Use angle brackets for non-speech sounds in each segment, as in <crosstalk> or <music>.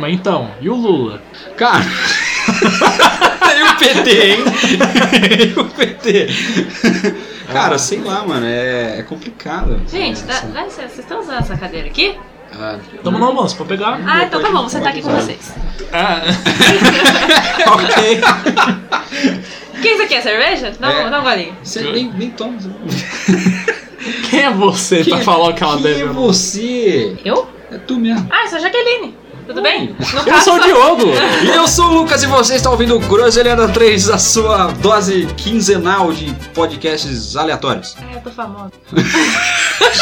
Mas então, e o Lula? <laughs> Cara. e o PT, um hein? e o PT. Cara, sei lá, mano, é, é complicado. Gente, É, dá, assim. dá licença, vocês estão usando essa cadeira aqui? Ah, Tamo no almoço pra pegar. Ah, então tá bom, você tá aqui com pode. vocês. Ah. É. ok. Quem isso aqui é cerveja? Dá, um- É. dá um golinho. Você nem, nem toma. você- Quem é você pra Quem- falar o que ela quem deve? né? é você? Eu? É tu mesmo. Ah, eu sou a Jaqueline. Tudo bem? No Eu sou o <laughs> Diogo. E eu sou o Lucas e você está ouvindo o Groselhada 3, a sua dose quinzenal de podcasts aleatórios. Ah, eu tô famosa.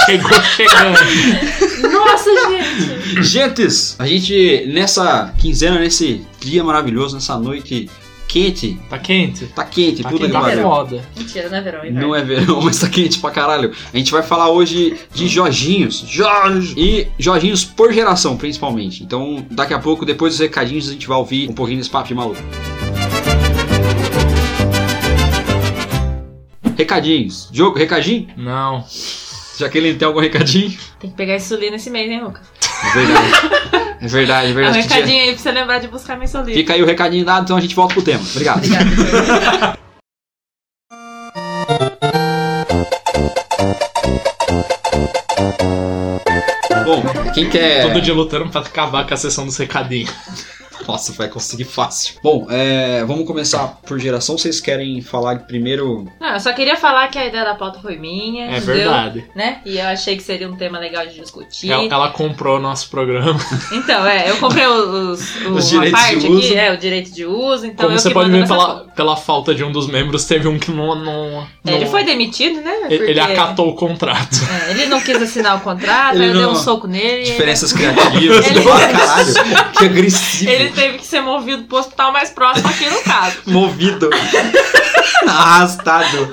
Chegou chegando. Nossa, gente. Gentes, a gente nessa quinzena, nesse dia maravilhoso, nessa noite quente, Tá quente? tá quente, Tá puta quente, que tá pariu. foda. Mentira, não é verão, é inverno. Não é <laughs> verão, mas tá quente pra caralho. A gente vai falar hoje de Jorginhos. Jorge! E Jorginhos por geração, principalmente. Então, daqui a pouco, depois dos recadinhos, a gente vai ouvir um pouquinho desse papo de maluco. Recadinhos. Diogo, recadinho? Não. Jaqueline, tem algum recadinho? Tem que pegar insulina esse mês, hein, Lucas? É verdade. <laughs> É verdade, é É um verdade. recadinho aí pra você lembrar de buscar minha insulina. Fica aí o recadinho dado, então a gente volta pro tema. Obrigado. Obrigada. Bom, quem quer. É. Todo dia lutando pra acabar com a sessão dos recadinhos. Nossa, vai conseguir fácil. Bom, é, vamos começar por geração. Vocês querem falar primeiro? Não, eu só queria falar que a ideia da pauta foi minha. É entendeu? verdade. Né? E eu achei que seria um tema legal de É discutir. Ela, ela comprou o nosso programa. Então, é, eu comprei os, o- Os uma direitos de parte uso. aqui, é, o direito de uso, então Como eu você que pode mando ver nessa pela, porra. pela falta de um dos membros, teve um que não. não, não- É, Ele foi demitido, né? ele- ele porque- acatou o contrato. é, ele não quis assinar o contrato, Ele aí eu dei não- um soco nele. Diferenças criativas. <laughs> Ele- Caralho, que agressivo. Ele teve que ser movido pro hospital mais próximo aqui <laughs> no caso. Movido. <laughs> Arrastado.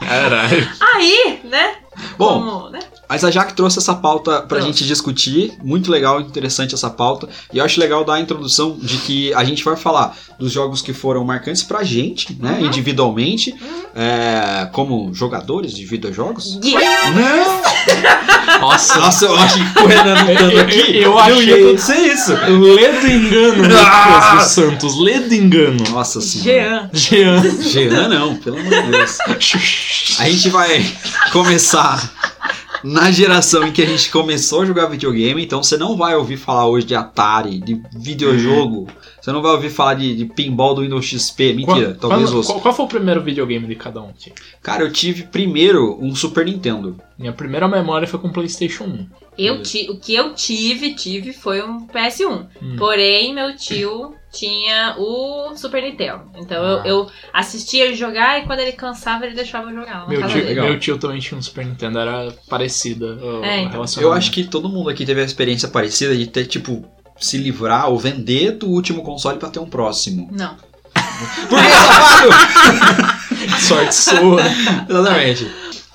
Caralho. Aí, né? Bom, como, né? mas a Jaque trouxe essa pauta pra Trouxe. gente discutir. Muito legal, interessante essa pauta. E eu acho legal dar a introdução de que a gente vai falar dos jogos que foram marcantes pra gente, né? Uhum. Individualmente, Uhum. é, como jogadores de videojogos. Yeah. Não! Nossa. Nossa, eu acho que o Renan não Eu- dando eu- aqui. eu não ia achei- acontecer isso. Ledo engano, Ah! Lucas dos Santos. Ledo engano. Nossa senhora. Jean. Jean. <laughs> Jean, não, pelo amor de Deus. A gente vai começar na geração em que a gente começou a jogar videogame, então você não vai ouvir falar hoje de Atari, de videojogo, você não vai ouvir falar de, de pinball do Windows XP, mentira, Qual- talvez qual, ouça. qual, qual foi o primeiro videogame de cada um aqui? Cara, eu tive primeiro um Super Nintendo. Minha primeira memória foi com o PlayStation 1. Eu ti, o que eu tive, tive, foi um PS1. Hum. Porém, meu tio tinha o Super Nintendo. Então Ah. eu, eu assistia ele jogar e quando ele cansava, ele deixava eu jogar lá na Meu casa tio, dele. legal. meu tio também tinha um Super Nintendo, era parecida o É, então. Eu acho que todo mundo aqui teve a experiência parecida de ter, tipo, se livrar ou vender do último console pra ter um próximo. Não. Por que, tá safado? <laughs> Sorte <laughs> sua. Exatamente.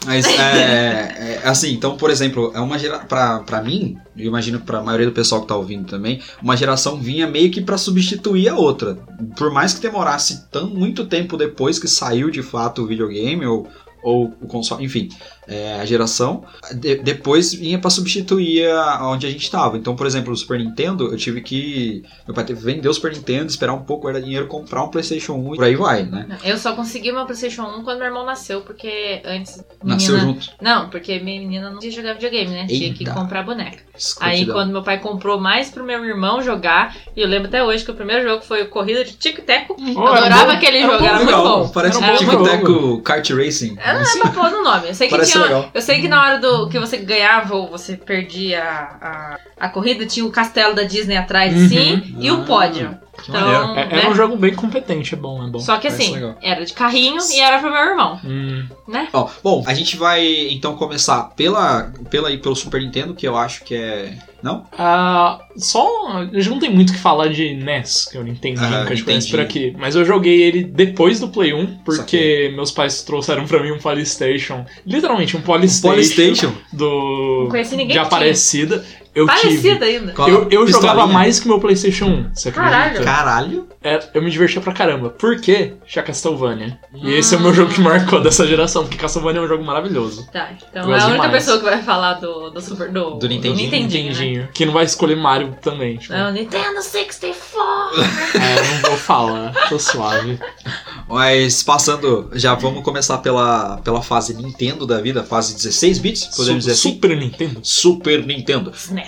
Mas, é, é, assim, então, por exemplo, é uma gera... pra, pra mim, eu imagino pra maioria do pessoal que tá ouvindo também, uma geração vinha meio que pra substituir a outra. Por mais que demorasse tão muito tempo depois que saiu de fato o videogame ou, ou o console, enfim, é, a geração, de- depois vinha pra substituir a, onde a gente tava. Então, por exemplo, o Super Nintendo, eu tive que. Meu pai teve que vender o Super Nintendo, esperar um pouco, guardar dinheiro, comprar um PlayStation 1 e por aí vai, né? Não, Eu só consegui uma PlayStation 1 quando meu irmão nasceu, porque antes. Nasceu menina- junto. Não, porque minha menina não tinha jogar videogame, né? Tinha que Eita. comprar boneca. Aí Escrotidão. quando meu pai comprou mais pro meu irmão jogar, e eu lembro até hoje que o primeiro jogo foi o Corrida de Tico e Teco. Oh, era Adorava bom. aquele Era jogo, bom, era muito legal. bom. Parece Era um muito Tico bom. Teco Kart Racing. Eu não lembro pra pôr no nome. Eu sei que Parece tinha. legal. Eu sei que na hora do que você ganhava ou você perdia a, a, a corrida, tinha o castelo da Disney atrás, Uhum. sim, e Ah, o pódio. que maneiro. Então, É- né? Era um jogo bem competente, é bom, é bom. Só que parece assim, legal. era de carrinho e era pro meu irmão, Hum, né? Ó, bom, a gente vai então começar pela, pela pelo Super Nintendo, que eu acho que é. Não? ah, só. A gente não tem muito o que falar de NES, que eu não entendi Ah, que a gente conhece por entendi. aqui. Mas eu joguei ele depois do Play 1, porque Saquei. meus pais trouxeram pra mim um Polystation. Literalmente, um Polystation. <laughs> Polystation. do Não conheci ninguém de que Aparecida. Eu tive. Parecida ainda. Com a Eu, eu jogava pistolinha. mais que meu PlayStation 1, você acredita? Caralho. Caralho. É, eu me divertia pra caramba. Por quê? Tinha Castlevania. E esse é o Ah. meu jogo que marcou dessa geração, porque Castlevania é um jogo maravilhoso. Tá, então é Gosto a única demais. pessoa que vai falar do, do Super do, Do Nintendinho? Nintendinho, né? Ah. Nintendinho. Que não vai escolher Mario também. Tipo, Não, é Nintendo 64! é, eu não vou falar, tô suave. Mas passando, já vamos começar pela, pela fase Nintendo da vida, fase 16 bits, <laughs> podemos Su- dizer assim. Super Nintendo. Super Nintendo. SNES.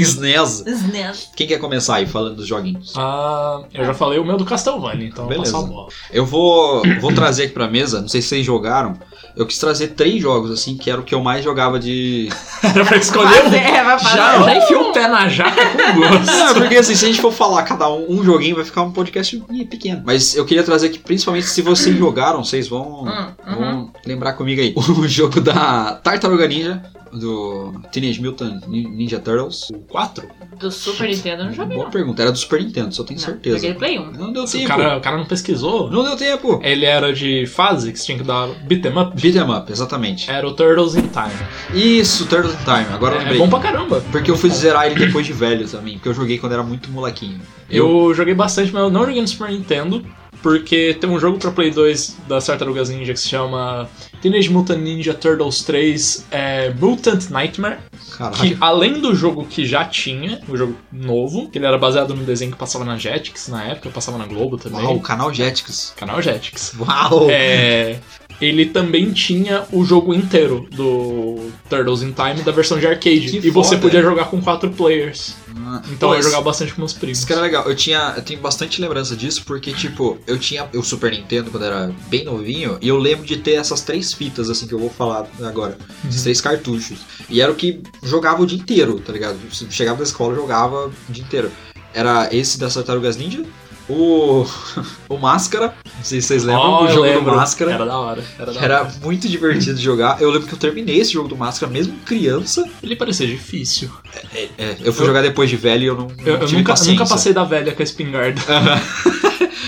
SNES. SNES. Quem quer começar aí falando dos joguinhos? Ah, eu já falei o meu do Castlevania, então eu vou Beleza. passar a bola. <laughs> Eu vou, vou trazer aqui pra mesa, não sei se vocês jogaram. Eu quis trazer três jogos, assim, que era o que eu mais jogava de. Era pra escolher Fazer, um. <laughs> é, vai fazer. Já, já enfiou o pé na jaca com Não, <laughs> gosto. porque assim, se a gente for falar cada um um joguinho, vai ficar um podcast ih, pequeno. Mas eu queria trazer aqui, principalmente se vocês jogaram, vocês vão. Hum, uhum. Vamos lembrar comigo aí. <laughs> O jogo da Tartaruga Ninja, do Teenage Mutant Nin- Ninja Turtles. O 4? Do Super Nintendo eu não joguei, Boa não. pergunta, era do Super Nintendo, só tenho Não, certeza. Joguei Play 1. Não deu O tempo. cara, o cara não pesquisou. Não deu tempo. Ele era de fase, que você tinha que dar beat 'em up. Beat 'em up, exatamente. Era o Turtles in Time. Isso, Turtles in Time, agora eu É, lembrei. bom pra caramba. Porque eu fui zerar ele depois de velho também, porque eu joguei quando era muito molequinho. Eu joguei bastante, mas eu não joguei no Super Nintendo. Porque tem um jogo pra Play 2 das Tartarugas Ninja que se chama Teenage Mutant Ninja Turtles 3 é, Mutant Nightmare. Que Caralho. além do jogo que já tinha, o jogo novo, que ele era baseado num desenho que passava na Jetix na época, passava na Globo também. Uau, o canal Jetix. Canal Jetix. Uau! É, ele também tinha o jogo inteiro do Turtles in Time da versão de arcade. Que e você foda. né? podia jogar com quatro players. Ah, Então pô, eu esse- jogava bastante com meus primos. Isso que era legal. Eu tinha, eu tenho bastante lembrança disso porque tipo, eu tinha o Super Nintendo quando era bem novinho e eu lembro de ter essas três fitas assim que eu vou falar agora, Uhum. esses três cartuchos. E era o que jogava o dia inteiro, tá ligado? Chegava da escola, jogava o dia inteiro. Era esse das Tartarugas Ninja, o <laughs> o Máscara, não sei se vocês lembram, Oh, o eu jogo lembro. do Máscara. Era da hora. Era da Era hora. muito divertido de jogar. Eu lembro que eu terminei esse jogo do Máscara, mesmo criança. Ele parecia difícil. É, eu fui jogar depois de velho e eu não. Eu, eu tive nunca, um paciência. nunca passei da velha com a espingarda.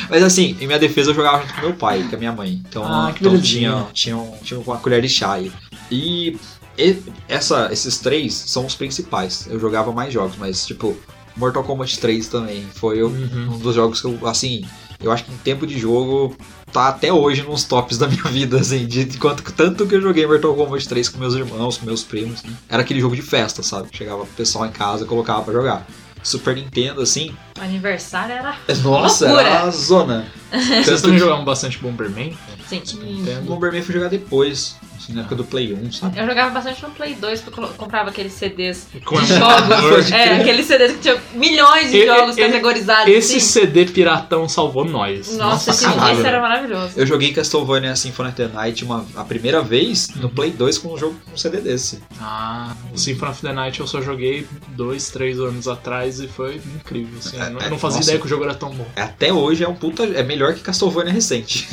Mas assim, em minha defesa eu jogava junto com meu pai, com a minha mãe. Então, Ah, que então belezinha. tinha, tinha, um- tinha uma colher de chá aí. E, e- essa, esses três são os principais. Eu jogava mais jogos, mas tipo, Mortal Kombat 3 também foi o- Uhum. um dos jogos que eu, assim, eu acho que em tempo de jogo tá até hoje nos tops da minha <laughs> vida, assim, de, de quanto, tanto que eu joguei Mortal Kombat 3 com meus irmãos, com meus primos. né? Era aquele jogo de festa, sabe? Chegava o pessoal em casa, colocava pra jogar. Super Nintendo, assim, Aniversário era. É, nossa, era Loucura. a <laughs> zona. Vocês Tanto também jogavam bastante Bomberman? Sim. Super O Nintendo. Bomberman foi jogar depois, assim, na época do Play 1, sabe? Eu jogava bastante no Play 2, porque eu comprava aqueles CDs Com de <laughs> jogos. Pode é, crer. aqueles CDs que tinha milhões de Ele- jogos ele- categorizados. Esse assim. CD piratão salvou nós. Nossa, esse, é caralho. esse era maravilhoso. Eu joguei Castlevania Symphony of the Night uma, a primeira vez no Play 2 com um jogo com um CD desse. Ah, o Symphony of the Night eu só joguei dois, três anos atrás e foi incrível, assim. Eu não, eu não fazia Nossa. ideia que o jogo era tão bom. Até hoje é um puta. É melhor que Castlevania recente.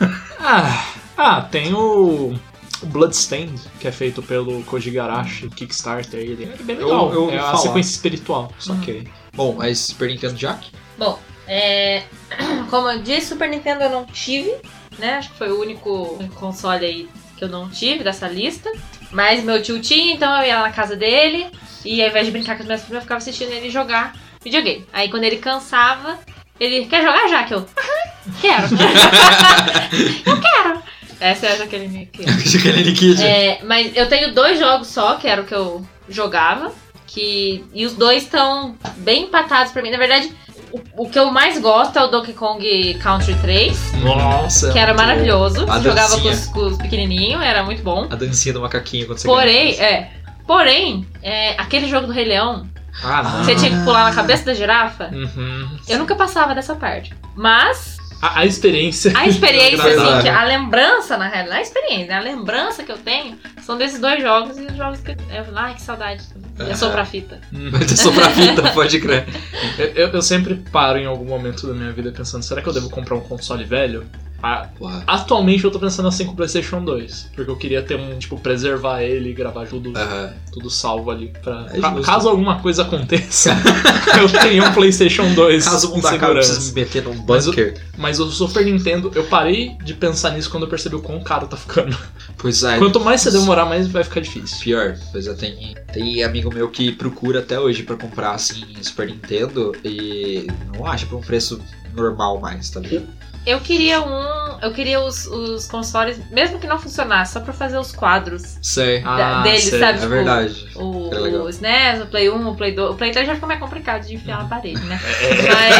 <laughs> Ah, ah tem o. o Bloodstained, que é feito pelo Koji Garashi, o Kickstarter, ele é bem legal. Eu- eu ouvi é falar. a sequência espiritual, só que. Bom, mas Super Nintendo Jack? <laughs> Bom, é, <clears throat> como eu disse, Super Nintendo eu não tive, né? Acho que foi o único console aí que eu não tive dessa lista. Mas meu tio tinha, então eu ia lá na casa dele e ao invés de brincar com as minhas primas, eu ficava assistindo ele jogar videogame. Aí quando ele cansava, ele quer jogar já? Que eu, aham, <laughs> quero. eu quero. Essa era aquele meio que. Aquele liquid. É, mas eu tenho dois jogos só, que era o que eu jogava. Que, e os dois estão bem empatados pra mim. Na verdade, o, o que eu mais gosto é o Donkey Kong Country 3, Nossa. que é era muito bom. maravilhoso. A Jogava com dancinha. os, com os pequenininhos, era muito bom. A dancinha do macaquinho quando você Porém, é. Porém, é, aquele jogo do Rei Leão, Ah, não. você Ah. tinha que pular na cabeça da girafa. Uhum. Eu nunca passava dessa parte. Mas A, a experiência. a experiência, Agradável. assim, que a lembrança, na realidade, não é a experiência, né? a lembrança que eu tenho são desses dois jogos e os jogos que eu. eu- Ai, que saudade. Eu sou pra fita. Uhum. <laughs> Vai ter sobrar fita, pode crer. <laughs> Eu, eu- eu sempre paro em algum momento da minha vida pensando, será que eu devo comprar um console velho? A- Porra. Atualmente eu tô pensando assim com o PlayStation 2, porque eu queria ter um, tipo, preservar ele e gravar tudo, Aham. tudo salvo ali. Pra, É ca- justo. caso alguma coisa aconteça, <laughs> eu tenha um PlayStation 2 Caso um o em mundo acabe, eu preciso é segurança. me meter num Mas o- bunker. Mas o Super Nintendo, eu parei de pensar nisso quando eu percebi o quão caro tá ficando. Pois é. Quanto mais você demorar, mais vai ficar difícil. Pior, pois é, tem, tem amigo meu que procura até hoje pra comprar assim Super Nintendo e não acha por um preço normal mais, tá ligado? Eu queria um. Eu queria os, os consoles, mesmo que não funcionasse, só pra fazer os quadros Sei. da- Ah, dele, sei, É sabe? Tipo, verdade. O, É legal. o SNES, o Play 1, o Play 2. O Play 3 já ficou mais complicado de enfiar na parede, né?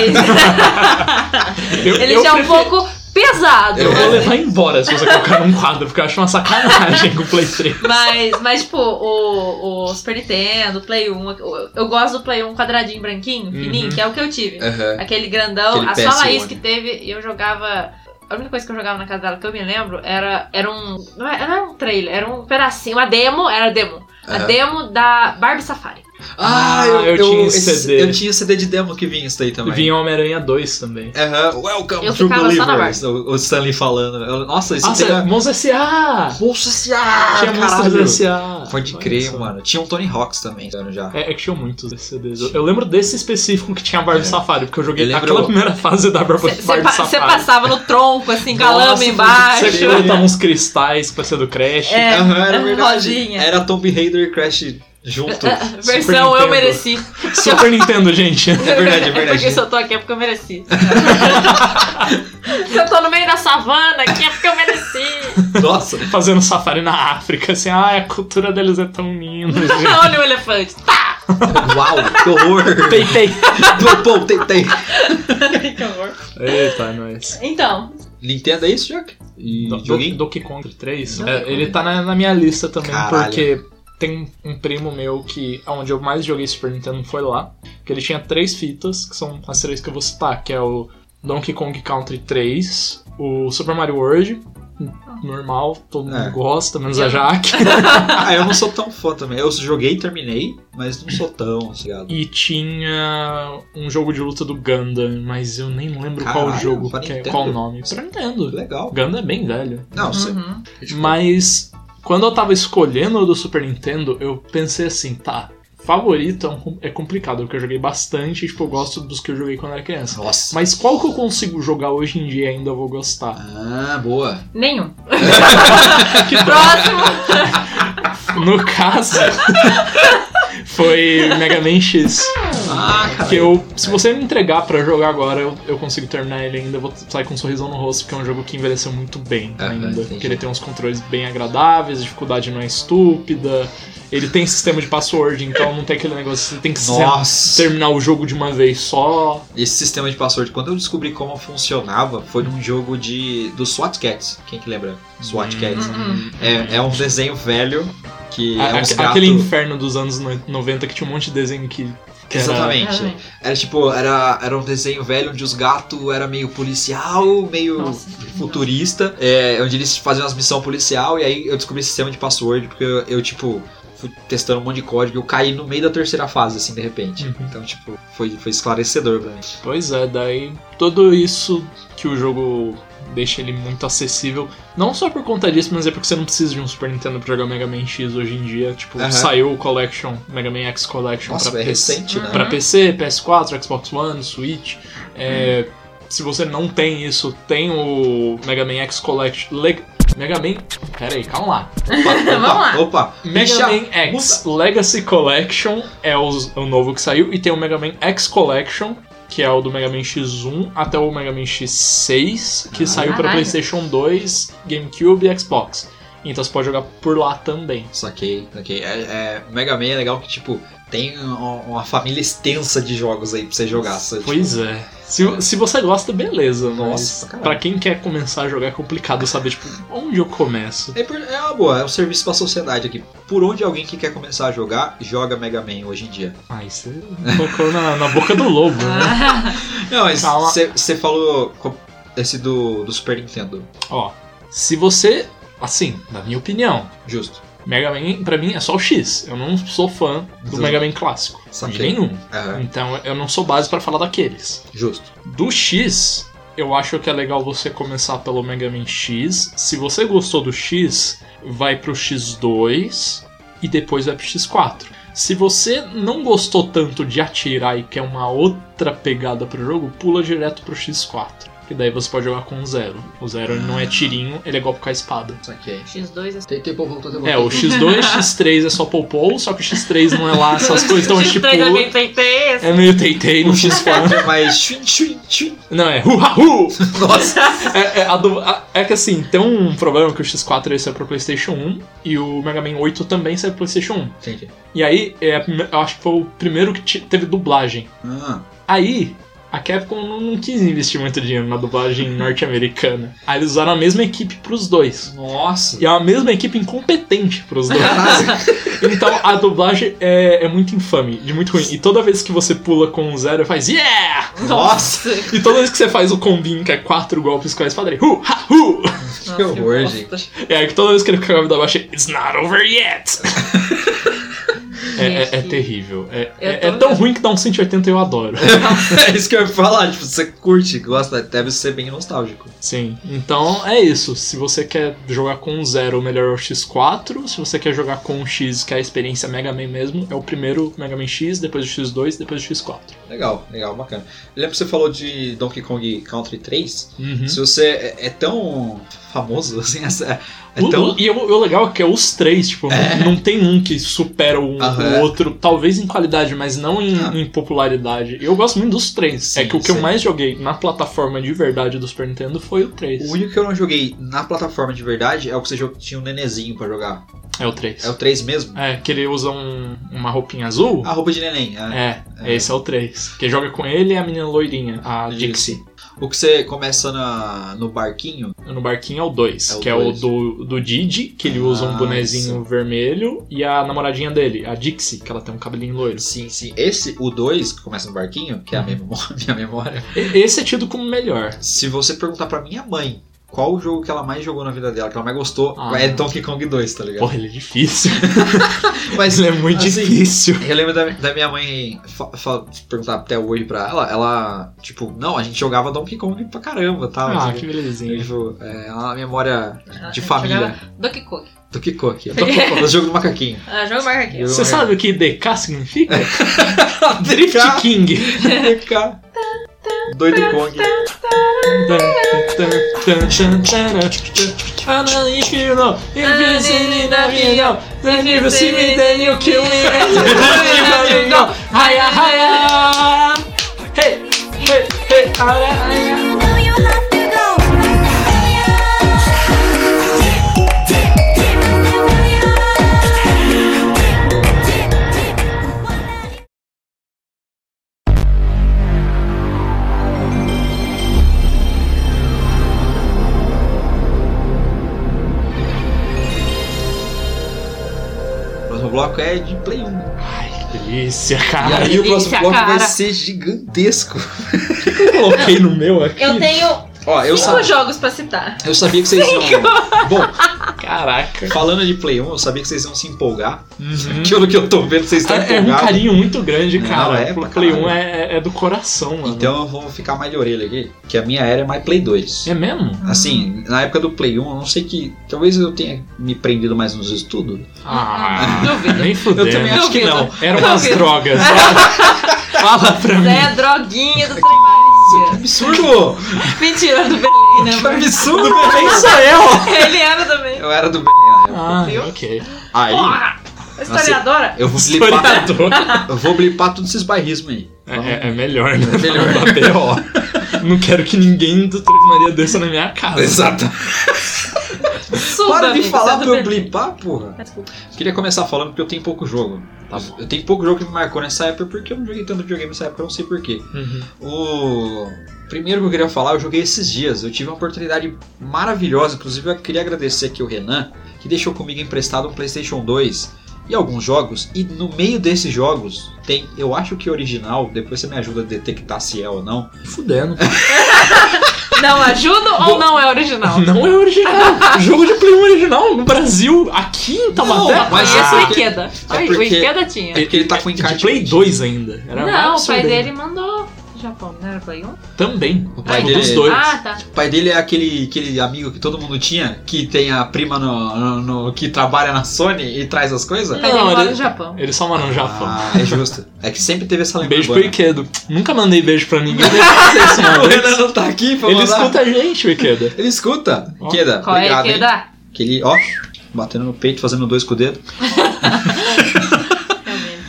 <laughs> Mas. Eu, ele É. eu já é um prefiro- pouco pesado. né? Eu vou levar embora se você colocar num quadro, porque eu acho uma sacanagem com o Play 3. Mas, mas tipo, o, o Super Nintendo, o Play 1. Eu, eu gosto do Play 1 quadradinho, branquinho, fininho, Uhum. que é o que eu tive. Aham. Aquele grandão, Aquele a só a Laís PS1, que né? teve, eu jogava. A única coisa que eu jogava na casa dela que eu me lembro era, era um. Não era, não era um trailer, era um pedacinho, uma demo, era a demo. A Aham. demo da Barbie Safari. Ah, Ah, eu eu, tinha esse- CD. Eu tinha o CD de demo que vinha isso daí também. Vinha Homem-Aranha 2 também. Aham, welcome Eu to ficava só na Believers, o, o Stanley falando. Eu- Nossa, isso Nossa, tem é a... Monstros S.A. Monstro S.A., Tinha Monstros caralho. S.A. Pode Olha crer, só. mano. Tinha um Tony Hawks também, esse ano já. É, é que tinha muitos desses CDs. Eu, eu lembro desse específico que tinha a Barbie É. Safari, porque eu joguei Eu lembro- aquela primeira fase da Barbie, Você Barbie Safari. passava no tronco, assim, com a Nossa, lama embaixo. Você botava uns cristais pra ser do Crash. É, um Aham, era era verdade. rodinha. Era Tomb Raider e Crash <laughs> junto. Super Versão Nintendo. eu mereci. Super Nintendo, gente. <laughs> É verdade, é <laughs> Porque se verdade. eu tô aqui é porque eu mereci. <laughs> se eu tô no meio da savana aqui é porque <laughs> eu mereci. <laughs> Nossa, Fazendo safari na África, assim, ah, a cultura deles é tão linda, gente. Olha o elefante. <laughs> uau, que horror. Peitei. Pô, pô, tem, tem. que horror. Eita, é nós. Então, Nintendo é isso, Jack? E Do, joguinho? Donkey Kong 3. Donkey É, Kong. ele tá na, na minha lista também, Caralho. porque tem um primo meu que onde eu mais joguei Super Nintendo foi lá. Que ele tinha três fitas, que são as três que eu vou citar, que é o Donkey Kong Country 3, o Super Mario World, normal, todo mundo É. gosta, menos Eu a Jaque. <laughs> Ah, eu não sou tão fã também. Eu joguei e terminei, mas não sou tão, tá ligado? e tinha um jogo de luta do Gundam, mas eu nem lembro qual Caralho, jogo, pra que é- Nintendo? qual o nome. Super Nintendo. Legal. Gundam é bem velho. Não, sei. uhum. Mas quando eu tava escolhendo o do Super Nintendo, eu pensei assim, tá, favorito é, um- é complicado, porque eu joguei bastante, e, tipo, eu gosto dos que eu joguei quando era criança. Nossa. Mas qual que eu consigo jogar hoje em dia e ainda vou gostar? Ah, boa. nenhum. Próximo. No <laughs> caso, foi Mega Man X. Ah, cara. Que eu, se você me entregar pra jogar agora, eu, eu consigo terminar ele ainda. eu Vou sair com um sorrisão no rosto, porque é um jogo que envelheceu muito bem Aham, ainda. entendi. Porque ele tem uns controles bem agradáveis, a dificuldade não é estúpida. Ele tem sistema de password, então não tem aquele negócio. Você tem que se- Nossa. terminar o jogo de uma vez só. Esse sistema de password, quando eu descobri como funcionava, foi num jogo de do SWAT Cats. Quem que lembra? SWAT Cats. Uhum. É, é um desenho velho que A- é uns aque- gatos. Aquele inferno dos anos no- 90 que tinha um monte de desenho que. que era- Exatamente. Realmente. Era tipo, era, era um desenho velho onde os gatos era meio policial, meio Nossa. futurista, é, onde eles faziam umas missões policial, e aí eu descobri esse sistema de password, porque eu, eu, tipo, fui testando um monte de código e eu caí no meio da terceira fase, assim, de repente. Uhum. Então, tipo, foi, foi esclarecedor pra mim. Tipo, Pois é, daí tudo isso que o jogo deixa ele muito acessível, não só por conta disso, mas é porque você não precisa de um Super Nintendo pra jogar Mega Man X hoje em dia. Tipo, Aham. saiu o Collection, Mega Man X Collection Nossa, pra, é PC, recente, né? pra PC, PS4, Xbox One, Switch. É, Se você não tem isso, tem o Mega Man X Collection. Leg... Mega Man. Pera aí, calma lá. Opa, <laughs> Vamos lá. Opa, Mega bicha, Man X Legacy Collection é o, o novo que saiu, e tem o Mega Man X Collection, que é o do Mega Man X1 até o Mega Man X6, que Caralho. saiu pra Caralho. PlayStation 2, GameCube e Xbox. Então você pode jogar por lá também. Saquei, saquei. É, é, o Mega Man é legal que, tipo, tem uma, uma família extensa de jogos aí pra você jogar. sabe? Tipo, Pois é. Se, se você gosta, beleza, mas Nossa, caralho. pra quem quer começar a jogar é complicado saber, tipo, onde eu começo. É, por- é uma boa, é um serviço pra sociedade aqui. Por onde alguém que quer começar a jogar, joga Mega Man hoje em dia. Ai, você colocou na, na boca do lobo, né? Ah, Não, mas Calma. você falou co- esse do, do Super Nintendo. Ó, se você, assim, na minha opinião, Justo. Mega Man, pra mim, é só o X. Eu não sou fã do Justo. Mega Man clássico. De Saquei. nenhum. Aham, Então eu não sou base pra falar daqueles. justo. Do X, eu acho que é legal você começar pelo Mega Man X. Se você gostou do X, vai pro X2 e depois vai pro X4. Se você não gostou tanto de atirar e quer uma outra pegada pro jogo, pula direto pro X4. Que daí você pode jogar com o Zero. O Zero ele não é tirinho, ele é golpe com a espada. Saquei. X2 é só. Tem tempo, voltou, tempo. É, o X2, X3 é só Popou, só que o X3 não é lá essas coisas, então é tipo. X3 é bem tentei esse. É meio teitei no X4. É mais chuin, chuin, chuin. Não, é hu Nossa. É, é, a do- a- é que assim, tem um problema que o X4 ele saiu é pro PlayStation 1 e o Mega Man 8 também saiu pro PlayStation 1. Entendi. E aí, é, a prime- eu acho que foi o primeiro que te- teve dublagem. Ah, Aí, a Capcom não, não quis investir muito dinheiro na dublagem norte-americana. Aí eles usaram a mesma equipe pros dois. Nossa. E é a mesma equipe incompetente pros dois. caraca. Então a dublagem é, é muito infame, de muito ruim. E toda vez que você pula com um zero, faz yeah! Nossa. E toda vez que você faz o combinho, que é quatro golpes com a espada, ele hu, ha, hu! Nossa, Que horror, bosta. É aí que toda vez que ele fica com a vida baixa, ele, it's not over <laughs> yet! É, é- é Gente. terrível. É, Eu é- tô é tão vendo. ruim que dá um 180 e eu adoro. é isso que eu ia falar. Tipo, você curte, gosta, deve ser bem nostálgico. Sim, então é isso. Se você quer jogar com um zero, o melhor é o X4. Se você quer jogar com um X, que é a experiência Mega Man mesmo, é o primeiro Mega Man X, depois o X2, depois o X4. Legal, legal, bacana. Lembra que você falou de Donkey Kong Country 3? Uhum. Se você é, é tão famoso, <laughs> assim, essa- é O- tão o- e o, o legal é que é os três, tipo, não tem um que supera o, o É. Aham. outro, talvez em qualidade, mas não em, Ah. em popularidade. Eu gosto muito dos três. Sim, é que o que eu sim. mais joguei na plataforma de verdade do Super Nintendo foi o O 3. único que eu não joguei na plataforma de verdade é o que você jo- tinha um nenezinho pra jogar. É o 3. É o 3 mesmo? É, que ele usa um- uma roupinha azul. A roupa de neném. é. É, esse é o 3. Quem joga com ele é a menina loirinha, a Dixie. O que você começa na- no barquinho. No barquinho é o 2, É o que é dois. o do, do Didi, que ele usa um Ah, bonezinho vermelho, e a namoradinha dele, a Dixie, que ela tem um cabelinho loiro. Sim, sim. Esse, o 2, que começa no barquinho, Uhum. que é a minha memória, <laughs> minha memória. E- Esse é tido como o melhor. Se você perguntar pra minha mãe qual o jogo que ela mais jogou na vida dela, que ela mais gostou, Ah. é Donkey Kong 2, tá ligado? Porra, ele é difícil. <laughs> Mas ele é muito assim, difícil. Eu lembro da, da minha mãe fa- fa- perguntar até hoje pra ela, ela, tipo, não, a gente jogava Donkey Kong pra caramba, tá? Ah, Mas, que belezinha. tipo, é uma memória Ela de jogava família. Donkey Kong. Do que aqui. <laughs> Do jogo do macaquinho. Ah, jogo marca aqui. Eu- Você sabe o que DK <laughs> significa? Drift DK. King. <laughs> Doido Kong. Ah, não, inferno, invencibilidade, then you see me, then you <laughs> kill me, then you kill me, go, hiya, hiya, hey, hey, hey, hiya, hiya. O próximo bloco é de Play 1. Ai, que delícia, E Ah, cara. aí o próximo delícia, bloco vai cara. ser gigantesco. <laughs> Eu coloquei no meu aqui. Eu tenho Ó, eu, cinco sa jogos pra citar. eu sabia que vocês iam. Bom, Caraca. falando de Play 1, eu sabia que vocês iam se empolgar. Uhum. Pelo que eu tô vendo, vocês estão Hum. É, é um empolgados. carinho muito grande, Não, cara. é pra o Play 1 caralho. é, é- é do coração, mano. Então eu vou ficar mais de orelha aqui, que a minha era é mais Play 2. É mesmo? Assim, na época do Play 1, eu não sei que. Talvez eu tenha me prendido mais nos estudos. Ah, Duvido. nem Eu fudendo. também acho que Duvido. não. Eram umas Duvido. drogas. né? Fala pra mim. Zé, é droguinha do Maria. Absurdo! Mentira, do Belém, né? Que mano? absurdo, Nem Belém! sou eu. <laughs> Ele era também. Eu era do Belém na é, Ah, época. ok. Aí, Ah. Porra! A historiadora? eu vou blipar, Historiador. eu vou blipar todos esses bairrismos aí. É, é- é melhor, né? É melhor. <laughs> Pra não dar BO. Não quero que ninguém do Três Maria desça na minha casa. Exato. Suba, Para de amigo, falar você é pra do eu Belém. blipar, porra. Desculpa. Queria começar falando porque eu tenho pouco jogo. Tá bom. Eu tenho pouco jogo que me marcou nessa época porque eu não joguei tanto videogame nessa época, eu não sei porquê. Uhum. O primeiro que eu queria falar, eu joguei esses dias. Eu tive uma oportunidade maravilhosa. Inclusive, eu queria agradecer aqui o Renan, que deixou comigo emprestado um PlayStation 2 e alguns jogos. E no meio desses jogos, tem, eu acho que original. Depois você me ajuda a detectar se é ou não. Fudendo. Não ajudo ou Vou- não é original? Não é original. Jogo de Play 1 original no Brasil, aqui em Taubaté. Ah, Não, mas Conheço é o porque- Ikeda. é Ai, O porque- Ikeda tinha. É porque ele tá com De encarte. Play 2 ainda. Era mais Não, o absurdo né? pai ainda. dele mandou Japão, não era Play 1? Também. O pai pai dele- dos dois. Ah, tá. O pai dele é aquele, aquele amigo que todo mundo tinha, que tem a prima no, no- no- que trabalha na Sony e traz as coisas? Mas ele Não, mora ele- no Japão. Ele só mora no Japão. Ah, é justo. É que sempre teve essa Um lembrança. né? beijo pro Ikedo. Nunca mandei beijo pra ninguém. mas eu <laughs> fiz isso uma O vez. Renan não tá aqui pra Ele mandar. escuta a gente, o Ikeda. Ele escuta. Ó. Queda, Qual obrigado, tá é hein? que dá? Que ele, ó, batendo no peito, fazendo dois com o dedo. Realmente.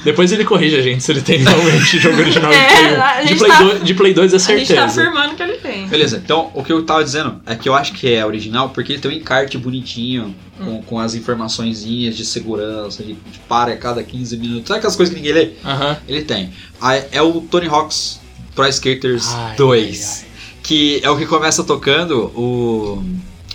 Depois ele corrige a gente se ele <laughs> tem realmente jogo original de É, Play 1. a gente de, Play tá- 2, de Play 2 é A gente tá certeza. afirmando que ele tem. Beleza, então o que eu tava dizendo é que eu acho que é original porque tem um encarte bonitinho Hum. com, com as informaçõezinhas de segurança, de, de para a cada 15 minutos. Sabe aquelas coisas que ninguém lê? Aham. Ele tem. Aí É o Tony Hawk's Pro Skaters Ai, 2. Que é o que começa tocando o.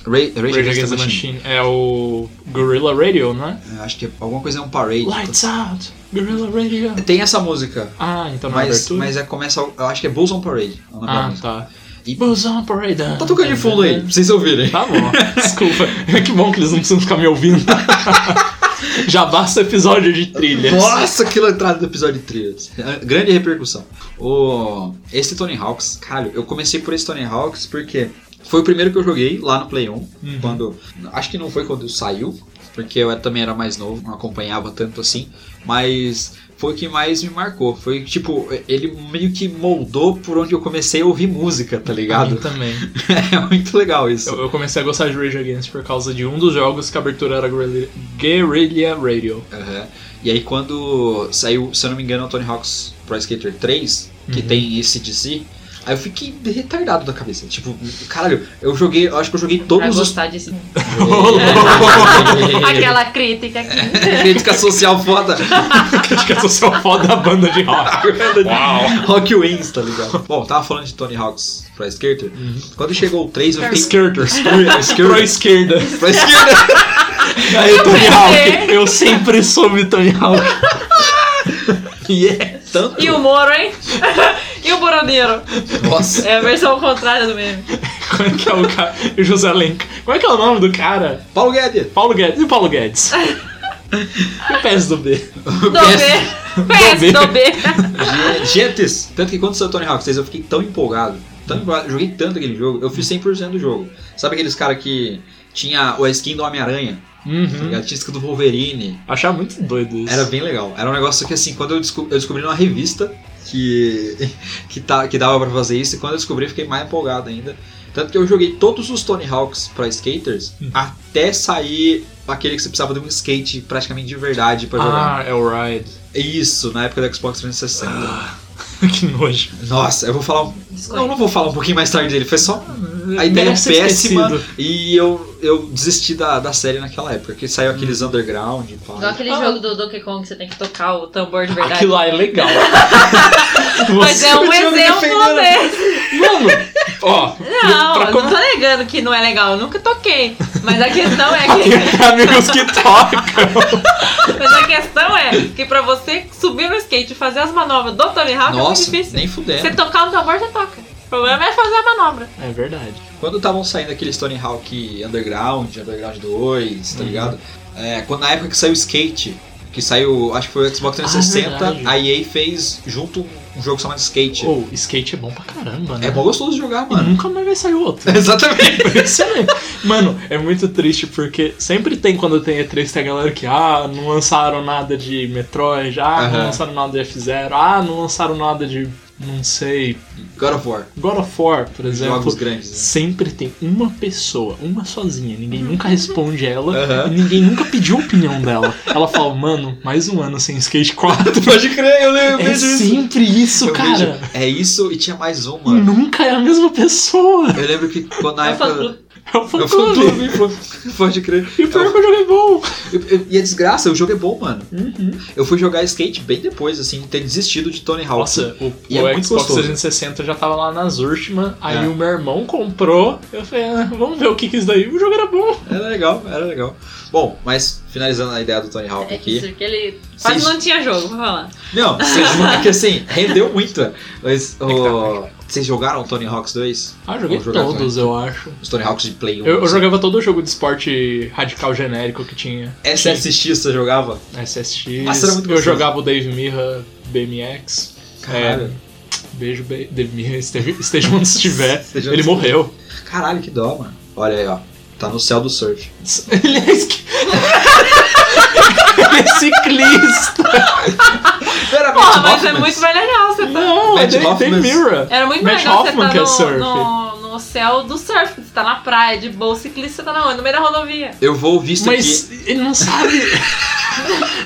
Ray, Rage Rage Against the Machine. Machine. É o Gorilla Radio, não é? Eu Acho que é- alguma coisa é um parade. Lights Out, Gorilla Radio. Tem essa música, Ah, então não é mas, abertura? mas é, começa. Eu acho que é Bulls on Parade. o nome da Ah, música. tá. E- Bulls on Parade. Tá Tá tocando de fundo aí, pra vocês ouvirem. Tá bom, <laughs> desculpa. <laughs> Que bom que eles não precisam ficar me ouvindo. Já basta o episódio de trilhas. Nossa, que entrada do episódio de trilhas. Grande repercussão. O, esse Tony Hawks, caralho, eu comecei por esse Tony Hawks porque foi o primeiro que eu joguei lá no Play 1. Uhum. Quando. Acho que não foi quando saiu, porque eu também era mais novo, não acompanhava tanto assim. Mas foi o que mais me marcou. Foi tipo, ele meio que moldou por onde eu comecei a ouvir música, tá Eu ligado? também. <laughs> é muito legal isso. Ah, então. Eu, eu comecei a gostar de Rage Against por causa de um dos jogos que a abertura era Guerrilla- Guerrilla Radio. <laughs> Aham. E aí quando saiu, se eu não me engano, o Tony Hawk's Pro Skater 3, que Uhum. tem esse DC, aí eu fiquei retardado da cabeça. Tipo, caralho, eu joguei, eu acho que eu joguei todos pra os. <laughs> gostar desse. Aquela Aquela É. crítica aqui. crítica social foda. Crítica social é foda da banda de rock. Uau! Rock Wins, tá ligado? Bom, tava falando de Tony Hawk's Pro Skater. Quando chegou o 3, eu fiquei. Esquerda. Pro <laughs> esquerda. Pro Skater! <laughs> aí o Tony Tony Hawk. Hawk. Eu sempre soube Tony Hawk. E é tanto. E o Moro, hein? <laughs> e o Boroneiro? Nossa. É a versão contrária do meme. Como é que é o cara? O José Lenca. Como é que é o nome do cara? Paulo Guedes. Paulo Guedes. E o Paulo Guedes? E o PES do B? Do B. <laughs> PS do B. Gentes! Tanto que quando saiu Tony Hawk 6 eu fiquei tão empolgado, tão empolgado, joguei tanto aquele jogo, eu fiz 100% do jogo. Sabe aqueles caras que tinha o skin do Homem-Aranha, tá Uhum. ligado? tinha skin do Wolverine, Achava muito doido isso. era bem legal. Era um negócio que assim, quando eu descobri, eu descobri numa revista que, <laughs> que, tá, que dava pra fazer isso, e quando eu descobri eu fiquei mais empolgado ainda. Tanto que eu joguei todos os Tony Hawks pra skaters Hum. até sair aquele que você precisava de um skate praticamente de verdade pra jogar. Ah, é o Ride. <laughs> Isso, na época do Xbox 360. que nojo. Nossa, eu vou falar um Não, eu não vou falar um pouquinho mais tarde dele, foi só. A ideia é Merece péssima esquecido. e eu, eu desisti da, da série naquela época, que saiu aqueles Hum. underground e tal. Igual aquele Ah. jogo do Donkey Kong que você tem que tocar o tambor de verdade. Aquilo lá é legal. <laughs> Mas é Você um continua me exemplo né? defendendo. mesmo. Mano, ó. Não, pra eu <laughs> como- não tô negando que não é legal, eu nunca toquei. Mas a questão é <laughs> que. Tem amigos que tocam. Mas a questão é que pra você subir no skate e fazer as manobras do Tony Hawk é muito Nossa, difícil. nem Você tá- fudendo. tocar no tambor, você toca. O problema é fazer a manobra. É verdade. Quando estavam saindo aqueles Tony Hawk Underground, Underground 2, tá Uhum. ligado? É, quando, na época que saiu o Skate, que saiu, acho que foi o Xbox Ah, 360, é verdade. a EA fez junto um jogo chamado Skate. Ou, skate é bom pra caramba, né? É bom gostoso de jogar, E mano. nunca mais vai sair <laughs> outro. Exatamente. Impressionante. Mano, é muito triste porque sempre tem quando tem E3 tem a galera que, ah, não lançaram nada de Metroid, ah, Aham. não lançaram nada de F0, ah, não lançaram nada de, não sei, God of War. <laughs> God of War, por exemplo. Jogos grandes. né? Sempre tem uma pessoa, uma sozinha, ninguém nunca responde ela, Aham. e ninguém nunca pediu a opinião dela. Ela fala, mano, mais um ano sem Skate 4. Pode crer, eu lembro É sempre isso, Eu cara. vejo. É isso e tinha mais um, E mano. nunca é a mesma pessoa. Eu lembro que quando na É o época. fã-clube. É o É fã o fã-clube, clube. pô. <laughs> Pode crer. E o pior que o jogo é bom. E- e- E é desgraça, o jogo é bom, mano. Uhum. Eu fui jogar skate bem depois, assim, ter desistido de Tony Hawk. Nossa, o, E o é muito Xbox gostoso. 360 já tava lá nas últimas, aí É. o meu irmão comprou, eu falei, ah, vamos ver o que que é isso daí, o jogo era bom. Era legal, era legal. Bom, mas finalizando a ideia do Tony Hawk É aqui. isso, que ele quase Sim. não tinha jogo, vou falar. Não, vocês é que assim, rendeu muito. né? Mas, ô, vocês jogaram Tony Hawks 2? Ah, eu joguei Vou jogar todos, eu acho. Os Tony Hawks de Play 1? Eu, eu assim. jogava todo o jogo de esporte radical genérico que tinha. É SSX você jogava? SSX, Nossa, era muito eu gostoso. jogava o Dave Mirra BMX. É, Caralho. Beijo, be David Mir, esteja, esteja onde estiver. <laughs> Esteja onde Ele estiver. morreu. <laughs> Caralho, que dó, mano. Olha aí, ó. Tá no céu do surf. Ele é, esqui- <laughs> Ele é ciclista. Pera, Porra, mas é muito mais legal você tá. Não, Matt tem, tem Hoffman. Mira. Era muito Matt mais legal Hoffman que é você tá surf. no, no, no céu do surf. Você tá na praia, de boa, o ciclista tá na onde? No meio da rodovia. Eu vou ouvir isso aqui. Mas ele não sabe. <laughs>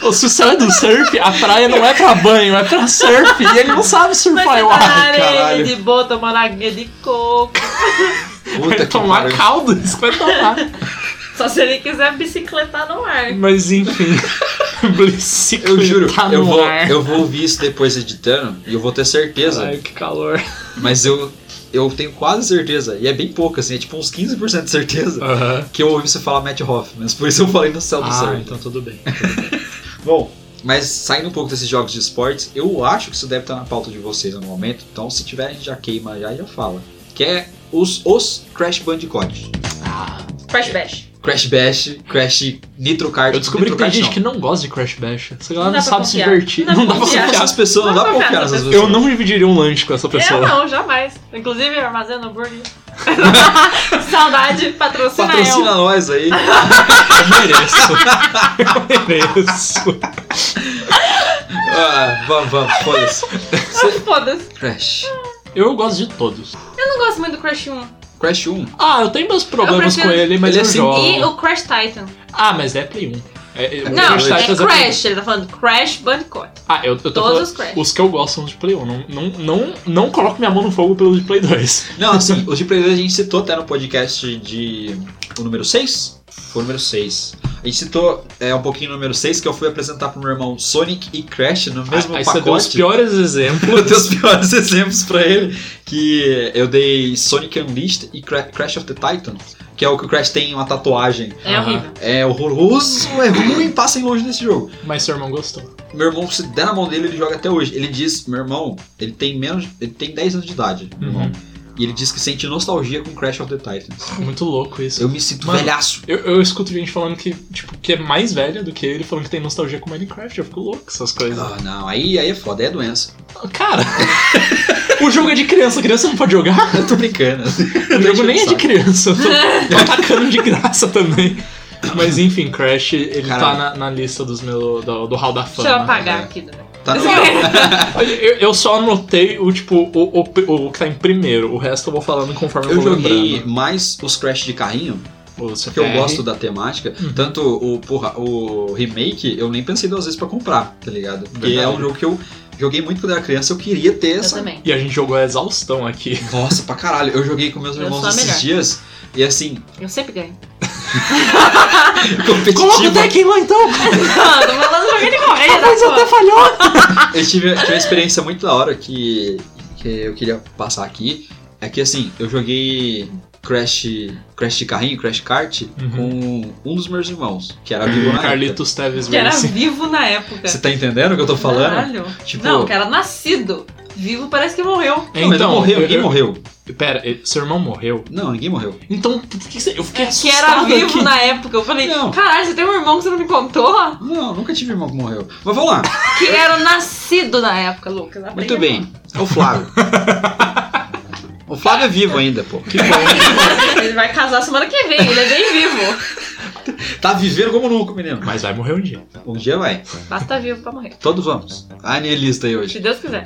O sucesso do surf, a praia não é pra banho, é pra surf. E ele não sabe Mas surfar, você eu tá na acho. areia, caralho. de boa, tomando aguinha de coco. Puta Vai que tomar pariu. caldo, isso vai tomar. Só se ele quiser bicicletar no ar. Mas <laughs> enfim. Bicicleta Eu juro, tá no eu vou, ar. eu vou ouvir isso depois editando e eu vou ter certeza. Ai, que calor. Mas eu, eu tenho quase certeza, e é bem pouco, assim, é tipo uns 15% de certeza Aham. que eu ouvi você falar Matt Hoff, mas por isso eu falei no céu do Ah, surf. então tudo bem. Bom, mas saindo um pouco desses jogos de esportes, eu acho que isso deve estar na pauta de vocês no momento. Então, se tiver, a gente já queima já e já fala. Que é os, os Crash Bandicoot. Crash Bash. Crash Bash, Crash Nitro Kart. Eu descobri Nitro que tem Kart gente não. que não gosta de Crash Bash. Essa galera não, Não dá pra sabe se confiar. divertir. Não dá Não dá pra pra confiar. confiar. Essas pessoas, não Não dá pra confiar confiar nessas nessas pessoas. Eu não dividiria um lanche com essa <laughs> Eu pessoa. não, jamais. Inclusive, armazeno hambúrguer. <laughs> Saudade, patrocina, Patrocina nós aí. Eu É mereço. Eu mereço. Ah, vamos, vamos, foda-se. eu. Foda-se. Crash. Eu gosto de todos. Eu não gosto muito do Crash 1. Crash 1. Ah, eu tenho meus problemas prefiro- com ele, mas Ele é eu assim- jogo. E o Crash Titan. Ah, mas é Play 1. É, é, o Não, Crash é Titans Play 1. Crash. Ele tá falando Crash Bandicoot. Ah, eu, eu tô Todos falando- os Crash. Os que eu gosto são os de Play 1. Não, não, não, não coloco minha mão no fogo pelo de Play 2. Não, assim, os de Play 2 a gente citou até no podcast de. O número 6? Foi o número 6. A gente citou é, um pouquinho o número 6, que eu fui apresentar pro meu irmão Sonic e Crash no mesmo Aí você deu os pacote. piores exemplos. Eu dei os piores exemplos pra ele. Que eu dei Sonic Unleashed e Cra- Crash of the Titan, que é o que o Crash tem uma tatuagem. É Aham. horrível. É horroroso, é ruim, passem longe desse jogo. Mas seu irmão gostou. Meu irmão, se der na mão dele, ele joga até hoje. Ele diz, meu irmão, ele tem menos. Ele tem 10 anos de idade, meu irmão. Uhum. E ele diz que sente nostalgia com Crash of the Titans. É Muito louco isso. Eu me sinto Mano. velhaço. Eu, eu escuto gente falando que, tipo, que é mais velha do que ele, falando que tem nostalgia com Minecraft. Eu fico louco com essas coisas. Ah, não, aí, aí é foda, aí é doença. <laughs> Cara, <laughs> o jogo é de criança, criança não pode jogar? Eu tô brincando. <laughs> O jogo nem é de Saco. criança, eu <laughs> tô, tô atacando de graça também. Mas enfim, Crash, ele Caralho. tá na, na lista dos meu, do, do Hall da Fama. Deixa eu apagar é. aqui. do meu. Tá no... Olha, Eu, eu só anotei o tipo, o, o, o que tá em primeiro, o resto eu vou falando conforme eu, Eu vou joguei lembrando. mais os Crash de carrinho, O porque eu CPR. gosto da temática. Uhum. Tanto o, porra, o remake, eu nem pensei duas vezes pra comprar, tá ligado? Porque é Verdade. um jogo que eu joguei muito quando era criança, eu queria ter <laughs> Eu essa também. E a gente jogou a exaustão aqui. Nossa, pra caralho. Eu joguei com meus Eu irmãos sou a esses melhor. dias e assim, Eu sempre ganho. <laughs> Coloca o competitivo. Tekken lá então! Não, tô falando joguei de correia. Mas da até porra. falhou! Eu tive, tive uma experiência muito da hora que, que eu queria passar aqui. É que assim, eu joguei Crash, Crash de carrinho, Crash Kart com um dos meus irmãos, que era vivo na época. Carlitos Teves Que era Racing. vivo na época. Você tá entendendo o que eu tô falando? Caralho. Tipo- Não, que era nascido. Vivo parece que morreu. Não, mas não morreu, Então, eu- ninguém eu- morreu. Pera, eh, seu irmão morreu? Não, ninguém morreu. Então, por que que você- eu fiquei Que assustado era vivo aqui. na época. Eu falei, Não. caralho, você tem um irmão que você não me contou? Não, nunca tive irmão que morreu. Mas vamos lá. Que era nascido na época, Lucas. Muito bem. É o <laughs> Flávio. O Flávio é vivo ainda, pô. Que bom. <laughs> Ele vai casar semana que vem, ele é bem vivo. Tá vivendo como nunca, menino. Mas vai morrer um dia. Um dia vai. Basta tá vivo pra morrer. Todos vamos. A anelista aí hoje. Se Deus <laughs> quiser.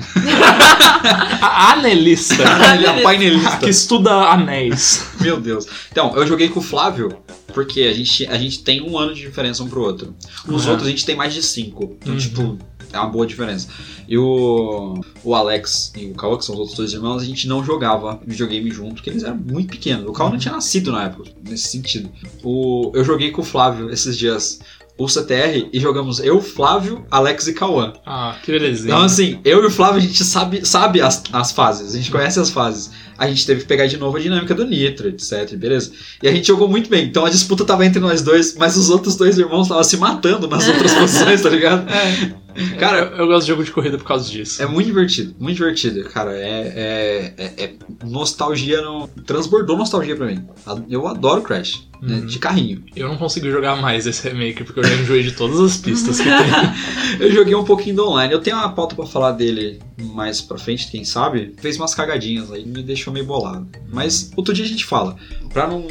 A anelista Tá A é painelista. que estuda anéis. <laughs> Meu Deus. Então, eu joguei com o Flávio, porque a gente, a gente tem um ano de diferença um pro outro. Os Uhum. outros a gente tem mais de cinco. Então, Uhum. tipo, é uma boa diferença. E o, o Alex e o Cauã, que são os outros dois irmãos, a gente não jogava videogame junto, porque eles eram muito pequenos. O Cauã não tinha nascido na época, nesse sentido. O, eu joguei com o Flávio esses dias. O CTR e jogamos eu, Flávio, Alex e Cauã. Ah, que belezinha. Então, assim, eu e o Flávio, a gente sabe, sabe as, as fases, a gente conhece as fases. A gente teve que pegar de novo a dinâmica do Nitro, etc, beleza? E a gente jogou muito bem, então a disputa tava entre nós dois, mas os outros dois irmãos estavam se matando nas outras posições, tá ligado? É. Cara, Cara, eu, eu gosto de jogo de corrida por causa disso. é muito divertido, muito divertido, cara. É, é, é- é nostalgia, no- transbordou nostalgia pra mim. Eu adoro Crash, né, Uhum. de carrinho. Eu não consigo jogar mais esse remake porque eu já enjoei de todas as pistas que tem. Eu joguei um pouquinho do online, eu tenho uma pauta pra falar dele mais pra frente, quem sabe, fez umas cagadinhas aí, me deixou meio bolado. Mas outro dia a gente fala. Pra não,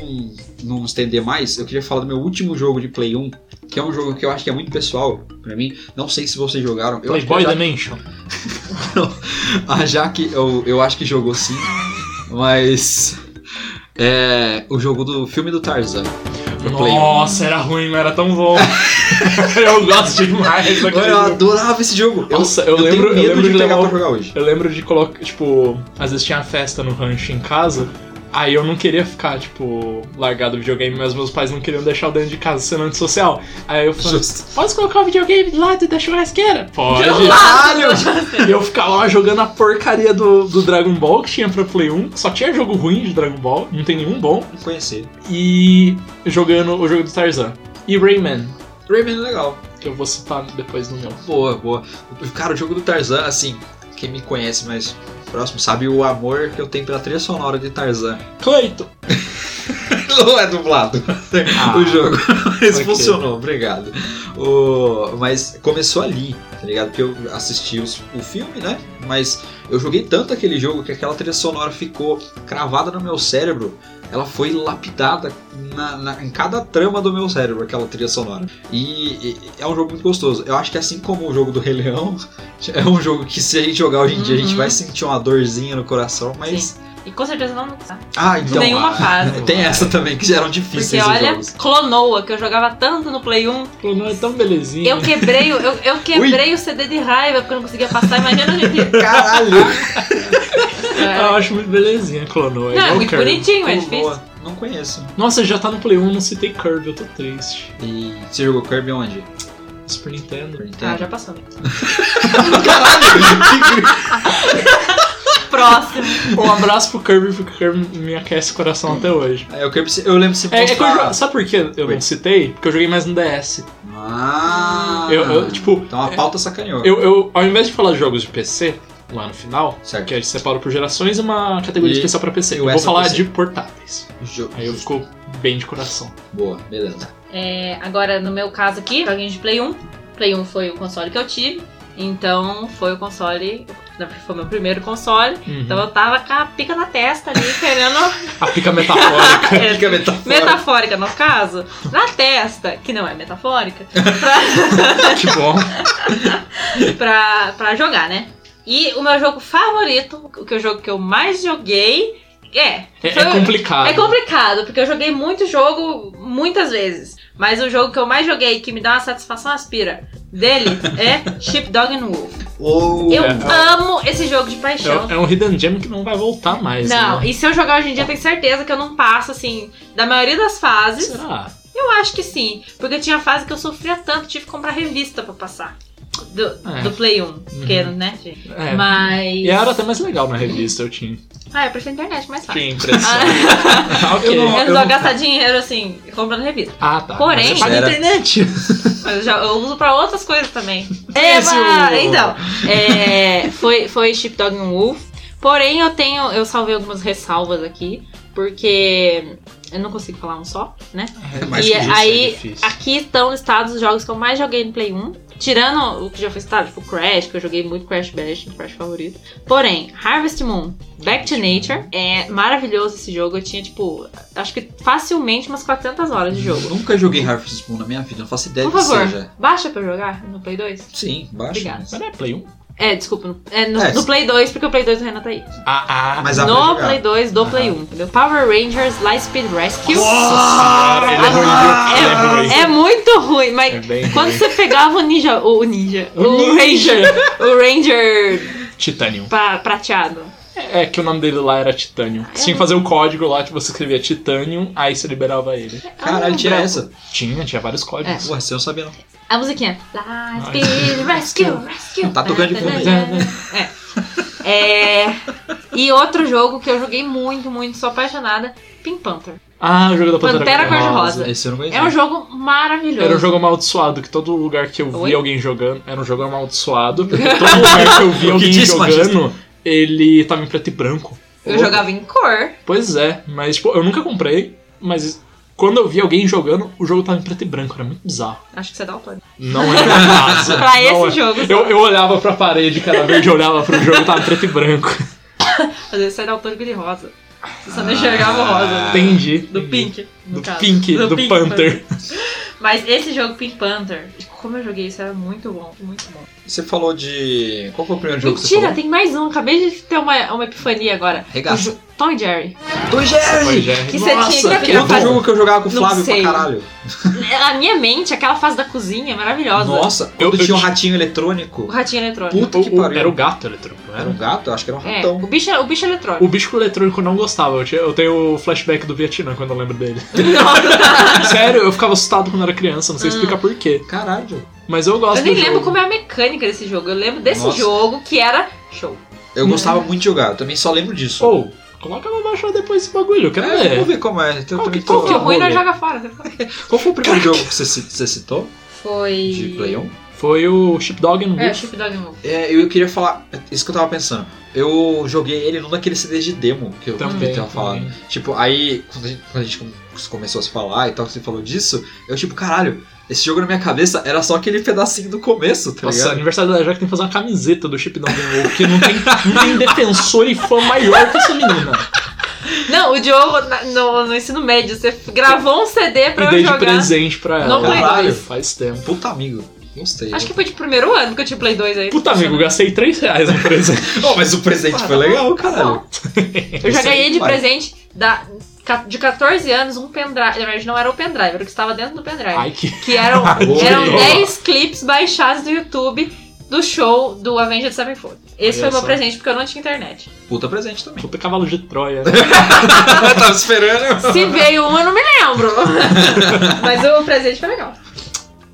não estender mais, eu queria falar do meu último jogo de Play 1, que é um jogo que eu acho que é muito pessoal pra mim. Não sei se vocês jogaram. <laughs> Eu acho que Playboy a Ja- Dimension. <laughs> a Jaque, eu, eu acho que jogou sim, mas. É o jogo do filme do Tarzan. pra Play 1. Nossa, era ruim, mas era tão bom. <laughs> eu gosto demais daquele Eu jogo. adorava esse jogo. Eu- Nossa, eu, eu, lembro, tenho eu medo lembro de, de pegar levar um pra o- jogar hoje. Eu lembro de colocar, tipo, às vezes tinha festa no rancho em casa, aí eu não queria ficar, tipo, largado o videogame, mas meus pais não queriam deixar eu dentro de casa sendo antissocial. Aí eu falei, Justo. posso colocar o videogame do lado da churrasqueira? Pode. Caralho! <laughs> E eu ficava lá jogando a porcaria do, do Dragon Ball que tinha pra Play 1, só tinha jogo ruim de Dragon Ball, não tem nenhum bom, Não conhecer. e jogando o jogo do Tarzan. E Rayman, Rayman é legal. que eu vou citar depois no meu. Boa, boa. Cara, o jogo do Tarzan, assim, quem me conhece mais próximo sabe o amor que eu tenho pela trilha sonora de Tarzan. Cleito! <laughs> Não é dublado Ah, o jogo, <laughs> mas ok. funcionou, obrigado. O- mas começou ali, tá ligado? Porque eu assisti os- o filme, né? Mas eu joguei tanto aquele jogo que aquela trilha sonora ficou cravada no meu cérebro. Ela foi lapidada na- na- em cada trama do meu cérebro, aquela trilha sonora. E, e- é um jogo muito gostoso. Eu acho que assim como o jogo do Rei Leão, <laughs> é um jogo que se a gente jogar hoje em dia, a gente Uhum. vai sentir uma dorzinha no coração, mas. Sim. E com certeza não tá. Ah, então. Nenhuma ah, <laughs> fase. Tem essa também, que eram difíceis Porque os olha, jogos. Clonoa, que eu jogava tanto no Play 1, Pô, Não é tão belezinha. eu quebrei, o- eu, <laughs> eu quebrei o CD de raiva porque eu não conseguia passar. Imagina a gente. <laughs> Caralho! É, Eu acho muito belezinha, clonou. Não, é igual muito Kirby. bonitinho, é Pô, difícil. boa. Não conheço. Nossa, já tá no Play 1, não citei Kirby, eu tô triste. E você jogou Kirby onde? Super Nintendo. Super Ah, Nintendo? já passou. Tá. Caralho! Próximo. Um abraço pro Kirby, porque o Kirby me aquece o coração até hoje. <laughs> é, o Kirby, se- eu lembro de você É, é que eu postar- jo- Sabe por que eu não citei? Porque eu joguei mais no DS. Ah! Eu- eu, tipo, Então a pauta sacaneou. Eu, eu, ao invés de falar de jogos de PC, lá no final, Certo. que a gente separa por gerações uma categoria E- especial pra PC. e o Eu vou essa falar PC. de portáteis. Jo- Aí eu fico bem de coração. Boa, <laughs> beleza. É, agora, no meu caso aqui, joguinho de Play 1. Play 1 foi o console que eu tive. Então, foi o console. Foi meu primeiro console. Uhum. Então, eu tava com a pica na testa ali, querendo. A pica metafórica. É, Fica metafórico. metafórica, no caso. Na testa, que não é metafórica. que bom. pra, pra jogar, né? E o meu jogo favorito, o que é o jogo que eu mais joguei, é. É, Foi- é complicado. É complicado, porque eu joguei muito jogo muitas vezes. Mas o jogo que eu mais joguei, que me dá uma satisfação aspira, dele é Sheepdog and Wolf. Ou- <laughs> Eu É. amo esse jogo de paixão. É, é um hidden gem que não vai voltar mais. Não, né? e se eu jogar hoje em dia, eu tenho certeza que eu não passo, assim, da maioria das fases. Será? Eu acho que sim, porque tinha fase que eu sofria tanto, tive que comprar revista pra passar. Do, É. do Play 1, porque, né, gente? É. Mas. E era até mais legal na revista, eu tinha. Ah, eu prefiro internet, mais fácil. Tinha impressão. Ah, Ah, <laughs> ok. Eu não- eu não vou gastar dinheiro assim, comprando revista. Ah, tá. Porém- Mas você paga Era- internet. É, Mas <laughs> eu, já- eu uso pra outras coisas também. Esse Eba! o- Então, é, foi, foi Sheepdog and Wolf. Porém, eu tenho. Eu salvei algumas ressalvas aqui, porque eu não consigo falar um só, né? Mas e que isso é aí, difícil. aqui estão listados os jogos que eu mais joguei no Play 1. Tirando o que já foi citado, tipo Crash, que eu joguei muito Crash Bash, meu Crash favorito. Porém, Harvest Moon, Back to Nature, é maravilhoso esse jogo. Eu tinha, tipo, acho que facilmente umas 400 horas de Eu jogo. nunca joguei Harvest Moon na minha vida, não faço ideia Por do que favor, seja. baixa pra eu jogar no Play 2? Sim, baixo. Obrigada. Mas não é Play 1? É, desculpa, no- é, no, É, no sim. Play 2, porque o Play 2 do Renan tá aí. Ah, ah. Mas dá pra no jogar. Play 2 do Play 1, entendeu? Power Rangers Lightspeed Rescue. Nossa senhora, ele é ruim, viu? Ele é ruim. é, é muito ruim, mas É bem Quando ruim. você pegava o ninja, o ninja, o, ranger, o ranger Titanium. pra- prateado. É é que o nome dele lá era Titanium. Ah, Você tinha que fazer o código lá que você escrevia Titanium, aí você liberava ele. Ah, Caralho, tira essa. Tinha, tinha vários É. códigos. Porra, você não sabia não. A musiquinha. Light Speed Rescue, Rescue. Tá tocando de fundo aí. É. E outro jogo que eu joguei muito, muito, sou apaixonada, Pink Panther. Ah, o jogo da Pantera, Pantera Cor-de-Rosa. Cor-de-Rosa. Nossa, Esse eu não conhecia. É um jogo maravilhoso. Era um jogo amaldiçoado, que todo lugar que eu vi Oi? alguém jogando. Era um jogo <laughs> amaldiçoado, porque todo lugar que eu vi O que alguém disse, jogando, ele tava em preto e branco. Eu jogava em cor. Pois é, mas tipo, eu nunca comprei, mas Quando eu vi alguém jogando, o jogo tava em preto e branco, era muito bizarro. Acho que você dá o plano. Não é minha casa. <laughs> Pra não esse é. jogo. só. Eu, eu olhava pra parede cada vez, eu olhava pro jogo, tava em preto e <laughs> branco. Às vezes sai da autônica de rosa. Você só não enxergava o rosa. né? Entendi. Do Pink. É. Ah, no Do caso. Pink, do, Pink Panther. Mas esse jogo, Pink Panther, como eu joguei isso, era muito bom, muito bom. Você falou de. Qual foi o primeiro jogo que você Mentira, falou? tem mais um. Acabei de ter uma, uma epifania agora. Regaça. O jo- Tom e Jerry. Do Foi, Jerry! Jerry. Que você tinha que Nossa, aquele outro faz- jogo que eu jogava com o Não Flávio sei. pra caralho. Na minha mente, aquela fase da cozinha é maravilhosa. Nossa, Eu- quando eu tinha um tinha- ratinho eletrônico. O ratinho eletrônico. Puta que O- o- pariu. Era o gato eletrônico, não Era um era? gato? Eu acho que era um É, então. ratão. o bicho, o bicho eletrônico. O bicho eletrônico eu não gostava, eu, tinha- eu tenho o flashback do Vietnã quando eu lembro <laughs> dele. Sério, eu ficava assustado quando era criança, não sei explicar porquê. Caralho. Mas eu gosto Ah. Eu nem do lembro jogo. como é a mecânica desse jogo. Eu lembro desse Nossa. jogo que era show. Eu gostava muito de jogar, eu também só lembro disso. Ou, coloca pra baixar depois esse bagulho, eu quero É, vamos ver. ver como é. Eu Qual também que- tô- qual O que que é? Qual, ruim horror. nós joga fora. foi o primeiro jogo que você, ci- você citou? Foi. De Play 1? Foi o Sheepdog and É, Wolf. Chipdog Move. É, eu queria falar. Isso que eu tava pensando. Eu joguei ele num daqueles CDs de demo que eu Também, tava falando. também. Tipo, aí, quando a gente, quando a gente com- começou a se falar e tal, que você falou disso, eu tipo, caralho, esse jogo na minha cabeça era só aquele pedacinho do começo, tá Nossa, ligado? aniversário da Jack tem que fazer uma camiseta do Chip Dog and Wolf, que não tem, não tem defensor e fã maior que essa menina. <laughs> Não, o Diogo, na- no, no ensino médio, você gravou um CD pra e eu dei de jogar. presente pra ela. Não Play Caralho, dois. faz tempo. Puta amigo, gostei. Acho que foi de primeiro ano que eu tinha Play 2 aí. Puta amigo, gastei 3 reais no <laughs> presente. <laughs> Oh, mas o presente Porra, foi tá legal, bom, tá caralho. <laughs> Eu já ganhei de Vai. presente da, ca- de 14 anos um pendrive. Na verdade, não era o pendrive, era o que estava dentro do pendrive. <laughs> Ai, que Que eram, Boa. eram 10 clipes baixados do YouTube do show do Avenged Sevenfold. Olha Esse foi o meu só. presente porque eu não tinha internet. Puta presente <laughs> também. puta cavalo de <laughs> Troia. né? Tava esperando. Se veio um, eu não <laughs> me lembro. <laughs> Mas o presente foi legal.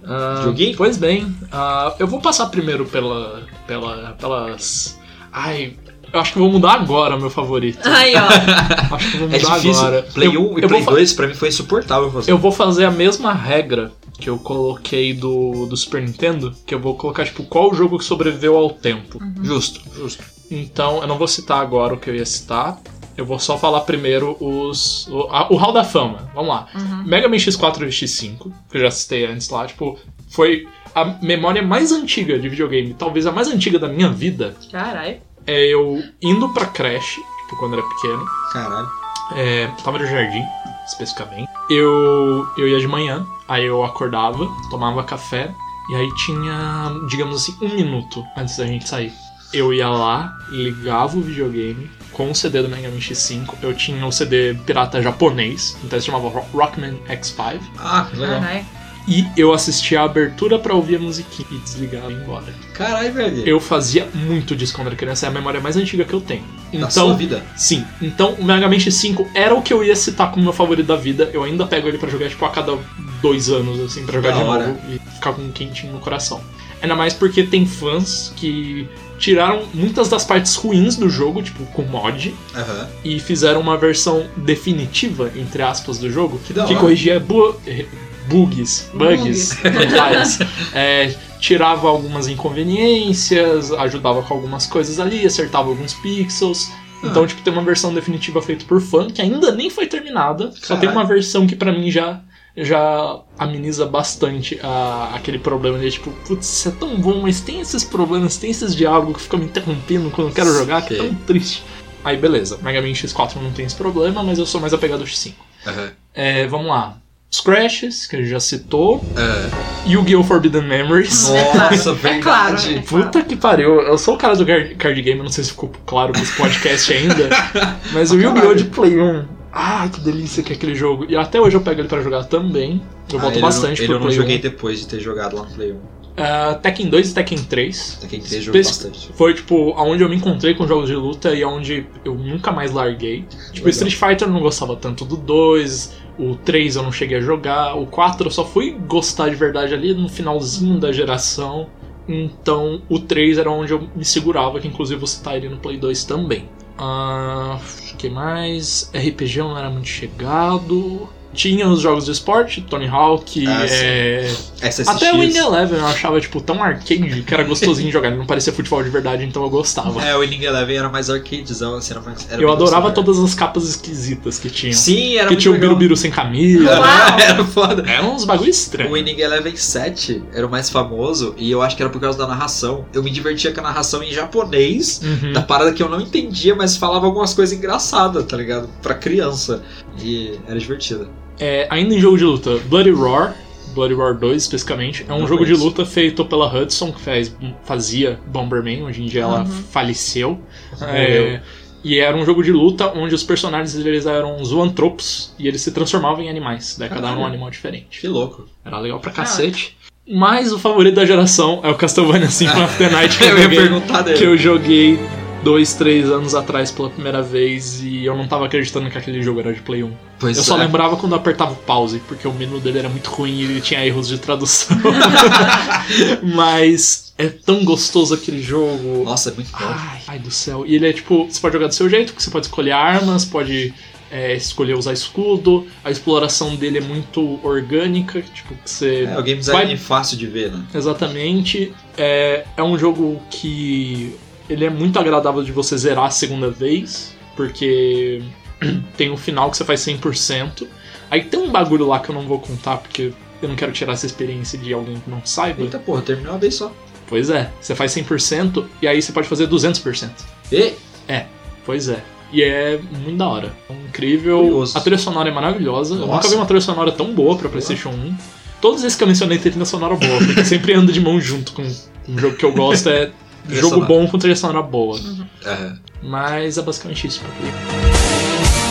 Ah, Joguinho? Pois bem, ah, eu vou passar primeiro pela, pela, pelas. Ai, eu acho que eu vou mudar agora meu favorito. Aí, ó. Acho que eu vou É mudar difícil. agora. Play Eu- 1 e eu Play vou fa- 2 pra mim foi insuportável fazer. Eu vou fazer a mesma regra que eu coloquei do, do Super Nintendo, que eu vou colocar, tipo, qual jogo que sobreviveu ao tempo. Uhum. Justo, justo. Então, eu não vou citar agora o que eu ia citar. Eu vou só falar primeiro os. O, a- o Hall da Fama. Vamos lá. Mega Man X4 e X5, que eu já citei antes lá, tipo, foi a memória mais antiga de videogame, talvez a mais antiga da minha vida. Caralho. É eu indo pra creche, tipo, quando era pequeno. Caralho. É, tava no jardim, especificamente. Eu, eu ia de manhã, aí eu acordava, tomava café, e aí tinha, digamos assim, um minuto antes da gente sair. Eu ia lá, ligava o videogame com o CD do Mega Man X5. Eu tinha o CD pirata japonês, então se chamava Ro- Rockman X5. Ah, que legal. Caralho. E eu assistia a abertura pra ouvir a musiquinha e desligava e ia embora. Caralho, velho. Eu fazia muito disso quando era criança, é a memória mais antiga que eu tenho. Da sua Então, vida. Sim, então o Mega Man X5 era o que eu ia citar como meu favorito da vida. Eu ainda pego ele pra jogar, tipo, a cada dois anos, assim, pra jogar Da de hora. novo e ficar com um quentinho no coração. Ainda mais porque tem fãs que tiraram muitas das partes ruins do jogo, tipo, com mod, Aham. e fizeram uma versão definitiva, entre aspas, do jogo, Que da hora. corrigia bu- eh, bugs, bugs, bugs. É, tirava algumas inconveniências, ajudava com algumas coisas ali, acertava alguns pixels. Ah. Então, tipo, tem uma versão definitiva feita por fã que ainda nem foi terminada. Só Caralho. tem uma versão que pra mim já já ameniza bastante a- aquele problema de tipo, putz, isso é tão bom, mas tem esses problemas, tem esses diálogos que ficam me interrompendo quando eu quero jogar, que é Sei. tão triste. Aí beleza, Mega Man X4 não tem esse problema, mas eu sou mais apegado ao X5. Aham. É, vamos lá. Os Crashes, que a gente já citou. Aham. Yu-Gi-Oh! Forbidden Memories. Nossa, É claro. verdade. é claro. Puta que pariu, eu sou o cara do gar- card game, eu não sei se ficou claro com esse <laughs> podcast ainda, mas o Yu-Gi-Oh! de Play 1. Ah, que delícia que é aquele jogo. E até hoje eu pego ele pra jogar também. Eu Ah, volto ele bastante não, pro ele eu não Play 1. joguei depois de ter jogado lá no Play 1. Ah, Tekken 2 e Tekken 3. Até que ele ter jogado Espe- bastante. Foi, tipo, aonde eu me encontrei com jogos de luta e aonde eu nunca mais larguei. Tipo, Legal. Street Fighter eu não gostava tanto do 2, o 3 eu não cheguei a jogar, o 4 eu só fui gostar de verdade ali no finalzinho da geração. Então, o 3 era onde eu me segurava, que inclusive você tá ele no Play 2 também. Ah, que mais? RPG eu não era muito chegado. Tinha os jogos de esporte, Tony Hawk, Ah, sim. é, SSX. até o Indy Eleven eu achava, tipo, tão arcade que era gostosinho de jogar. Ele não parecia futebol de verdade, então eu gostava. É, o Winning Eleven era mais arcadezão, assim, era mais... era eu bem adorava gostoso. todas as capas esquisitas que tinham. Sim, era que muito tinha o legal. Birubiru sem camisa. Uau! Era <laughs> foda. Era uns bagulho O estranho. Winning Eleven 7 era o mais famoso e eu acho que era por causa da narração. Eu me divertia com a narração em japonês, Uhum. da parada que eu não entendia, mas falava algumas coisas engraçadas, tá ligado? Pra criança. E era divertido. É, ainda em jogo de luta, Bloody Roar, Bloody Roar 2 especificamente, é um Não jogo de conheço. luta feito pela Hudson, que faz, fazia Bomberman, hoje em dia ela Uhum. faleceu. Morreu. É, e era um jogo de luta onde os personagens eles eram zoantropos e eles se transformavam em animais, daí cada um Caralho. um animal diferente. Que louco. Era legal Ah. pra cacete. Mas o favorito da geração é o Castlevania <laughs> Symphony of the Night que <laughs> eu, Eu ia joguei, perguntar dele. que eu joguei dois, três anos atrás pela primeira vez e eu não tava acreditando que aquele jogo era de Play 1. Pois Eu só é. lembrava quando eu apertava o pause, porque o menu dele era muito ruim e ele tinha erros de <laughs> tradução. <laughs> Mas é tão gostoso aquele jogo. Nossa, é muito bom. Ai, ai do céu. E ele é tipo, você pode jogar do seu jeito, porque você pode escolher armas, pode é, escolher usar escudo. A exploração dele é muito orgânica, tipo, que você. É, o game design vai- é fácil de ver, né? Exatamente. É, é um jogo que ele é muito agradável de você zerar a segunda vez, porque <clears throat> tem um final que você faz 100%. Aí tem um bagulho lá que eu não vou contar, porque eu não quero tirar essa experiência de alguém que não saiba. Eita porra, terminou uma vez só. Pois é, você faz 100% e aí você pode fazer 200%. E Pois é. E é muito da hora. É Incrível. Curioso. A trilha sonora é maravilhosa. Eu Nossa. nunca vi uma trilha sonora tão boa pra PlayStation 1. Todos esses que eu mencionei têm trilha sonora boa, porque eu sempre ando de mão junto com um jogo que eu gosto. É <laughs> Trilha jogo sonora. bom com trilha sonora boa. Aham. Mas é basicamente isso. pra mim.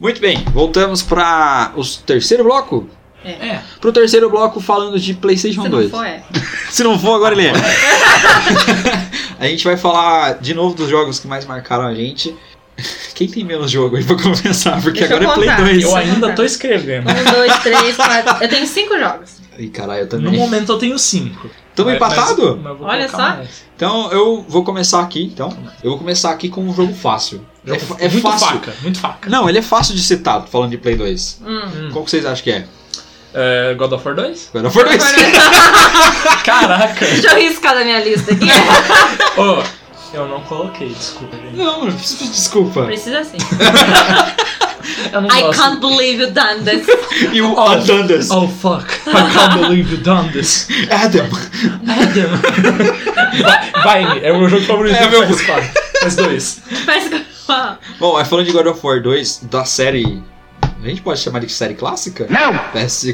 Muito bem, voltamos para o terceiro bloco. É. Pro terceiro bloco falando de PlayStation Se 2. não for, é. Se não for, agora ele é. <laughs> a gente vai falar de novo dos jogos que mais marcaram a gente. Quem tem menos jogo aí pra começar? Porque Deixa eu agora é Play contar. 2. Eu ainda tô escrevendo. Um, dois, três, quatro. Eu tenho cinco jogos. Ih, caralho, eu No também. momento eu tenho cinco. Tamo Mas- empatado? mas- mas eu vou Olha colocar só. mais. Então eu vou começar aqui, então. Eu vou começar aqui com um jogo fácil. É, fa- é muito fácil. faca, muito faca. Não, ele é fácil de citar, falando de Play 2. Hum. Hum. Qual que vocês acham que é? É, God of War 2? God of War 2. é- Caraca! Deixa eu riscar da minha lista aqui. Ô, eu não coloquei, desculpa, gente. <laughs> Não, desculpa. Precisa sim. Eu não I gosto. can't believe you done this. E o Adam. Oh fuck, <laughs> I can't believe you done this. É Adam. Adam. Vai, é o meu jogo favorito É do meu- PS4. PS2. Parece que. Ah, Bom, mas falando de God of War 2, da série. A gente pode chamar de série clássica? Não! PS,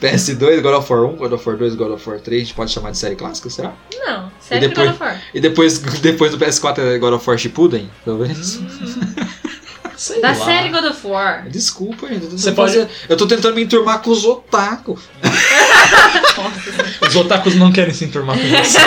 PS2, God of War 1, God of War 2, God of War 3, a gente pode chamar de série clássica, será? Não, E sério que depois- God of War. E depois, depois do PS4 é God of War Shippuden, talvez? <laughs> Sei Hum. Da lá. série God of War. Desculpa, gente. eu tô Você tentando pode- fazer- Eu tô tentando me enturmar com os otaku. Os otakus não querem se enturmar com isso.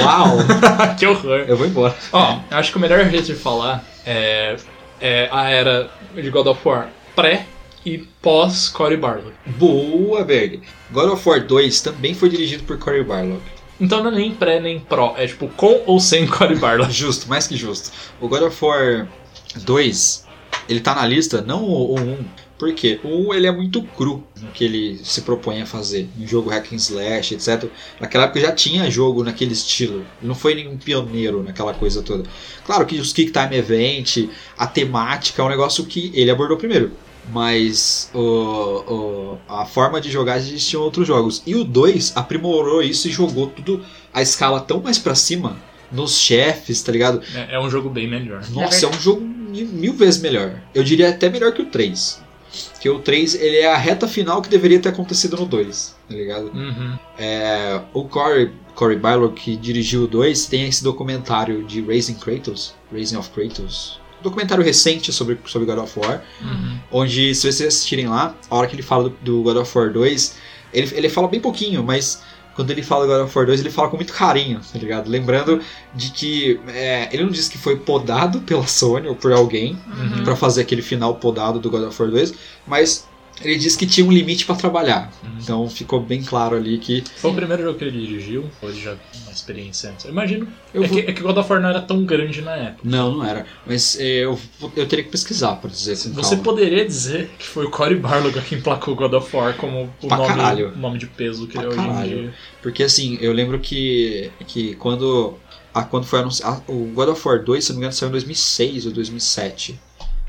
Uau! <laughs> que horror. eu <laughs> vou embora. Ó, eu acho que o melhor jeito de falar é, é a era de God of War pré e pós Cory Barlow. Boa, Berg. God of War 2 também foi dirigido por Cory Barlog. Então não é nem pré nem pró, é tipo com ou sem Cory Barlow. <laughs> Justo, mais que justo. O God of War 2, ele tá na lista, não o, o 1. Por quê? O 1 ele é muito cru no que ele se propõe a fazer. Um jogo hack and slash, etc. Naquela época já tinha jogo naquele estilo. Ele não foi nenhum pioneiro naquela coisa toda. Claro que os Kick Time Event, a temática, é um negócio que ele abordou primeiro. Mas o- o- a forma de jogar já existiam outros jogos. E o 2 aprimorou isso e jogou tudo a escala tão mais pra cima nos chefes, tá ligado? É, é um jogo bem melhor. Nossa, é, um jogo mil, mil vezes melhor. Eu diria até melhor que o 3. Porque o 3 ele é a reta final que deveria ter acontecido no 2, tá ligado? Uhum. É, o Corey, Corey Barlow, que dirigiu o 2, tem esse documentário de Raising Kratos, Raising of Kratos, documentário recente sobre, sobre God of War, Uhum. onde, se vocês assistirem lá, a hora que ele fala do, do God of War 2, ele, ele fala bem pouquinho, mas quando ele fala do God of War 2, ele fala com muito carinho, tá ligado? Lembrando de que é, ele não disse que foi podado pela Sony ou por alguém, Uhum. pra fazer aquele final podado do God of War 2, mas ele disse que tinha um limite pra trabalhar. Uhum. Então ficou bem claro ali que Foi o primeiro jogo que ele dirigiu, hoje já tem uma experiência antes. Eu imagino. eu é, vou... que, é que God of War não era tão grande na época. Não, não era. Mas eh, eu, vou- eu teria que pesquisar pra dizer assim. Você calma. poderia dizer que foi o Cory Barlog que emplacou God of War como o Pra nome, caralho. o nome de peso que Pra ele é hoje em caralho. dia. Porque assim, eu lembro que, que quando, a, quando foi anunciado. O God of War 2, se não me engano, saiu em 2006 ou 2007.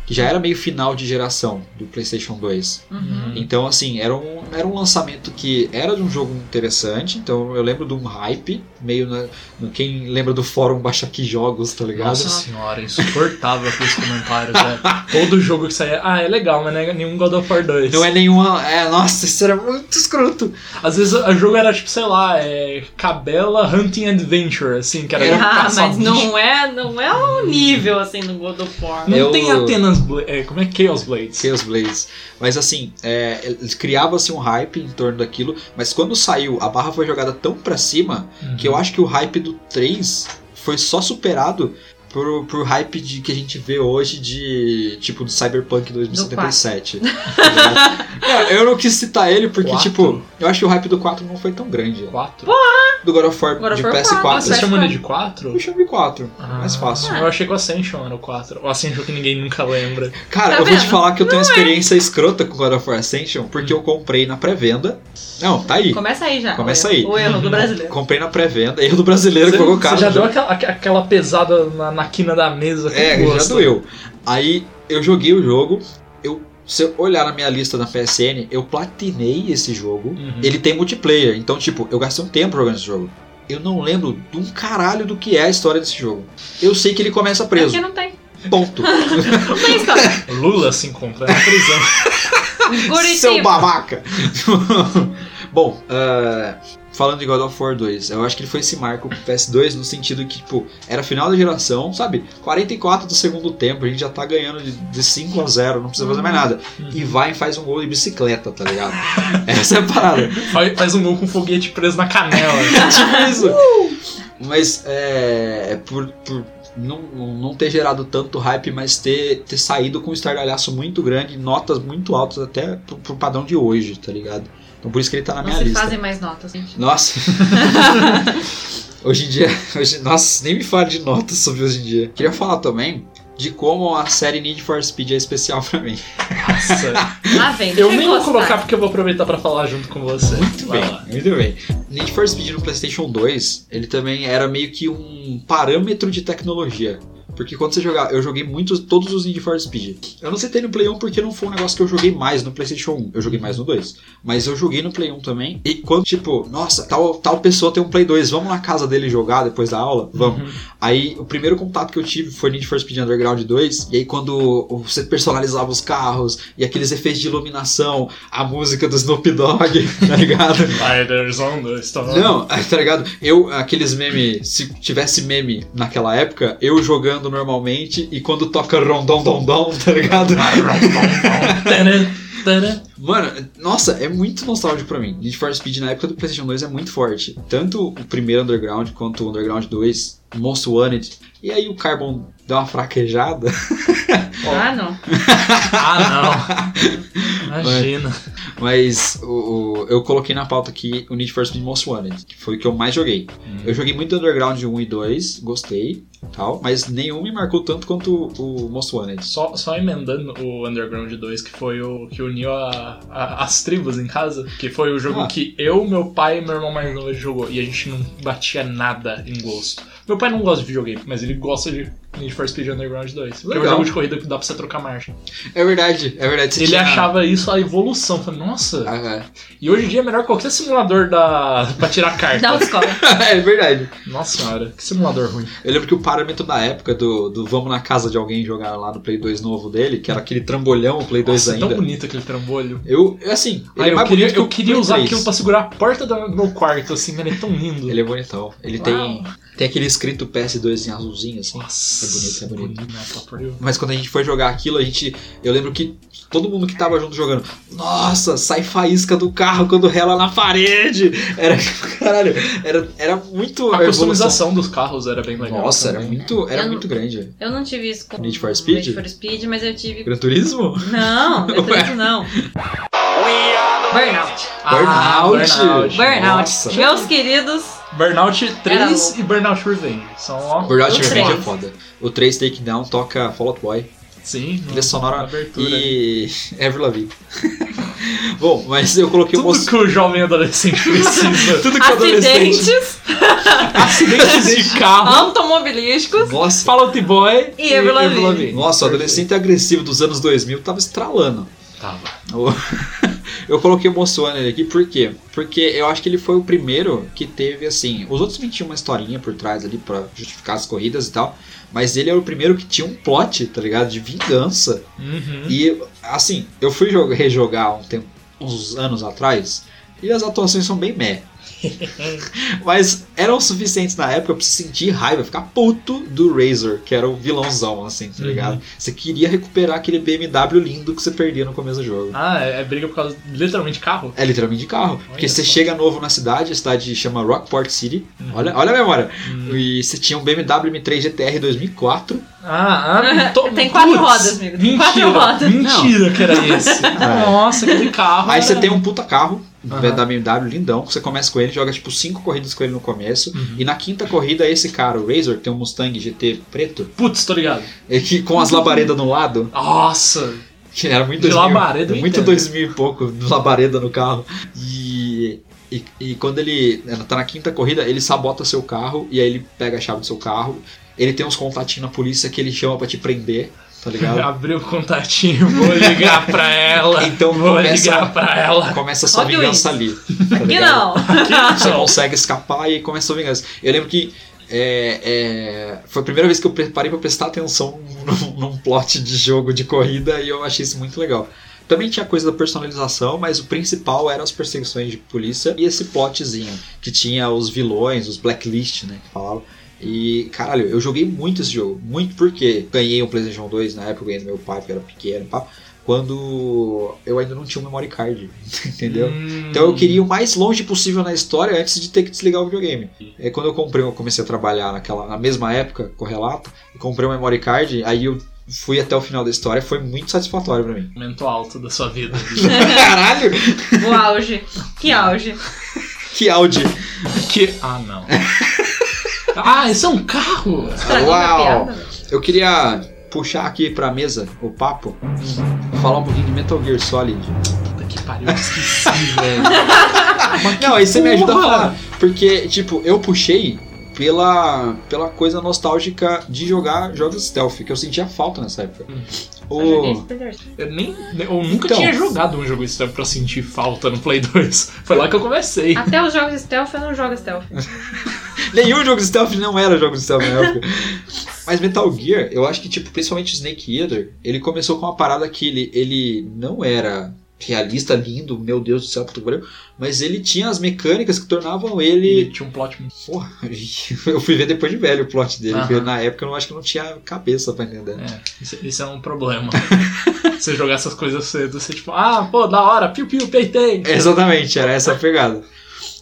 Que já era meio final de geração do PlayStation 2. Uhum. Hum. Então, assim, era um, era um lançamento que era de um jogo interessante. Então, eu lembro de um hype, meio na, no- quem lembra do fórum Baixa Aqui Jogos, tá ligado? Nossa senhora, é insuportável aqueles comentários. <laughs> É. Todo jogo que saía, ah, é legal, mas não é nenhum God of War 2. Não é nenhuma. É, nossa, isso era muito escroto. Às vezes o jogo era tipo, sei lá, é. Cabela Hunting Adventure, assim, que era Era- de <laughs> Ah, caçar mas um bicho. não é, não é um nível assim do God of War. Não Eu- tem Atenas Bla- é, como é Chaos Blades? Chaos Blades. Mas assim, é, eles- criava-se um hype em torno daquilo. Mas quando saiu, a barra foi jogada tão pra cima Uhum. que eu acho que o hype do 3 foi só superado por, por hype de, que a gente vê hoje de tipo do Cyberpunk <laughs> 2077. Não, eu não quis citar ele porque, Quatro? tipo, eu acho que o hype do 4 não foi tão grande. 4. Do God of War God of de War PS4, assim, eu um quatro, Vocês mas chamam foi. ele de 4? chamo de 4. mais fácil. Ah, eu achei que o Ascension era o 4. O Ascension que ninguém nunca lembra. Cara, Tá eu vou te vendo? falar que eu tenho uma experiência escrota com God of War Ascension porque eu comprei na pré-venda. Não, tá aí. Começa aí já. Começa o erro- aí. Uhum. O erro do brasileiro. Comprei na pré-venda. Erro do brasileiro que foi você colocado. já deu aquela, aqu- aquela pesada na, na quina da mesa com É, já gosto. doeu. Aí eu joguei o jogo. Eu, se eu olhar na minha lista da PSN, eu platinei esse jogo. Uhum. Ele tem multiplayer, então, tipo, eu gastei um tempo jogando esse jogo. Eu não lembro de um caralho do que é a história desse jogo. Eu sei que ele começa preso. Porque não tem. Ponto. Não tem história. Lula se encontra na prisão. <laughs> <laughs> Seu Curitiba. babaca! <laughs> Bom, ah, falando de God of War 2, eu acho que ele foi esse marco pro PS2 no sentido que, tipo, era final da geração, sabe? 44 do segundo tempo, a gente já tá ganhando de, de 5 a 0, não precisa fazer mais nada. E vai e faz um gol de bicicleta, tá ligado? <laughs> Essa é a parada. Faz, faz um gol com foguete preso na canela. <laughs> tipo isso. Mas é. Por, por não, não ter gerado tanto hype, mas ter, ter saído com um estardalhaço muito grande, notas muito altas até pro, pro padrão de hoje, tá ligado? Então por isso que ele tá na Não minha se lista. fazem mais notas, gente. Nossa! hoje em dia. Hoje, nossa, nem me fale de notas sobre hoje em dia. Queria falar também de como a série Need for Speed é especial pra mim. Nossa. Lá vem. Eu deixa nem vou gostar. colocar porque eu vou aproveitar pra falar junto com você. Muito Vai bem, lá. muito bem. Need for Speed no PlayStation 2, ele também era meio que um parâmetro de tecnologia. Porque quando você jogar, eu joguei muitos, todos os Need for Speed. Eu não citei no Play 1 porque não foi um negócio que eu joguei mais no PlayStation 1. Eu joguei mais no 2. Mas eu joguei no Play 1 também. E quando, tipo, nossa, tal, tal pessoa tem um Play 2, vamos na casa dele jogar depois da aula? Vamos. Uhum. Aí o primeiro contato que eu tive foi Need for Speed Underground 2, e aí quando você personalizava os carros, e aqueles efeitos de iluminação, a música do Snoop Dogg, <laughs> tá ligado? Riders on the Storm. <laughs> Não, <laughs> tá ligado? Eu, aqueles memes, se tivesse meme naquela época, eu jogando normalmente e quando toca rondom dom dom, tá ligado? Tadã, tadã. Mano, nossa, é muito nostálgico pra mim. Need for Speed na época do PlayStation 2 é muito forte. Tanto o primeiro Underground quanto o Underground 2, Most Wanted. E aí o Carbon deu uma fraquejada. Ah, não. Ah, não. <laughs> Imagina. Mas o, o- eu coloquei na pauta aqui o Need for Speed Most Wanted, que foi o que eu mais joguei. Hum. Eu joguei muito Underground 1 e 2, gostei, tal, mas nenhum me marcou tanto quanto o, o Most Wanted. Só, só emendando o Underground 2, que foi o que uniu a- a- as tribos em casa, que foi o jogo Ah. que eu, meu pai e meu irmão mais novo jogou, e a gente não batia nada em gosto. Meu pai não gosta de videogame, mas ele gosta de Need for Speed Underground 2, que é um Legal. jogo de corrida que dá pra você trocar marcha. É verdade, é verdade. você Ele tinha- achava isso a evolução, falei, nossa, Ah, e hoje em dia é melhor qualquer simulador da... pra tirar Dá um carta. outra escola. <laughs> é verdade. Nossa senhora, que simulador ruim. Eu lembro que o parâmetro da época do, do vamos na casa de alguém jogar lá no Play 2 novo dele, que era aquele trambolhão, o Play 2 Nossa, é tão ainda. bonito aquele trambolho. eu, assim, ele Ah, é eu mais queria, bonito que o eu queria Play usar 3. aquilo pra segurar a porta do meu quarto, assim, mas ele é tão lindo. Ele é bonitão. Ele Uau. tem. Tem aquele escrito PS2 em azulzinho, assim. Nossa, É bonito, é bonito. Nossa, por Deus. Mas quando a gente foi jogar aquilo, a gente. Eu lembro que todo mundo que tava junto jogando. Nossa, sai faísca do carro quando rela na parede! Era. <laughs> Caralho, era, era muito. A evolução. customização dos carros era bem legal. Nossa, era também. muito, era Eu não- muito grande. Eu não tive isso com Need for Speed? Need for Speed, mas eu tive. Gran Turismo? Não, eu Ué. isso não. Burnout. Ah, um Burnout. Burnout. Burnout. Nossa. Meus queridos. Burnout 3 Era e Burnout Revenge. São, ó. Burnout O Revenge é três. foda. O 3 Takedown toca Fall Out Boy. Sim. Trilha sonora Abertura. E. <laughs> Avril Lavigne. Bom, mas eu coloquei Tudo o moço. que o jovem adolescente precisa. <laughs> Tudo <laughs> Acidentes Acidentes de carro, automobilísticos Nossa, Fallout Boy e Avril Lavigne. Ah. nossa, o adolescente agressivo dos anos 2000 tava estralando. Tava. O- <laughs> Eu coloquei o Moçoana nele aqui, por quê? Porque eu acho que ele foi o primeiro que teve, assim. Os outros tinham uma historinha por trás ali pra justificar as corridas e tal. Mas ele era o primeiro que tinha um plot, tá ligado? De vingança. Uhum. E, assim, eu fui jo- rejogar um tempo, uns anos atrás. E as atuações são bem meh. Mas eram suficientes na época pra se sentir raiva, ficar puto do Razor, que era o vilãozão, assim, tá Uhum. ligado? Você queria recuperar aquele BMW lindo que você perdia no começo do jogo. Ah, é, é briga por causa literalmente carro? É literalmente de carro. porque você só. Uhum. chega novo na cidade, a cidade chama Rockport City. Olha, olha a memória. Hum. E você tinha um BMW M3 GTR 2004. Ah, ah to- Uhum. Tem quatro putz, rodas, amigo. Tem Mentira, quatro rodas. mentira que era <laughs> esse. Nossa, aquele carro. É. Aí você era- tem um puta carro um Aham. da BMW lindão. Você começa com ele, joga tipo cinco corridas com ele no começo. Uhum. E na quinta corrida, esse cara, o Razor, que tem um Mustang GT preto, Putz, tô ligado. é que, com as labaredas no lado, Nossa. que era muito De 2000, labareda, eu muito entendo. 2000 e pouco, de labareda no carro. E, e, e quando ele ela tá na quinta corrida, ele sabota seu carro e aí ele pega a chave do seu carro. Ele tem uns contatinhos na polícia que ele chama pra te prender, <laughs> tá ligado? Abriu o contatinho, vou ligar pra ela. <laughs> Então vou começa- ligar pra ela. Começa a sua Olha vingança isso. ali. Tá Que ligado? não. Você Então, consegue escapar e começa a sua vingança. Eu lembro que é, é, foi a primeira vez que eu pre- parei pra prestar atenção num, num plot de jogo de corrida e eu achei isso muito legal. Também tinha coisa da personalização, mas o principal eram as perseguições de polícia e esse plotzinho, que tinha os vilões, os blacklist, né, que falavam. E, caralho, eu joguei muito esse jogo, muito porque ganhei um PlayStation 2 na época, ganhei do meu pai, porque eu era pequeno, pá, quando eu ainda não tinha um memory card, <laughs> entendeu? hum, Então eu queria ir o mais longe possível na história antes de ter que desligar o videogame. Aí quando eu comprei, eu comecei a trabalhar naquela, na mesma época, correlato, e comprei um memory card, aí eu fui até o final da história, foi muito satisfatório pra <laughs> mim. Momento alto da sua <laughs> vida. Caralho, <laughs> O auge. Que auge. que áudio! Que. Ah, não. Ah, esse é um carro! Estragou minha Uau. piada. Eu queria puxar aqui pra mesa o papo, falar um pouquinho de Metal Gear Solid. Puta que pariu, eu esqueci, <laughs> velho. Ah, Não, aí você me ajuda a porra! falar, porque, tipo, eu puxei pela, pela coisa nostálgica de jogar jogos stealth, que eu sentia falta nessa época. Hum. Uhum. Eu joguei O... Super Nintendo. Eu, nem, eu nunca Então. tinha jogado um jogo estranho pra sentir falta no Play 2. Foi lá que eu comecei. Até os jogos stealth eu não jogo stealth. Nenhum jogo de stealth não era jogo de stealth <laughs> na época. Mas Metal Gear, eu acho que, tipo, principalmente o Snake Eater, ele começou com uma parada que ele, ele não era realista, lindo, meu Deus do céu, puta que pariu, mas ele tinha as mecânicas que tornavam ele. E tinha um plot muito. Porra, <laughs> eu fui ver depois de velho o plot dele, Aham. porque na época eu não- acho que eu não tinha cabeça pra entender. <laughs> É, isso, isso é um problema. você jogar essas coisas cedo, você tipo, ah, pô, da hora, piu-piu, peitei. Exatamente, era essa a pegada.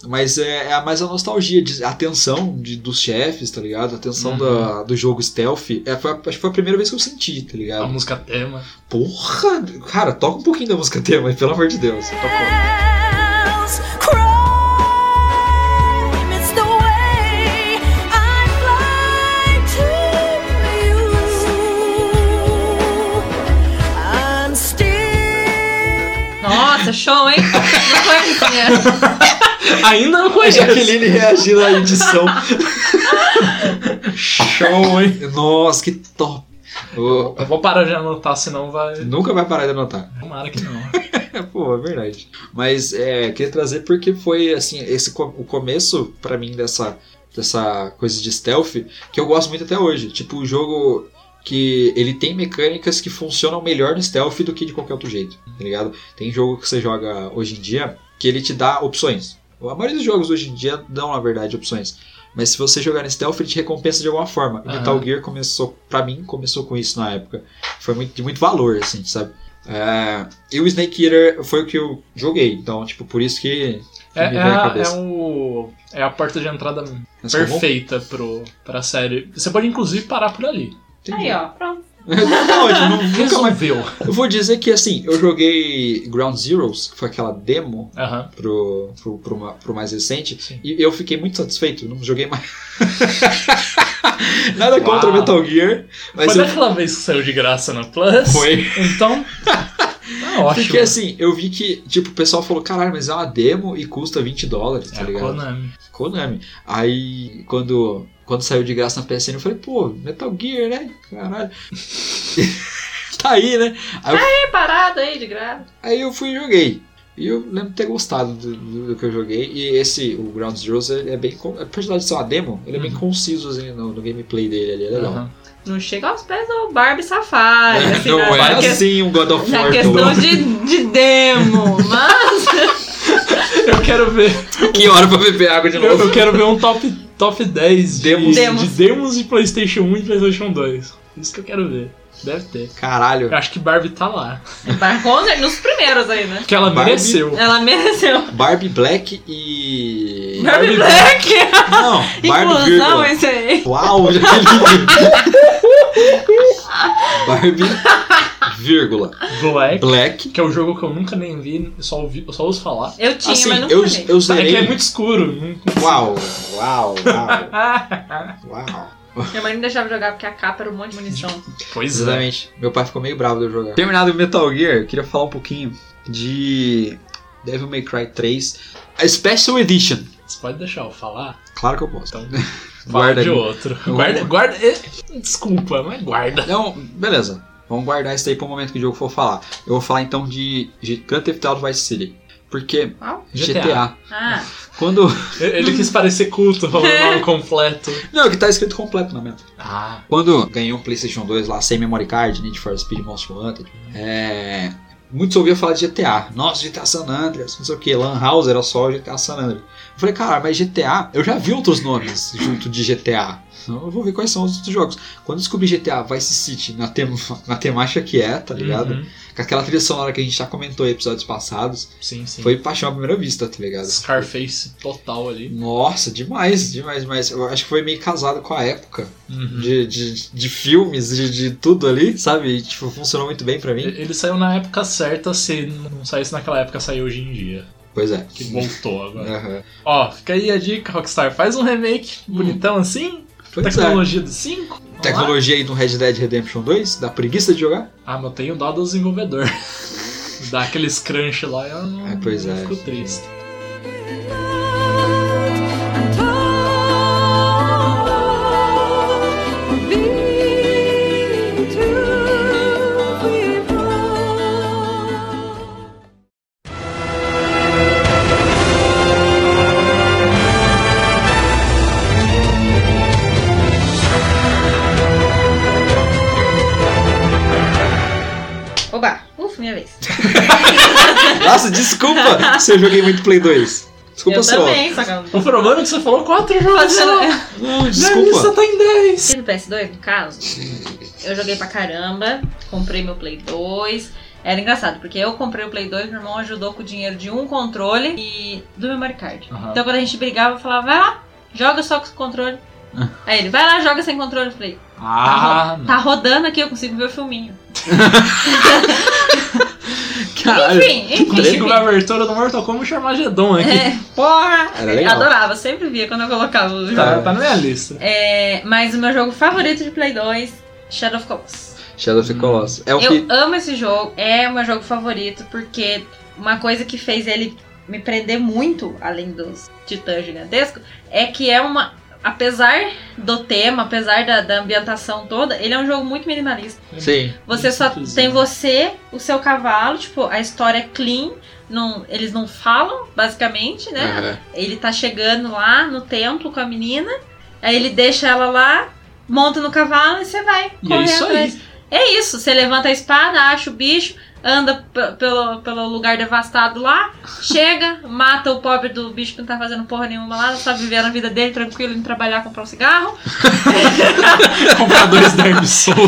Mas é, é a- mais a nostalgia, de- a tensão de- dos chefes, tá ligado? A tensão Uhum. da- do jogo stealth. É, foi a- acho que foi a primeira vez que eu senti, tá ligado? A música tema. Porra! Cara, toca um pouquinho da música tema, pelo amor de Deus. Tocou. Crime, it's the way I fly to you. I'm still <laughs> Nossa, show, hein? Não conhecia. Ainda não A conheço. Jaqueline reagindo à edição. <laughs> Show, hein? Nossa, que top! Ô, Eu vou parar de anotar, senão vai. nunca vai parar de anotar. Tomara que não. Pô, é verdade. Mas é, queria trazer porque foi assim, esse co- o começo pra mim dessa, dessa coisa de stealth que eu gosto muito até hoje. Tipo, o jogo que ele tem mecânicas que funcionam melhor no stealth do que de qualquer outro jeito, tá ligado? Tem jogo que você joga hoje em dia que ele te dá opções. A maioria dos jogos hoje em dia dão, na verdade, opções. Mas se você jogar nesse stealth, ele te recompensa de alguma forma. E Aham. Metal Gear começou, pra mim, começou com isso na época. Foi muito, de muito valor, assim, sabe? É, e o Snake Eater foi o que eu joguei, então, tipo, por isso que, que É, me é, vem à a, é, cabeça. o, é a porta de entrada Mas como? perfeita pro, pra série. Você pode inclusive parar por ali. Entendi. <laughs> Aí, ó, pronto. Tá ótimo, nu- nunca mais. Resolveu. Eu vou dizer que, assim, eu joguei Ground Zeroes, que foi aquela demo Aham. pro, pro, pro, ma- pro mais recente, Sim. e eu fiquei muito satisfeito, não joguei mais. <laughs> Nada Uau. é contra o Metal Gear, mas Foi eu daquela vez que saiu de graça na Plus. Foi. <laughs> Então. Tá ótimo. Porque assim, eu vi que, tipo, o pessoal falou, caralho, mas é uma demo e custa 20 dólares, tá é, ligado? Konami. Konami. Aí, quando, quando saiu de graça na PSN, eu falei, pô, Metal Gear, né? Caralho. <laughs> tá aí, né? Preparado aí de graça. Aí eu fui e joguei. E eu lembro de ter gostado do, do- do que eu joguei. E esse, o Ground Zeroes, ele é bem. con- Apesar de ser uma demo, ele é bem Uhum. conciso assim, no, no gameplay dele ali, é legal. Aham. Não chega aos pés do Barbie Safari. assim, Não na- é na, que- assim um God of na War questão de, de demo, mas <laughs> Eu quero ver. Que hora pra beber água de Eu, <laughs> novo? eu quero ver um top, top 10 de Demos. de, Demos. demos de PlayStation 1 e PlayStation 2. Isso que eu quero ver. Deve ter. Caralho. Eu acho que Barbie tá lá. Barconza nos primeiros aí, né? Porque ela Barbie- <laughs> mereceu. Ela mereceu. Barbie Black e. Barbie Barbie Black! Não, Barbie Inclusão, vírgula. isso aí. Uau, já entendi. Barbie vírgula. Black, Black. que é o jogo que eu nunca nem vi, eu só ouvi, eu só ouço falar. Eu tinha, Assim, mas não eu, falei. eu É que zerei. é muito escuro. não- Uau, uau, uau, uau. Minha mãe não deixava jogar porque a capa era um monte de munição. <laughs> Pois é. Exatamente. Meu pai ficou meio bravo de eu jogar. Terminado o Metal Gear, eu queria falar um pouquinho de Devil May Cry 3. A Special Edition. Você pode deixar eu falar? Claro que eu posso. <laughs> Então, Fala Guarda de aí. outro. Eu Guarda, vou- guarda. eh, Desculpa, mas guarda. Então, beleza. Vamos guardar isso aí pro momento que o jogo for falar. Eu vou falar então de de Grand Theft Auto Vice City. Porque Qual? GTA. GTA. Ah, Quando. <laughs> Ele quis parecer culto falando o nome completo. Não, que tá escrito completo na meta. Ah, Quando ganhei um PlayStation 2 lá, sem memory card, Need for Speed Monster Hunter, é. Muitos ouviam falar de GTA. Nossa, GTA San Andreas, não sei o que. Lan House era só o GTA San Andreas. Eu falei, cara, mas GTA, eu já vi outros nomes junto de GTA. Então eu vou ver quais são os outros jogos. Quando eu descobri GTA Vice City na, tem- <laughs> na temática que é, tá ligado? uhum. Com aquela trilha sonora que a gente já comentou em episódios passados, Sim, sim. foi paixão à primeira vista, tá ligado? Scarface total ali. Nossa, demais, demais, demais. Eu acho que foi meio casado com a época Uhum. de, de, de filmes, de, de tudo ali, sabe? E, tipo, funcionou muito bem pra mim. Ele saiu na época certa, se não saísse naquela época, saiu hoje em dia. Pois é. Que voltou agora. Aham. Ó, fica aí a dica, Rockstar. Faz um remake bonitão assim. Hum. Pois é. tecnologia do 5. vamos lá. Tecnologia aí do Red Dead Redemption 2, dá preguiça de jogar? Ah, mas eu tenho dó do desenvolvedor. <laughs> Dá aqueles crunch lá eu não, É, pois é. fico triste. oba. Uf, minha vez. Nossa, desculpa <laughs> se eu joguei muito Play 2. Desculpa eu só. também, só que eu O problema é que você falou 4 jogos só. Fazendo- Não, Desculpa. desculpa. Você tá em 10. E do PS2, no caso, eu joguei pra caramba, comprei meu Play 2. Era engraçado, porque eu comprei o Play 2, meu irmão ajudou com o dinheiro de um controle e do memory card. Aham. Então quando a gente brigava, eu falava, vai lá, joga só com o controle. Aí ele, vai lá, joga sem controle. Eu falei, Ah, não. tá rodando aqui, eu consigo ver o filminho. Caralho. enfim, Chegou enfim, enfim. na abertura do Mortal Kombat Armagedon aqui. É, porra! Era legal. Adorava, sempre via quando eu colocava o jogo. Tá, tá na minha lista. É, mas o meu jogo favorito de Play 2, Shadow of Colossus. Shadow of the Colossus. É o Eu que. amo esse jogo, é o meu jogo favorito, porque uma coisa que fez ele me prender muito, além dos titãs gigantescos, é que é uma. Apesar do tema, apesar da, da ambientação toda, ele é um jogo muito minimalista. Sim. Você só Simplesinho. tem você, o seu cavalo, tipo, a história é clean, não, eles não falam, basicamente, né? Aham. <laughs> Ele tá chegando lá no templo com a menina, aí ele deixa ela lá, monta no cavalo e você vai E é isso atrás. aí. É isso, você levanta a espada, acha o bicho, anda p- pelo, pelo lugar devastado lá, chega, mata o pobre do bicho que não tá fazendo porra nenhuma lá, só vivendo a vida dele tranquilo, indo trabalhar, comprar um cigarro. <laughs> Compradores da Herb solto.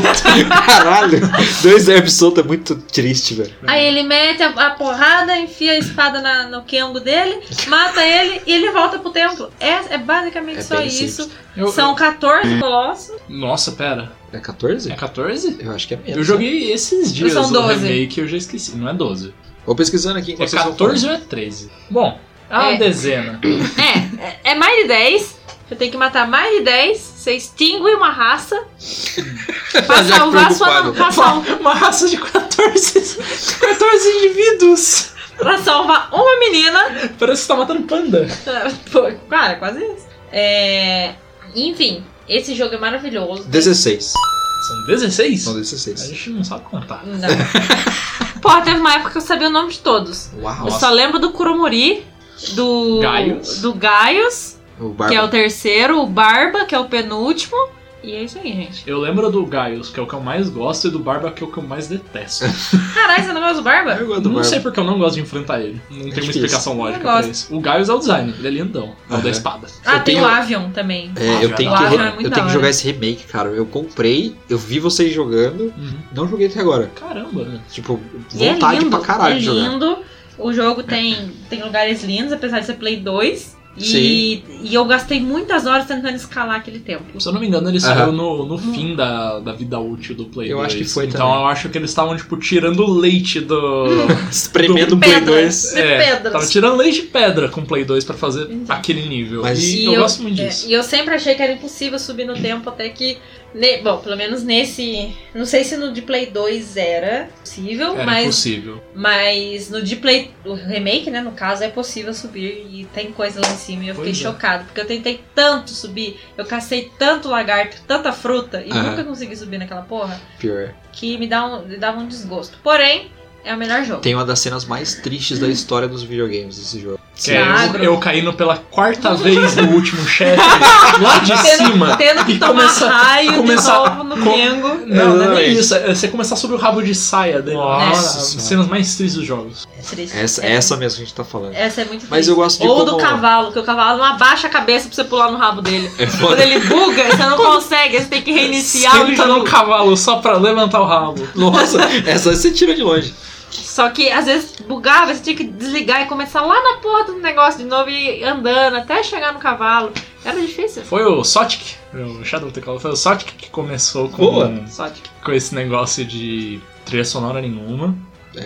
Caralho, dois herbs soltos é muito triste, É. velho. Aí ele mete a, a porrada, enfia a espada na- no quengo dele, mata ele e ele volta pro templo. É, é basicamente É só bem isso. Eu- São 14 colossos. Nossa, pera. É 14? É 14? Eu acho que é menos. Eu joguei esses dias são o 12. remake e eu já esqueci. Não é 12. Vou pesquisando aqui É enquanto vocês vão <laughs> 14 ou é 13? Bom, é uma É. dezena. <laughs> É, é, é mais de 10. Você tem que matar mais de 10. Você extingue uma raça. <laughs> Pra Já salvar sua. preocupado. Pra, sal- Uma raça de 14, 14 indivíduos. pra salvar uma menina. Parece que você tá matando panda. <laughs> Pô, Cara, quase isso. É, Enfim, esse jogo é maravilhoso. 16. São 16? São A 16. gente não sabe tá. contar. <laughs> Não. Porra, teve uma época que eu sabia o nome de todos. Uau. Eu só lembro do Kuromori, do. Gaius. Do Gaius, O que é Barba. o terceiro, o Barba, que é o penúltimo. E é isso aí, gente. Eu lembro do Gaius, que é o que eu mais gosto, e do Barba, que é o que eu mais <laughs> detesto. Caralho, você não gosta do Barba? Eu gosto do não Barba. sei porque eu não gosto de enfrentar ele. Não tem uma É difícil. explicação lógica Eu gosto. pra isso. O Gaius é o design, ele é lindão. É o Aham. da espada. Ah, Eu tem tenho- o Avion também. É, eu tenho, que, Ah, re- é muito eu da tenho que hora. jogar esse remake, cara. Eu comprei, eu vi vocês jogando, Uhum. não joguei até agora. Caramba, né? Tipo, E é vontade lindo, pra caralho é de jogar. lindo. O jogo tem, tem lugares lindos, apesar de ser Play 2. E, Sim. e eu gastei muitas horas tentando escalar aquele templo. Se eu não me engano, ele Aham. saiu no, no fim da, da vida útil do Play Eu 2. acho que foi Então também. eu acho que eles estavam, tipo, tirando leite <laughs> do. Espremendo o Play Pedras. 2. De pedras. É, Tava tirando leite de pedra com o Play 2 pra fazer Entendi. aquele nível. Mas- E, E eu, eu- gosto muito É, disso. e eu sempre achei que era impossível subir no tempo até que. ne- bom, pelo menos nesse. Não sei se no de Play 2 era possível, Era mas, impossível. mas no de Play. O remake, né, no caso, é possível subir e tem coisa lá em cima. E eu fiquei Pois é. chocado, porque eu tentei tanto subir, eu cacei tanto lagarto, tanta fruta, e Aham. nunca consegui subir naquela porra. Pior. é. que me, dá um, me dava um desgosto. Porém, é o melhor jogo. Tem uma das cenas mais tristes da história dos videogames esse jogo. É, eu, Magro. eu caindo pela quarta vez no último <laughs> chefe, lá de cima. Tendo que E tomar começa- raio começa- de novo no com- Kengo. Não, não é nem Exatamente. isso. é Você começar sobre o rabo de saia dele. Nossa Uma- Senhora. cenas mais tristes dos jogos. É triste. Essa, é, essa mesmo que a gente tá falando. essa é muito Mas triste. eu gosto de Ou como- do cavalo, que o cavalo não abaixa a cabeça pra você pular no rabo dele. É Quando foda. ele buga, você <laughs> não consegue, você tem que reiniciar o Esquenta no jogo. cavalo só pra levantar o rabo. Nossa, essa você tira de longe. Só que às vezes bugava, você tinha que desligar e começar lá na porra do negócio de novo e ir andando até chegar no cavalo. Era difícil. Foi o Sotic, o Shadow of the Colossus, foi o Sotic que começou com, Boa. Só de... com esse negócio de trilha sonora nenhuma.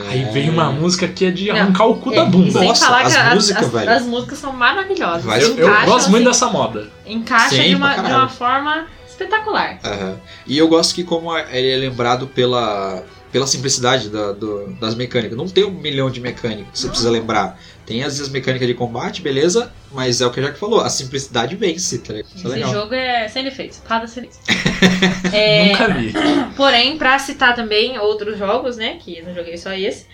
Aí É. veio uma música que é de Não, arrancar o cu da E bunda. sem Nossa, falar as que a- músicas, as, velho. as músicas são maravilhosas. Vai, Eu, eu Encaixam, gosto muito assim, dessa moda. encaixa Sim, de, uma, pra de caralho. É, uma forma espetacular. Aham. E eu gosto que como ele é lembrado pela, pela simplicidade da- do- das mecânicas. Não tem um milhão de mecânicas que você precisa lembrar. Tem as as mecânicas de combate, beleza, mas é o que a Jack falou, a simplicidade vence, tá ligado? Isso é Esse legal. jogo é sem defeitos, espada <laughs> sem defeitos. É, Nunca vi. porém, pra citar também outros jogos, né? Que eu não joguei só esse.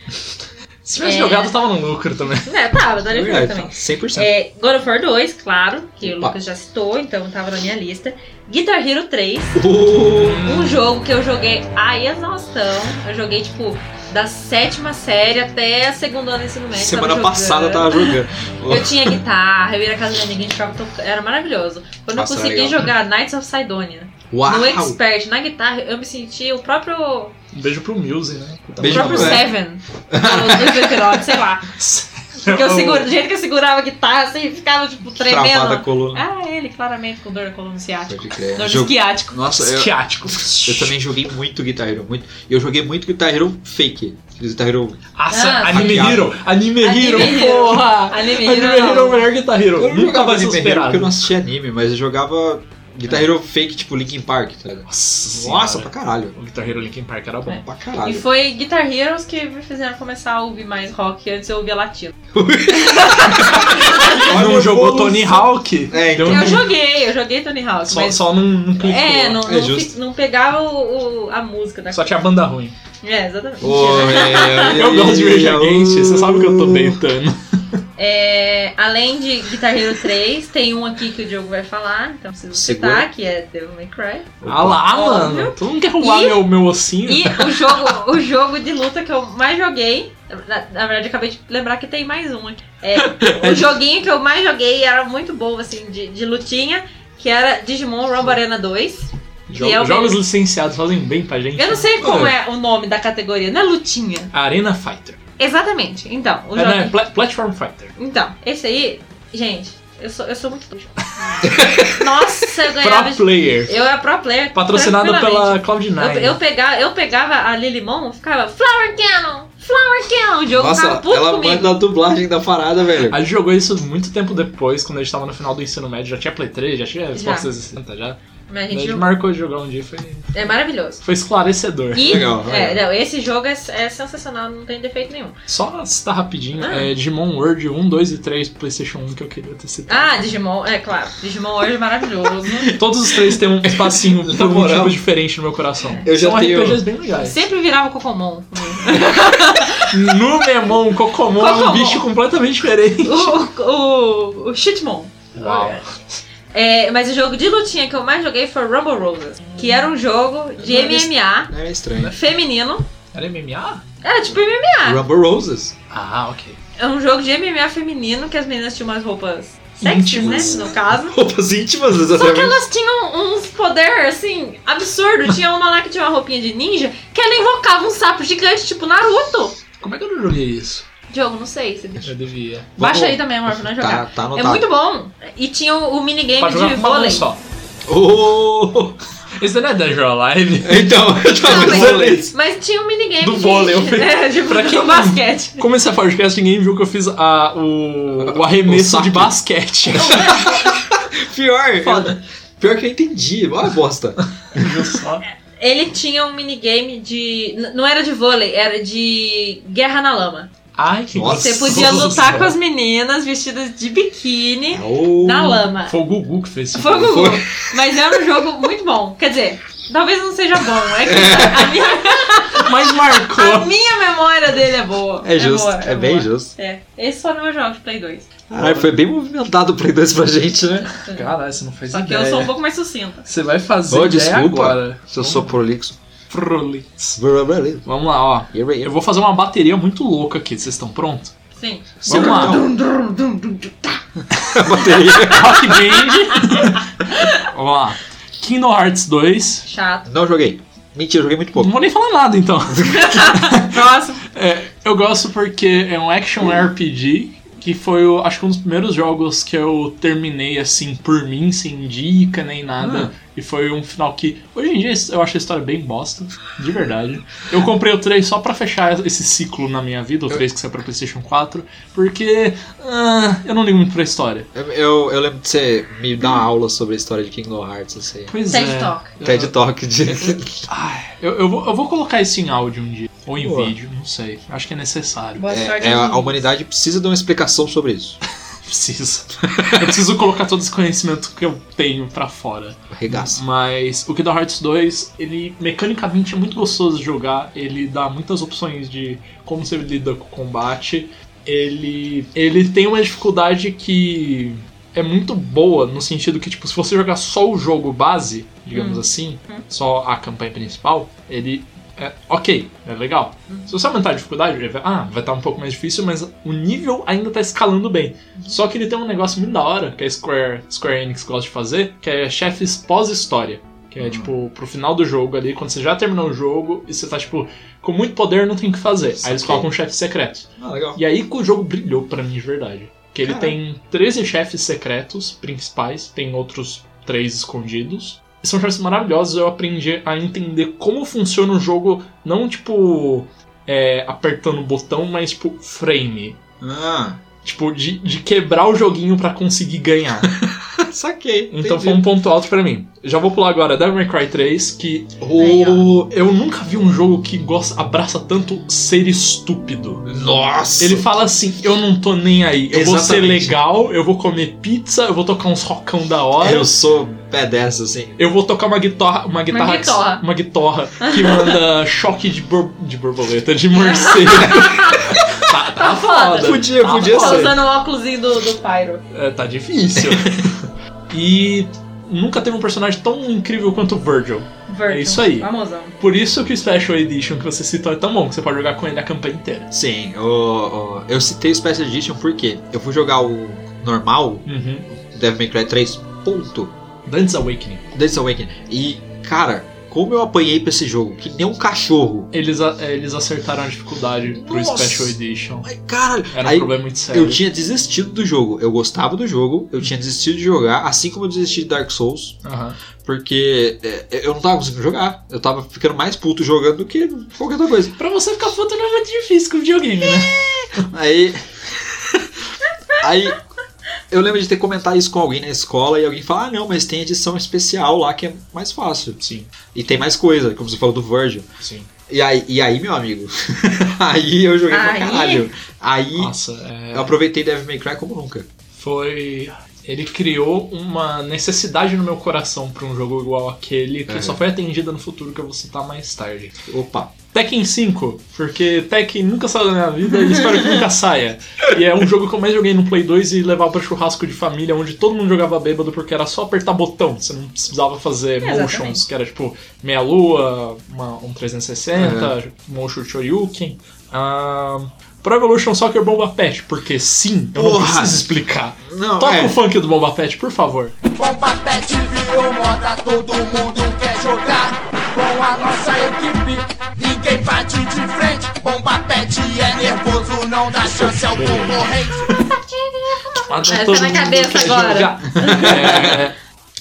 Se tivesse É. jogado, eu tava no lucro também. Né, tava, daria pra É Verdade, também. 100%. É, God of War 2, claro, que o Opa. Lucas já citou, então tava na minha lista. Guitar Hero 3, Uh, um jogo que eu joguei a exaustão. Eu joguei, tipo, da sétima série até a segunda ano do ensino médio. semana tava passada eu jogando. tava jogando. Eu tinha guitarra, eu ia na casa da minha amiga, a gente ficava tocando. Era maravilhoso. Quando Nossa, eu era consegui legal. jogar Knights of Sidonia Uau! no Expert, na guitarra, eu me senti o próprio. O Um beijo pro Muse, né? Puta Beijo próprio pro Muse. Seven. do 2019, sei lá. <laughs> Porque eu segura, do jeito que eu segurava a guitarra, assim, ficava, tipo, Travada a tremendo. coluna. Ah, ele, claramente, com dor na coluna ciática. Pode crer. Dor no Jogo- esquiático. Nossa, eu, Esquiático. eu também joguei muito Guitar Hero, muito. E eu joguei muito Guitar Hero fake. Guitar Hero. Nossa, Ah, Anime hackeado. Hero. Anime Hero, Anime Hero. porra. Anime Anime Hero é o Hero. melhor Guitar Hero. Eu não Nunca jogava vai ser Guitar Hero porque eu superado. não assistia anime, mas eu jogava Guitar Hero fake, tipo Linkin Park, tá ligado? Nossa, Nossa, senhora. pra caralho. O Guitar Hero Linkin Park era É. bom. Pra E caralho. foi Guitar Heroes que me fizeram começar a ouvir mais rock, antes eu ouvia latino. Não Olha, jogou evolução. Tony Hawk? É, então. Deu um- Eu joguei, eu joguei Tony Hawk, Só, um mas... só não, não clicou. É, não, É não, justo. fi- não pegava o, o- a música da Só tinha banda ruim. <laughs> É, exatamente. Oi, Eu gosto de Rage Against, você sabe que eu tô bem. tentando. É, além de Guitar Hero 3, tem um aqui que o Diogo vai falar, então preciso Segura. citar, que é Devil May Cry. Ah lá, Óbvio. mano. Tu não quer roubar E- meu, meu ossinho? E o jogo, o jogo de luta que eu mais joguei. Na, na verdade, eu acabei de lembrar que tem mais um aqui. <laughs> É, o joguinho que eu mais joguei era muito bom, assim, de, de lutinha, que era Digimon Rumble Arena 2. Jo- e é o Jogos licenciados fazem bem pra gente. Ah. Eu não sei como é o nome da categoria, não é lutinha. Arena Fighter. Exatamente. Então, o É, não, é jogo. pla- Platform Fighter. Então, esse aí, gente, eu sou, eu sou muito doido. <laughs> Nossa, eu ganhava. Pro de- player. Eu era pro player. Patrocinado tranquilamente. pela Cloud9. Eu, eu, pegava, eu pegava a Lilimon e ficava Flower Cannon! Flower Cannon! O jogo tava Nossa, puto ela comigo. manda a dublagem da parada, velho. A gente jogou isso muito tempo depois, quando a gente tava no final do ensino médio. Já tinha Play 3, já tinha Xbox 360 já. Mas a Daí a gente gente jogou. marcou de jogar um dia, foi, É maravilhoso. foi esclarecedor. E Legal, é, legal. não, esse jogo é, é sensacional, não tem defeito nenhum. Só citar rapidinho, Ah. é Digimon World 1, 2 e 3 Playstation 1 que eu queria ter Ah, citado. Digimon, é claro. Digimon hoje é maravilhoso. <laughs> Todos os três têm um espacinho por um moral. motivo diferente no meu coração. Eu já São tenho- RPGs bem É. legais. Sempre virava Cocomon. Numemon, Cocomon, é um Cocomon. bicho completamente <laughs> diferente. O, o, o Shitmon. Uau. É, mas o jogo de lutinha que eu mais joguei foi Rumble Roses, que era um jogo de Não, mas- MMA Não é estranho. feminino. Era MMA? Era tipo MMA. Rumble Roses. <laughs> Ah, ok. É um jogo de MMA feminino que as meninas tinham umas roupas Íntimas. sexys, né? No caso. Roupas íntimas, Só que é exatamente. elas tinham uns poder, assim, absurdo. Tinha uma lá que tinha uma roupinha de ninja que ela invocava um sapo gigante, tipo Naruto. Como é que eu não joguei isso? Diogo, não sei. Você... Eu devia. Baixa aí também, amor, pra nós Tá, jogar. tá é anotado. muito bom. E tinha o, o minigame Pra de jogar com uma mão vôlei. só. Oh! Esse não é Dungeon Alive. <laughs> Então, eu tava Não, Ah, mas- pensando nisso. Mas tinha um minigame Do de... vôlei, <laughs> eu falei, é, de pra pra quem não- basquete. Como esse é podcast, ninguém viu que eu fiz a, o, o arremesso O saque. de basquete. <laughs> Pior. Foda. Pior que eu entendi. Olha a <laughs> bosta. Viu só? Ele tinha um minigame de... n- Não era de vôlei, era de guerra na lama. Ai, que Nossa. Você gostoso. podia lutar com Nossa. as meninas vestidas de biquíni Oh. na lama. Foi o Gugu que fez isso. Foi o Gugu. Mas era um jogo muito bom. Quer dizer, talvez não seja bom. <laughs> É que a minha, Mas a marcou. minha memória dele é boa. É justo. boa, É, bem boa. justo. É. Esse foi o meu jogo de Play 2. Caralho, Ah, foi bem movimentado o Play 2 pra gente, né? Caralho, você não fez Só que eu sou um pouco mais sucinta. Você vai fazer Ô, ideia desculpa, agora. Se eu sou prolixo. Prolix. Vamos lá, ó. Eu Eu vou fazer uma bateria muito louca aqui. Vocês estão prontos? Sim. Vamos lá. a bateria. Rock Band. <laughs> Vamos lá. Kingdom Hearts 2. Chato. <laughs> Não joguei. Mentira, joguei muito Não pouco. vou nem falar nada, <laughs> então. Próximo. É, eu gosto porque é um action RPG que foi, o- acho que um dos primeiros jogos que eu terminei assim por mim, sem dica nem Ah. nada. E foi um final que hoje em dia eu acho a história bem bosta, de verdade. Eu comprei o 3 só pra fechar esse ciclo na minha vida, o 3 que saiu pra PlayStation 4, porque ah, eu não ligo muito pra história. Eu, eu, eu lembro de você me dar uma aula sobre a história de Kingdom Hearts, assim. Pois TED é. Talk. TED Talk de. Ai, eu, eu vou, eu vou colocar isso em áudio um dia, ou em Boa. vídeo, não sei. Acho que é necessário. Boa sorte. É, é, a gente. humanidade precisa de uma explicação sobre isso. Preciso. Eu preciso colocar todo esse conhecimento que eu tenho pra fora. Arregaça. Mas o Kingdom Hearts 2, ele mecanicamente é muito gostoso de jogar. Ele dá muitas opções de como você lida com o combate. Ele, ele tem uma dificuldade que é muito boa no sentido que, tipo, se você jogar só o jogo base, digamos assim, só a campanha principal, ele é ok, é legal. Se você aumentar a dificuldade, ele vai- ah, vai estar um pouco mais difícil, mas o nível ainda tá escalando bem. Só que ele tem um negócio muito da hora que a Square, Square Enix gosta de fazer, que é chefes pós-história. Que é tipo, pro final do jogo ali, quando você já terminou o jogo e você tá tipo, com muito poder não tem o que fazer. Aí eles Saquei. colocam um chefe secreto. Ah, legal. E aí que o jogo brilhou pra mim de verdade. Que ele Caraca. tem 13 chefes secretos principais, tem outros três escondidos. E São chefes maravilhosos, eu aprendi a entender como funciona o jogo, não tipo é, apertando o botão, mas tipo frame. Ah, Tipo, de, de quebrar o joguinho pra conseguir ganhar. saquei. Então entendi. foi um ponto alto pra mim. Já vou pular agora Devil May Cry 3, que Aí, o- eu nunca vi um jogo que gosta, abraça tanto ser estúpido. Nossa! Ele fala assim: eu não tô nem aí, eu vou ser Exatamente. legal, eu vou comer pizza, eu vou tocar uns rocão da hora. Eu sou pedestre, assim. Eu vou tocar uma guitarra. Uma guitarra. que- guitorra. uma <laughs> <laughs> guitorra que manda choque de, bor- de borboleta, de morcego. Tá, tá foda. foda. Podia, tá podia Tá foda. ser. usando o óculos do, do Pyro. É, tá difícil. e nunca teve um personagem tão incrível quanto o Virgil. Virgil. É isso aí. Famosão. Por isso que o Special Edition que você citou é tão bom, que você pode jogar com ele a campanha inteira. Sim, o- o- eu citei Special Edition porque eu fui jogar o normal, Uhum. Devil May Cry 3. Ponto. Dante's Awakening. Dance Awakening. E, cara, como eu apanhei pra esse jogo, que nem um cachorro. Eles, a- eles acertaram a dificuldade pro Nossa. Special Edition. Ai, caralho. Era um Aí, problema muito sério. Eu tinha desistido do jogo. Eu gostava do jogo, eu tinha desistido de jogar, assim como eu desisti de Dark Souls, Aham. porque é, eu não tava conseguindo jogar. Eu tava ficando mais puto jogando do que qualquer outra coisa. Pra você ficar foto não é muito difícil com videogame, né? Aí. <laughs> aí. Eu lembro de ter comentado isso com alguém na escola e alguém falar: ah, não, mas tem edição especial lá que é mais fácil. Sim, E tem mais coisa, como você falou do Virgil. sim. E aí, e aí meu amigo? <laughs> aí eu joguei pra Aí? caralho. Aí Nossa, é, eu aproveitei Devil May Cry como nunca. foi. Ele criou uma necessidade no meu coração pra um jogo igual aquele, que É. só foi atendida no futuro que eu vou citar mais tarde. Opa. Tekken 5, porque Tekken nunca saiu da minha vida e espero que nunca saia. E é um jogo que eu mais joguei no Play 2 e levava pra churrasco de família, onde todo mundo jogava bêbado porque era só apertar botão, você não precisava fazer Exatamente. motions, que era tipo meia-lua, uma- um 360, É. motion Shoryuken. Ah, Pro Evolution Soccer Bomba Pet, porque sim, eu não Porra! preciso explicar. Não, Toca é. o funk do Bomba Pet, por favor. Bomba Pet virou moda, todo mundo quer jogar com a nossa equipe. Ninguém bate de frente. Bomba Pet é nervoso, não dá chance ao concorrente. Mas Essa Ah, é todo na mundo cabeça quer agora. <laughs> jogar.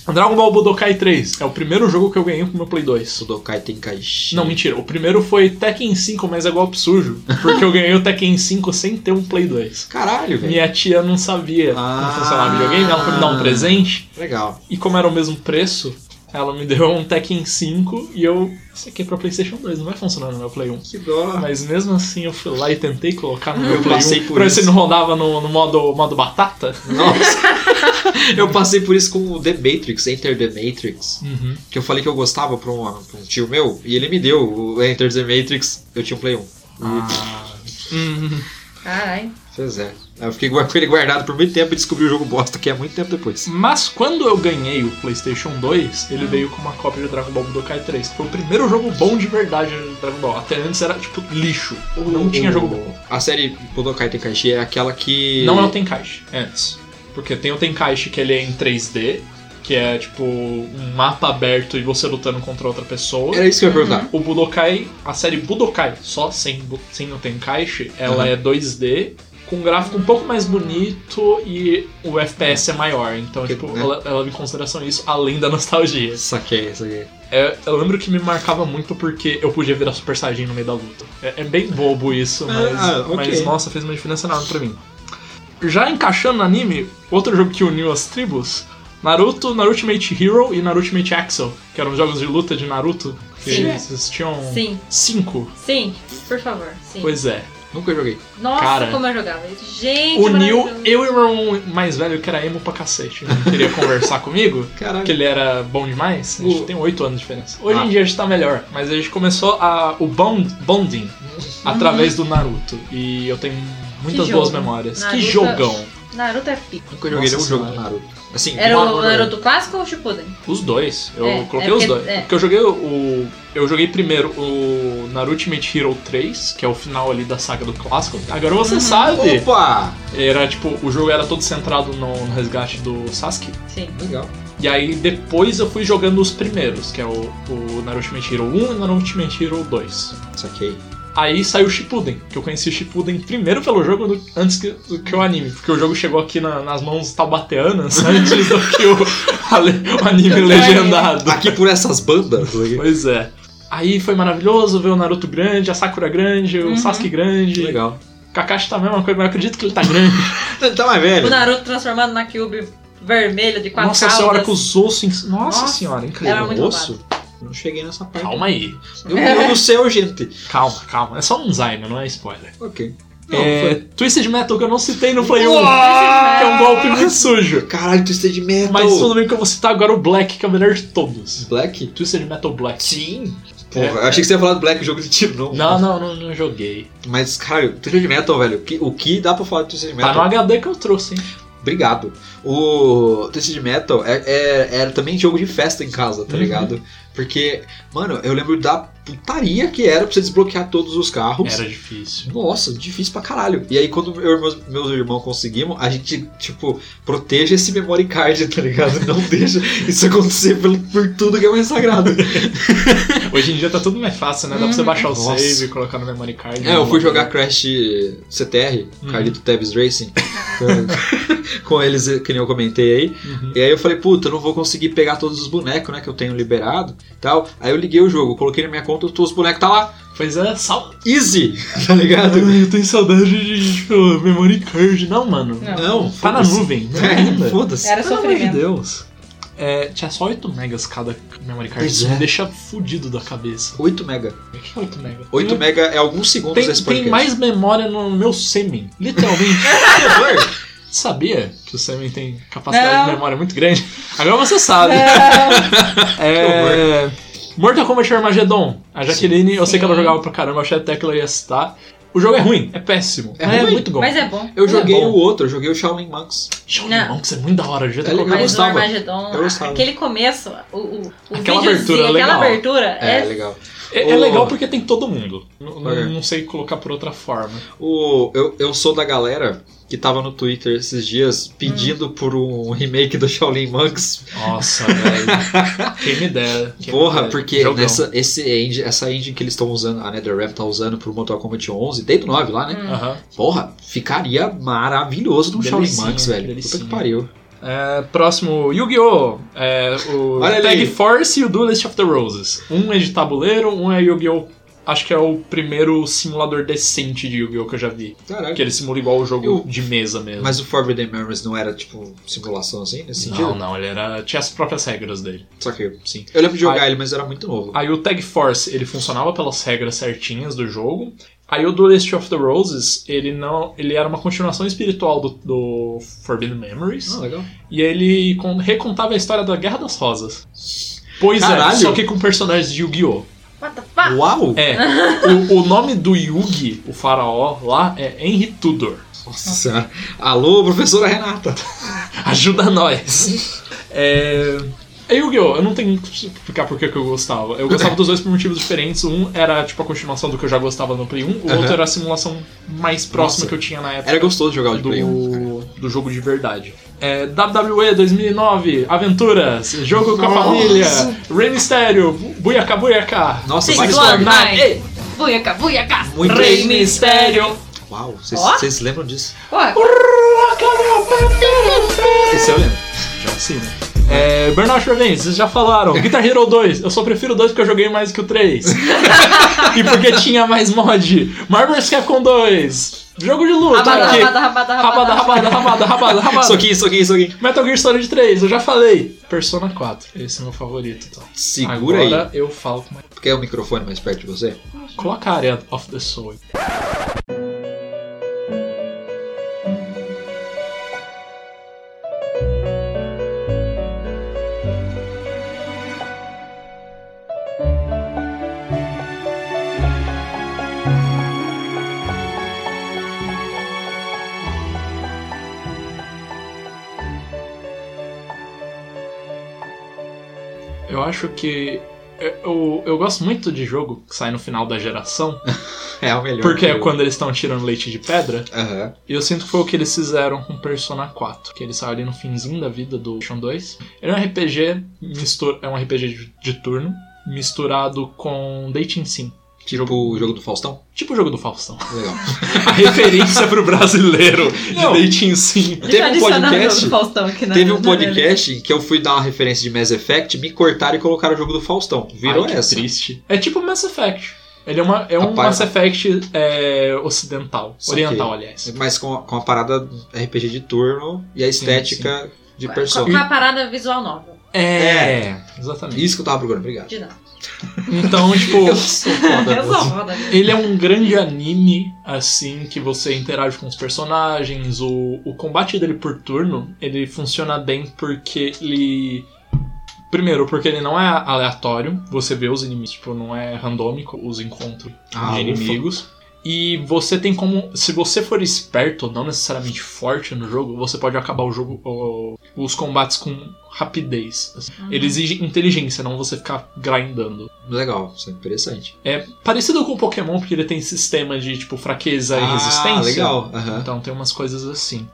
É, Dragon Ball Budokai 3 é o primeiro jogo que eu ganhei pro meu Play 2. Sudokai Tenkaichi. Não, mentira. O primeiro foi Tekken 5, mas é golpe sujo. Porque eu ganhei o Tekken 5 sem ter um Play 2. Caralho, velho. Minha tia não sabia Ah. como funcionava videogame, ela foi me dar um presente. Legal. E como era o mesmo preço, ela me deu um Tekken 5 e eu. Isso aqui é pra PlayStation 2, não vai funcionar no meu Play 1. Que dó. Mas mesmo assim eu fui lá e tentei colocar no meu Play passei 1 por pra ver isso. se não rodava no, no modo, modo batata. Nossa. <laughs> eu passei por isso com o The Matrix, Enter The Matrix. Uhum. Que eu falei que eu gostava pra um, pra um tio meu. E ele me deu o Enter The Matrix. Eu tinha um Play 1. Ah. Hum, Caralho. Pois é. Eu fiquei gua- <laughs> com ele guardado por muito tempo e descobri o jogo bosta, que é muito tempo depois. Mas quando eu ganhei o PlayStation 2, ele veio com uma cópia de Dragon Ball Budokai 3. Foi o primeiro jogo bom de verdade de Dragon Ball. Até antes era tipo lixo. Hum. Não tinha jogo bom. A série Budokai Tenkaichi é aquela que. Não é o Tenkaichi, é antes. Porque tem o Tenkaichi que ele é em 3D, que é tipo um mapa aberto e você lutando contra outra pessoa. Era isso que eu ia perguntar. O Budokai, a série Budokai, só sem, bu- sem o Tenkaichi, ela Aham. é 2D, com um gráfico um pouco mais bonito e o FPS é maior. Então, Que- tipo, né? ela, ela leva em consideração isso, além da nostalgia. Saquei, saquei. É, eu lembro que me marcava muito porque eu podia virar Super Saiyajin no meio da luta. É, é bem bobo isso, mas, Ah, ok. mas, nossa, fez uma diferença enorme pra mim. Já encaixando no anime, outro jogo que uniu as tribos, Naruto, Naruto Ultimate Hero e Naruto Ultimate Axel, que eram jogos de luta de Naruto, que Sim. existiam Sim. cinco. Sim, por favor. Sim. Pois é. Nunca joguei. Nossa, Cara. como eu jogava. Gente, Uniu maravilhoso. eu e o irmão mais velho, que era emo pra cacete, né? queria <laughs> conversar comigo. Caralho. que ele era bom demais, a gente O- tem 8 anos de diferença. Hoje Ah. em dia a gente tá melhor, mas a gente começou a, o bond, bonding através do Naruto. E eu tenho muitas Uhum. Que boas jogo. memórias. Naruto- é que jogão! Naruto é pico. Nunca joguei Nossa nenhum jogo do senhora. Naruto. Assim, Era uma- o Naruto clássico ou o Shippuden? Os dois. Eu É, coloquei é os porque- dois. é. Porque eu joguei o. Eu joguei primeiro o Naruto Ultimate Hero 3, que é o final ali da saga do clássico. Agora você Uhum. sabe! Opa! Era tipo, o jogo era todo centrado no, no resgate do Sasuke. Sim. Legal. E aí depois eu fui jogando os primeiros, que é o, o Naruto Ultimate Hero 1 e o Naruto Ultimate Hero 2. Saquei. Aí saiu o Shippuden, que eu conheci o Shippuden primeiro pelo jogo do- antes que, do que o anime, porque o jogo chegou aqui na- nas mãos taubateanas <laughs> antes do que o, a le- o <laughs> anime legendado. Aqui por essas bandas. <laughs> Pois é. Aí foi maravilhoso ver o Naruto grande, a Sakura grande, o Uhum. Sasuke grande. Legal. O Kakashi tá a mesma coisa, mas eu acredito que ele tá grande. Ele tá mais velho. O Naruto transformado na Cube vermelha de quatro Nossa caudas. senhora, com os ossos. em- Nossa, Nossa, senhora, incrível. era muito Osso? Não cheguei nessa parte. Calma aí. Meu Deus do céu, gente. Calma, calma. É só um design, não é spoiler. Ok. é, foi- Twisted Metal que eu não citei no Play 1. Uau! Que é um golpe muito sujo. Caralho, Twisted Metal. é Mas tudo bem que eu vou citar agora o Black, que é o melhor de todos. Black? Twisted Metal Black. Sim. Porra, eu achei que você ia falar do Black Jogo de Tiro, não. Não, não, não, não joguei. Mas, cara, Twisted Metal, velho, o que, o que dá pra falar de Twisted Tá Metal? no HD que eu trouxe, hein? Obrigado. O Twisted Metal é, é- era também jogo de festa em casa, tá Uhum. ligado? Porque, mano, eu lembro da putaria que era pra você desbloquear todos os carros. Era difícil. Nossa, difícil pra caralho. E aí, quando eu e meus, meus irmãos conseguimos, a gente, tipo, proteja esse memory card, tá ligado? Não <laughs> deixa isso acontecer pelo, por tudo que é mais sagrado. Hoje em dia tá tudo mais fácil, né? Dá pra você baixar o Nossa. save e colocar no memory card. né? É, eu fui jogar Crash CTR, Uhum. Carlito <laughs> Tabs Racing, com- com eles, que nem eu comentei aí. Uhum. E aí eu falei, puta, eu não vou conseguir pegar todos os bonecos, né, que eu tenho liberado e tal. Aí eu liguei o jogo, coloquei na minha conta, os bonecos tá lá, Pois é, sal... easy, <laughs> tá ligado? Ai, <laughs> eu tenho saudade de, tipo, memory card. Não, mano. Não. Não, Tá na foda-se. nuvem. Não é ainda. É, foda-se. Era Pelo amor de sofrimento. Deus. É, tinha só 8 megas cada memory card. Pois Isso é. me deixa fudido da cabeça. 8 mega. O que é 8 mega? 8 mega é alguns segundos tem, desse tem podcast. mais memória no meu sêmen. <laughs> Literalmente. Sabia que o sêmen tem capacidade Não. de memória muito grande? Agora você sabe. É. É... Mortal Kombat Armageddon. A Jaqueline, eu sei que ela Sim. jogava pra caramba, eu achei até que ela ia citar. O jogo é ruim, é péssimo. É É, é ruim? muito bom. Mas é bom. Eu Não é joguei bom. o outro, eu joguei o Shaolin Monks. Shaolin Não. Monks é muito da hora, já É legal. Mas o gostava. Armagedon, Eu gostava. aquele começo, o, o, o Aquela videozinho, abertura, aquela legal. abertura É, é, legal. É, é O- legal porque tem todo mundo. N- n- É. Não sei colocar por outra forma. O, eu, eu sou da galera que tava no Twitter esses dias pedindo por um remake do Shaolin Monks. Nossa, <laughs> velho. Quem me dera. quem me Porra, dera. porque é Jogão. nessa, esse engine, essa engine que eles estão usando, a NetherRealm tá usando pro Mortal Kombat 11, desde o 9 lá, né? Aham. Porra, ficaria maravilhoso no Shaolin Delicinha, Monks, velho. Puta delicinha. que pariu. É, próximo, Yu-Gi-Oh! É, o Olha ali. Tag Force e o Duelist of the Roses. Um é de tabuleiro, um é Yu-Gi-Oh! Acho que é o primeiro simulador decente de Yu-Gi-Oh! que eu já vi. Que Caralho. ele simula igual o jogo Eu- de mesa mesmo. Mas o Forbidden Memories não era, tipo, simulação assim, nesse não, sentido? não, ele era. Tinha as próprias regras dele. Só que, Sim. eu lembro de jogar Ai. ele, mas era muito novo. Aí o Tag Force, ele funcionava pelas regras certinhas do jogo. Aí o Duelist of the Roses, ele não. ele era uma continuação espiritual do, do Forbidden Memories. legal. E ele con- recontava a história da Guerra das Rosas. Pois é, Caralho! só que com personagens de Yu-Gi-Oh! What the fuck? Uau! <laughs> É, o, o nome do Yugi, o faraó, lá é Henry Tudor. Nossa senhora. Alô, professora Renata. Ajuda <laughs> nós! É. É Yu-Gi-Oh! Eu não tenho que explicar por que que eu gostava. Eu gostava dos dois por motivos diferentes. Um era tipo a continuação do que eu já gostava no Play 1, o Aham. outro era a simulação mais próxima Nossa. que eu tinha na época. Era gostoso jogar o de Play 1. do, do jogo de verdade. É, WWE 2009, Aventuras, Jogo com a Família, Rey Mysterio, Bu- Buiaca Buiaca, Nossa, Six vários One nomes. Nine. Buiaca, buiaca. Muito Rei bem. Mistério. Uau, vocês Ó. vocês lembram disso? Ué, Esse eu lembro. John Cena. um É, Burnout Revenge, vocês já <laughs> falaram. Guitar Hero 2, eu só prefiro o 2 porque eu joguei mais que o 3. <laughs> e porque tinha mais mod. Marvel's Capcom 2, Jogo de Luta. rabada, aqui. rabada, rabada, rabada, rabada, rabada, rabada, rabada. Isso aqui, isso aqui, isso aqui. Metal Gear Solid 3, eu já falei. Persona 4, esse é meu favorito. Então. Segura Agora aí. eu falo com Quer o microfone mais perto de você? Coloca a área of the soul. Eu acho que. É, Eu, eu gosto muito de jogo que sai no final da geração, É o melhor. porque é Eu- quando eles estão tirando leite de pedra. Aham. E eu sinto que foi o que eles fizeram com Persona 4, que ele saiu ali no finzinho da vida do PlayStation 2. Ele é um RPG, mistura, é um RPG de, de turno, misturado com Dating Sim. Tipo o jogo do Faustão? Tipo o jogo do Faustão. <laughs> Legal. A referência pro brasileiro de Não. Dating Sim. Teve um podcast. né? né? Teve é um podcast. podcast em que eu fui dar uma referência de Mass Effect, me cortaram e colocaram o jogo do Faustão. Virou Ai, que essa. triste. É tipo Mass Effect. Ele é, uma, é um Mass Rapaz. Effect é, ocidental. Saquei. Oriental, aliás. Mas com a, com a parada RPG de turno e a Sim, estética de Com persona. a parada visual nova. É, exatamente. Isso que eu tava procurando, <laughs> obrigado. De nada. <laughs> Então, tipo, Eu sou foda. ele é um grande anime, assim, que você interage com os personagens. O, o combate dele por turno, ele funciona bem porque ele Primeiro, porque ele não é aleatório, você vê os inimigos, tipo, não é randômico os encontros Ah, de ufa. inimigos. E você tem como. Se você for esperto, não necessariamente forte no jogo, você pode acabar o jogo. o- os combates com rapidez. assim. Ele exige inteligência, não você ficar grindando. Legal, isso é interessante. É parecido com o Pokémon, porque ele tem sistema de tipo fraqueza e Ah, resistência. legal. aham. Então tem umas coisas assim.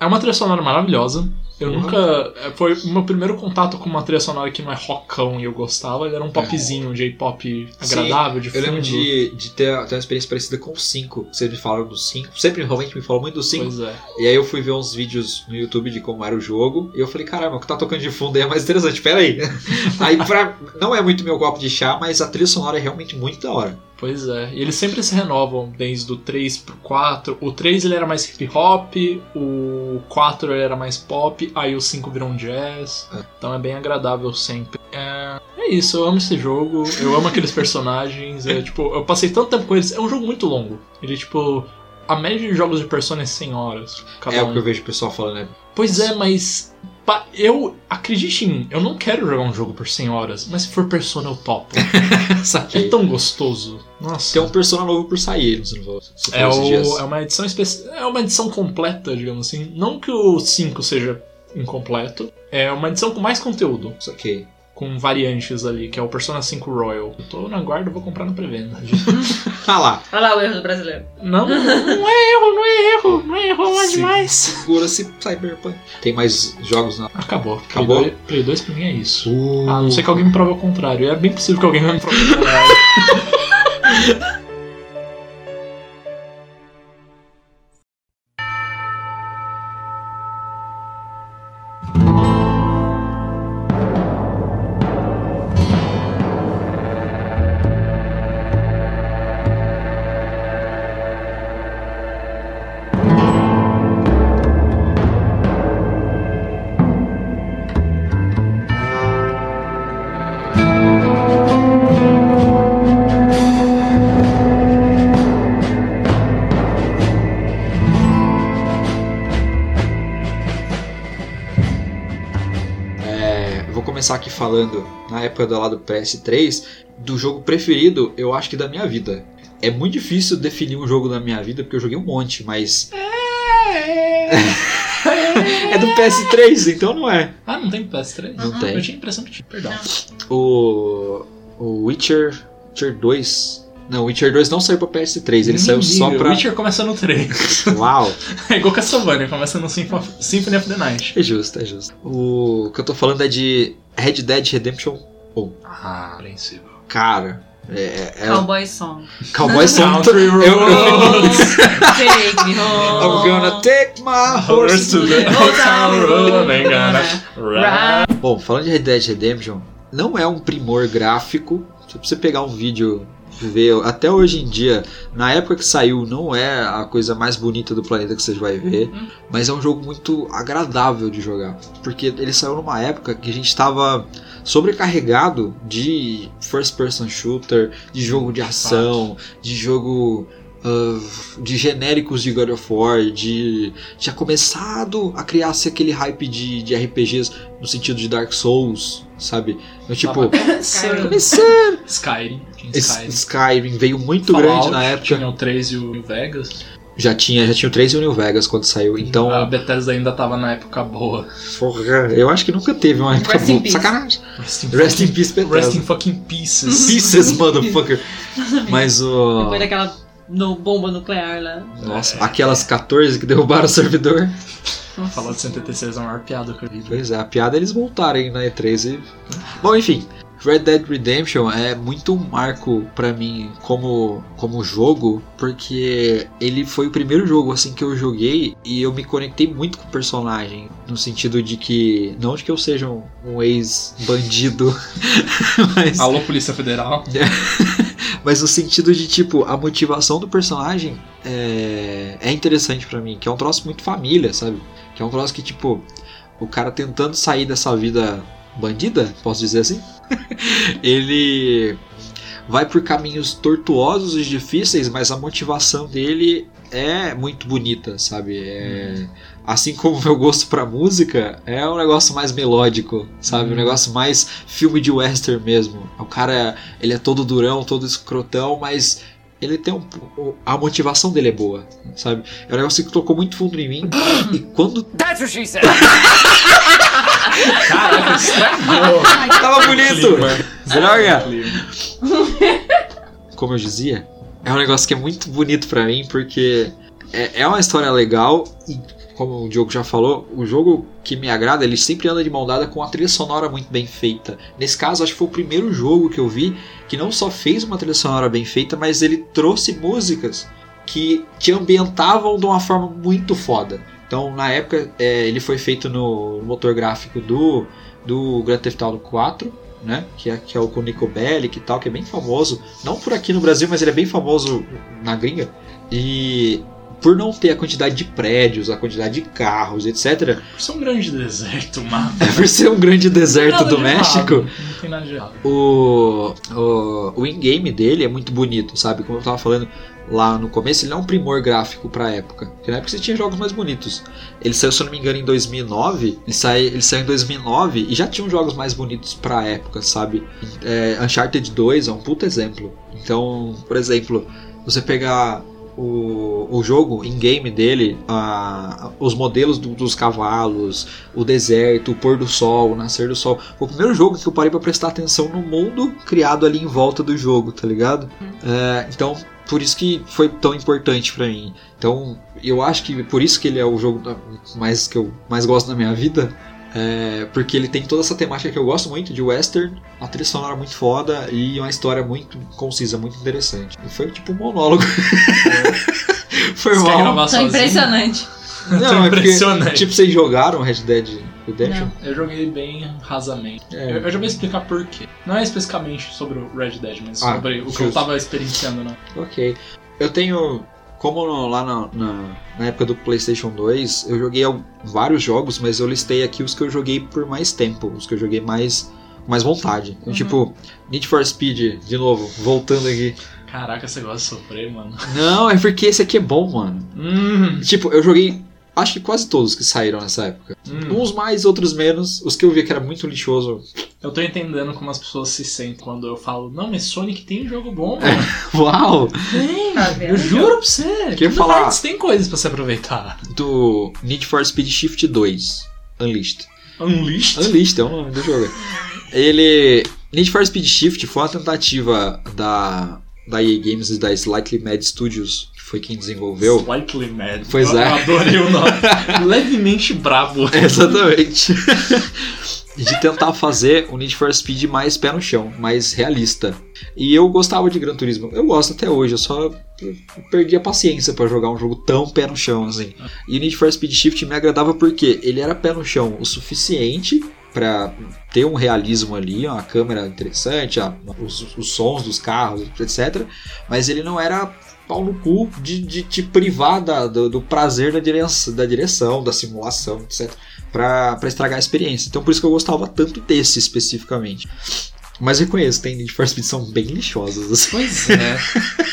É uma trilha sonora maravilhosa. Eu Porra. nunca. é, Foi o meu primeiro contato com uma trilha sonora que não é rockão e eu gostava. Ele era um popzinho, um J-pop agradável, de É. Eu fundo. lembro de, de ter, ter uma experiência parecida com o 5. Sempre falaram do 5. Sempre realmente me falam muito do 5. Pois é. E aí eu fui ver uns vídeos no YouTube de como era o jogo. E eu falei, caramba, o que tá tocando de fundo aí é mais interessante. Pera aí. <laughs> aí pra... não é muito meu copo de chá, mas a trilha sonora é realmente muito da hora. Pois é. E eles sempre se renovam, desde o 3 pro 4. O 3 ele era mais hip hop, o 4 ele era mais pop, aí o 5 virou um jazz. Então é bem agradável sempre. É, é isso, eu amo esse jogo, eu amo aqueles personagens. É, tipo, eu passei tanto tempo com eles. É um jogo muito longo. Ele, tipo, a média de jogos de Persona é 100 horas. Cada é um. o que eu vejo o pessoal falando, né? Pois é, mas. pa- Eu acredite em mim, eu não quero jogar um jogo por 100 horas, mas se for Persona eu <laughs> topo. né? Saquei. é tão gostoso. Nossa. Tem um Persona novo por sair, eles não vão. se É, for esses o- dias. é uma edição especial. É uma edição completa, digamos assim. Não que o 5 seja incompleto. É uma edição com mais conteúdo. Saquei. Com variantes ali, que é o Persona 5 Royal. Eu tô na guarda, eu vou comprar na pré-venda. <laughs> Ah lá, Olha lá o erro do brasileiro. Não, não é erro, não é erro. Não é erro é Sim. demais. segura-se Cyberpunk. Tem mais jogos na. Acabou. Acabou? Hum. Play 2, Play 2 pra mim é isso. A não ser que alguém me prove ao contrário. É bem possível que alguém me prove ao contrário. <laughs> Eu vou começar aqui falando, na época do lá do PS3, do jogo preferido, eu acho que da minha vida. É muito difícil definir um jogo da minha vida, porque eu joguei um monte, mas. <laughs> é do PS3, então não é. Ah, não tem PS3? Não Ah, tem. Eu tinha a impressão que tinha, perdão. O. O Witcher. Witcher 2. Não, o Witcher 2 não saiu pra PS3, ele Nem saiu só liga, pra. Witcher começa no 3. Uau! <laughs> É igual Castlevania, começa no Symphony of- Symphony of the Night. <laughs> É justo, é justo. O que eu tô falando é de Red Dead Redemption. Ah, princípio. Cara, é. é, é... Cowboy Song. <laughs> Cowboy Song. Country <laughs> Eu- eu- Take me I'm home. gonna take my horse to the... né? Bom, falando de Red Dead Redemption, não é um primor gráfico. Se você pegar um vídeo e ver, até hoje em dia, na época que saiu, não é a coisa mais bonita do planeta que você vai ver, mas é um jogo muito agradável de jogar. Porque ele saiu numa época que a gente estava sobrecarregado de first person shooter, de jogo de ação, de jogo ah, de genéricos de God of War, de tinha começado a criar-se aquele hype de, de RPGs no sentido de Dark Souls, sabe? Então, tipo, começando Skyrim. Tinha Skyrim. esse Skyrim veio muito grande na época. Tinha o 3 e o New Vegas. Já tinha, já tinha o 3 e o New Vegas quando saiu, então A Bethesda ainda tava na época boa. porra, eu acho que nunca teve uma época Rest in boa. peace. Sacanagem. Rest in, Uhum. Rest in fucking, peace, Bethesda. rest in fucking pieces. Pieces, motherfucker. Mas o Depois daquela no- bomba nuclear lá. nossa, aquelas 14 que derrubaram o servidor. Falar de 76 é a maior piada que eu vi. Pois é, a piada é eles voltarem na E3 e... Bom, enfim, Red Dead Redemption é muito um marco pra mim como, como jogo, porque ele foi o primeiro jogo assim que eu joguei e eu me conectei muito com o personagem, no sentido de que, não de que eu seja um, um ex-bandido, mas... Alô, Polícia Federal. Mas no sentido de, tipo, a motivação do personagem é, é interessante pra mim, que é um troço muito família, sabe? Que é um troço que, tipo, o cara tentando sair dessa vida bandida, posso dizer assim? <laughs> ele vai por caminhos tortuosos e difíceis, mas a motivação dele é muito bonita, sabe? É- Assim como o meu gosto pra música é um negócio mais melódico, sabe? Um negócio mais filme de western mesmo. O cara, ele é todo durão, todo escrotão, mas ele tem um. o- A motivação dele é boa, sabe? É um negócio que tocou muito fundo em mim. e quando. Caraca, estragou. Tava Tá bonito! Droga! Clima. como eu dizia, é um negócio que é muito bonito pra mim, porque é, é uma história legal e, como o Diogo já falou, o jogo que me agrada, ele sempre anda de mão dada com uma trilha sonora muito bem feita. Nesse caso, acho que foi o primeiro jogo que eu vi que não só fez uma trilha sonora bem feita, mas ele trouxe músicas que te ambientavam de uma forma muito foda. Então, na época, é, ele foi feito no motor gráfico do, do Grand Theft Auto 4, né? Que é, que é o com Nico Bellic e tal, que é bem famoso não por aqui no Brasil, mas ele é bem famoso na gringa. E por não ter a quantidade de prédios, a quantidade de carros, etc., Isso é um grande <laughs> deserto, mano. é <laughs> por ser um grande deserto Nada do de México, errado, Não tem nada de errado. o, o, o in-game dele é muito bonito, sabe? Como eu tava falando lá no começo, ele é um primor gráfico pra época. Porque na época você tinha jogos mais bonitos. Ele saiu, se eu não me engano, em 2009. Ele, sai, ele saiu em 2009 e já tinham jogos mais bonitos pra época, sabe? É, Uncharted 2 é um puto exemplo. Então, por exemplo, você pegar o, o jogo in-game dele, a- os modelos do- dos cavalos, o deserto, o pôr do sol, o nascer do sol. Foi o primeiro jogo que eu parei pra prestar atenção no mundo criado ali em volta do jogo, tá ligado? Uhum. É, então, por isso que foi tão importante pra mim. Então, eu acho que por isso que ele é o jogo da- mais que eu mais gosto na minha vida. é, porque ele tem toda essa temática que eu gosto muito de western, uma trilha sonora muito foda e uma história muito concisa, muito interessante. E foi tipo um monólogo. <laughs> foi É. Você quer mal. gravar Tô sozinho? impressionante. Não, é porque, impressionante. tipo, vocês jogaram Red Dead Redemption? Eu joguei bem rasamente. É. Eu, eu já vou explicar por quê. Não é especificamente sobre o Red Dead, mas Ah, sobre o que eu justo. tava experienciando, né? não. Ok. Eu tenho. Como no- lá na, na- na época do PlayStation 2, eu joguei al- vários jogos, mas eu listei aqui os que eu joguei por mais tempo, os que eu joguei mais, com mais vontade. Então, Uhum. Tipo, Need for Speed, de novo, voltando aqui. Caraca, você gosta de sofrer, mano. Não, é porque esse aqui é bom, mano. Hum, Tipo, eu joguei acho que quase todos que saíram nessa época. hum. Uns mais, outros menos. Os que eu vi que era muito lixoso, Eu tô entendendo como as pessoas se sentem quando eu falo, não, mas Sonic tem um jogo bom, <laughs> mano. uau! Tem, Tá vendo? eu juro pra você. Que Kingdom falar? Hearts tem coisas pra se aproveitar. Do Need for Speed Shift 2, Unleashed. Unleashed? Unleashed é o nome do jogo. Ele. Need for Speed Shift foi uma tentativa da, da EA Games e da Slightly Mad Studios, que foi quem <laughs> desenvolveu. Slightly mad. Pois eu, é. Eu adorei o nome. <laughs> Levemente brabo. Exatamente. <laughs> De tentar fazer o Need for Speed mais pé no chão, mais realista. E eu gostava de Gran Turismo. Eu gosto até hoje, eu só perdi a paciência pra jogar um jogo tão pé no chão assim. E o Need for Speed Shift me agradava porque ele era pé no chão o suficiente pra ter um realismo ali, uma câmera interessante, a- os, os sons dos carros, etc. Mas ele não era pau no cu de, de te privar da- do, do prazer da direção, da direção, da simulação, etc. Pra, pra estragar a experiência. Então por isso que eu gostava tanto desse especificamente. Mas reconheço, tem Need for Speed que são bem lixosas. assim. Pois <laughs> é. não,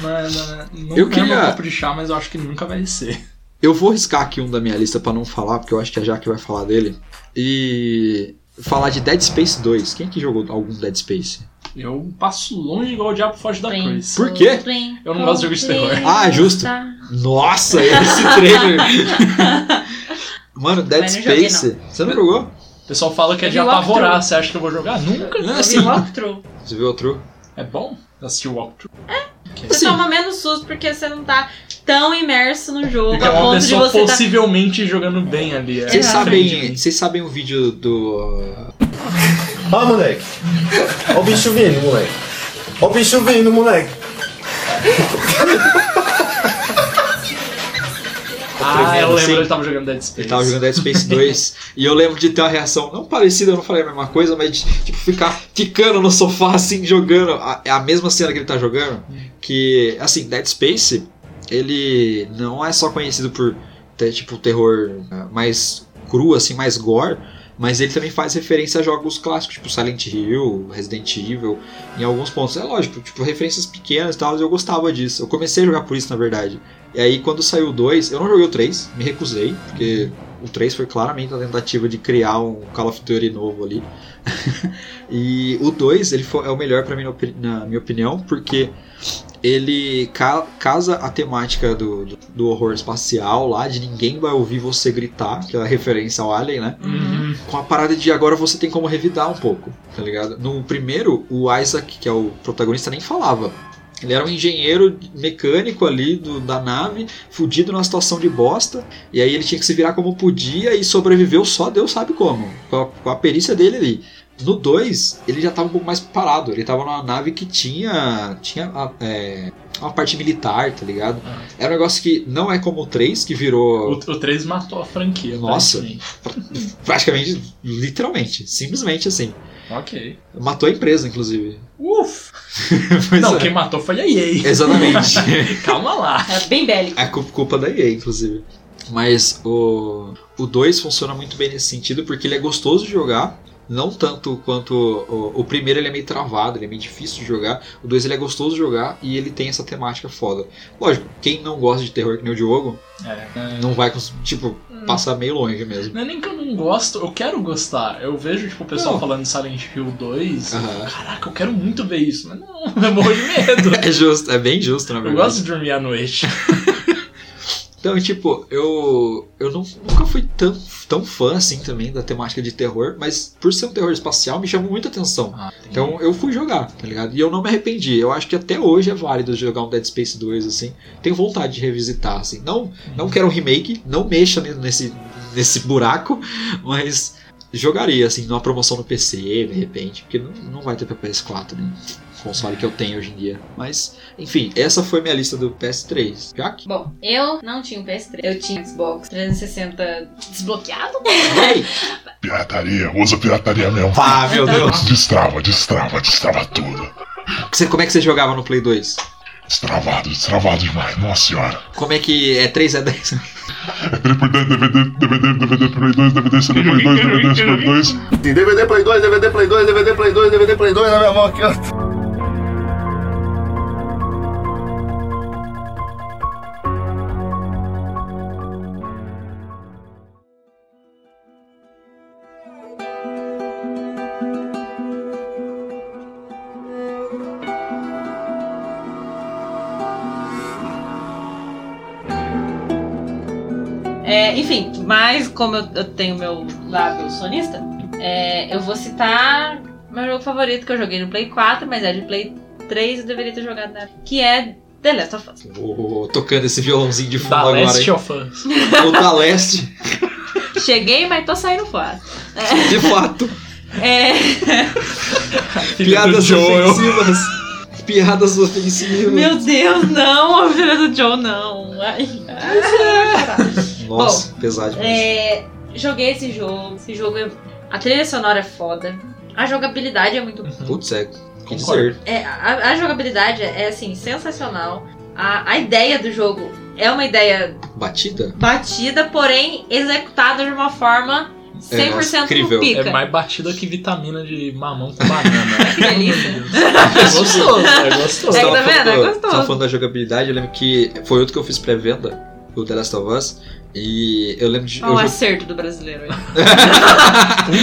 não, não, não, não Eu é queria- meu copo de chá, mas eu acho que nunca vai ser. Eu vou riscar aqui um da minha lista pra não falar, porque eu acho que a Jaque vai falar dele. E falar de Dead Space 2. Quem é que jogou algum Dead Space? Eu passo longe igual o diabo foge da Sim. cruz. Por quê? Eu não gosto de jogos de terror. Ah, justo. Nossa, <laughs> esse trailer! Mano, Dead Mas não joguei, Space. Você não jogou? O pessoal fala que é Eu de vi apavorar. walkthrough. Você acha que eu vou jogar? Nunca. Não, Eu vi assim, walkthrough. você viu outro? É bom assistir o walkthrough. Você Assim, toma menos susto porque você não tá tão imerso no jogo Porque é a uma ponto de pessoa você tá possivelmente jogando bem ali. é vocês, diferente de sabem, mim. vocês sabem o vídeo do. Ó, moleque. Ó o bicho vindo, moleque. Ó o bicho vindo, moleque. Ah, eu tremendo, lembro, sim. ele tava jogando Dead Space. assim? Ele tava jogando Dead Space 2 e eu lembro de ter uma reação não parecida, eu não falei a mesma coisa, mas de, tipo ficar ficando no sofá assim jogando a, a mesma cena que ele tá jogando, que assim, Dead Space, ele né, não é só conhecido por ter tipo terror ah, mais cru assim, mais gore, Mas ele também faz referência a jogos clássicos, tipo Silent Hill, Resident Evil, em alguns pontos. É lógico, tipo, referências pequenas e tal, eu gostava disso. Eu comecei a jogar por isso, na verdade. E aí, quando saiu o 2, eu não joguei o 3, me recusei, porque o 3 foi claramente a tentativa de criar um Call of Duty novo ali. <laughs> e o 2, ele foi, é o melhor pra mim, na opi- na minha opinião, porque ele ca- casa a temática do, do, do horror espacial lá, de ninguém vai ouvir você gritar, que é a referência ao Alien, né? Uhum. Com a parada de agora você tem como revidar um pouco, tá ligado? No primeiro, o Isaac, que é o protagonista, nem falava. Ele era um engenheiro mecânico ali do, da nave, fudido numa situação de bosta, e aí ele tinha que se virar como podia e sobreviveu só Deus sabe como, com a, com a perícia dele ali. No 2, ele já tava um pouco mais parado. Ele tava numa nave que tinha. tinha ah, é, uma parte militar, tá ligado? Ah. É um negócio que não é como o 3, que O, virou o 3 matou a franquia. né? Nossa. praticamente. praticamente, literalmente, simplesmente assim. Ok. Matou a empresa, inclusive. Uf! Mas Não, é. quem matou foi a EA. <laughs> Exatamente. Calma lá. É bem bélico. É cu- culpa da EA, inclusive. Mas o, o 2 funciona muito bem nesse sentido, porque ele é gostoso de jogar. Não tanto quanto o, o primeiro, ele é meio travado, ele é meio difícil de jogar. O 2 ele é gostoso de jogar e ele tem essa temática foda. Lógico, quem não gosta de terror que nem o Diogo, É. não vai, cons- tipo, Hum. passar meio <laughs> longe mesmo. Não é nem que eu não gosto, eu quero gostar. Eu vejo, tipo, o pessoal Não. Ah. falando de Silent Hill 2. Aham. <laughs> Caraca, eu quero muito ver isso. Mas não, <laughs> eu morro de medo. É justo, é bem justo, na Eu verdade. gosto de dormir à noite. Então, tipo, eu, eu não- nunca fui tão, tão fã assim também da temática de terror, mas por ser um terror espacial me chamou muita atenção. Então eu fui jogar, tá ligado? E eu não me arrependi. Eu acho que até hoje é válido jogar um Dead Space 2, assim. Tenho vontade de revisitar, assim. Não, não quero um remake, não mexa ne- nesse, nesse buraco, mas jogaria, assim, numa promoção no PC, de repente, porque não, não vai ter pra PS4, né? Console que eu tenho hoje em dia. Mas, enfim, essa foi minha lista do PS3. <laughs> Jaque? Bom, eu não tinha um PS3, eu tinha Xbox 360 desbloqueado. Pirataria, usa pirataria mesmo. Ah, meu Deus. Destrava, destrava, destrava tudo. Você- como é que você jogava no Play 2? Destravado, destravado demais, nossa senhora. Como é que é 3 é 10? É 3x10, DVD, DVD, DVD Play 2, DVD, CD Play 2, DVD Super 2. Tem DVD Play 2, DVD Play 2, DVD Play 2, DVD Play e 2 na minha mão aqui, ó. É, enfim, mas como eu, eu tenho meu lado sonista, é, eu vou citar meu jogo favorito que eu joguei no Play 4, mas é de Play 3 eu deveria ter jogado na época, que é The Last of Us. Vou tocando esse violãozinho de fundo Da agora, Last hein? of Us. O da leste, Cheguei, mas tô saindo fora. <laughs> de fato. É, Filha do Piadas Joel. ofensivas. Piadas ofensivas. meu Deus, não, a filha do Joe, não. Ai, ai, Nossa, pesado demais. É, joguei esse jogo. Esse jogo é. A trilha sonora é foda. A jogabilidade é muito. Putz, é. Que Concordo. dizer. é, a, a jogabilidade é assim, sensacional. A, a ideia do jogo é uma ideia Batida? batida, porém executada de uma forma 100% É, incrível. pica. É mais batida que vitamina de mamão com banana. <laughs> Que delícia. É gostoso, é gostoso. É que Tava tá vendo? É falando- gostoso. tava falando da jogabilidade, eu lembro que foi outro que eu fiz pré-venda, o The Last of Us. E eu lembro de. Olha o eu acerto do brasileiro aí.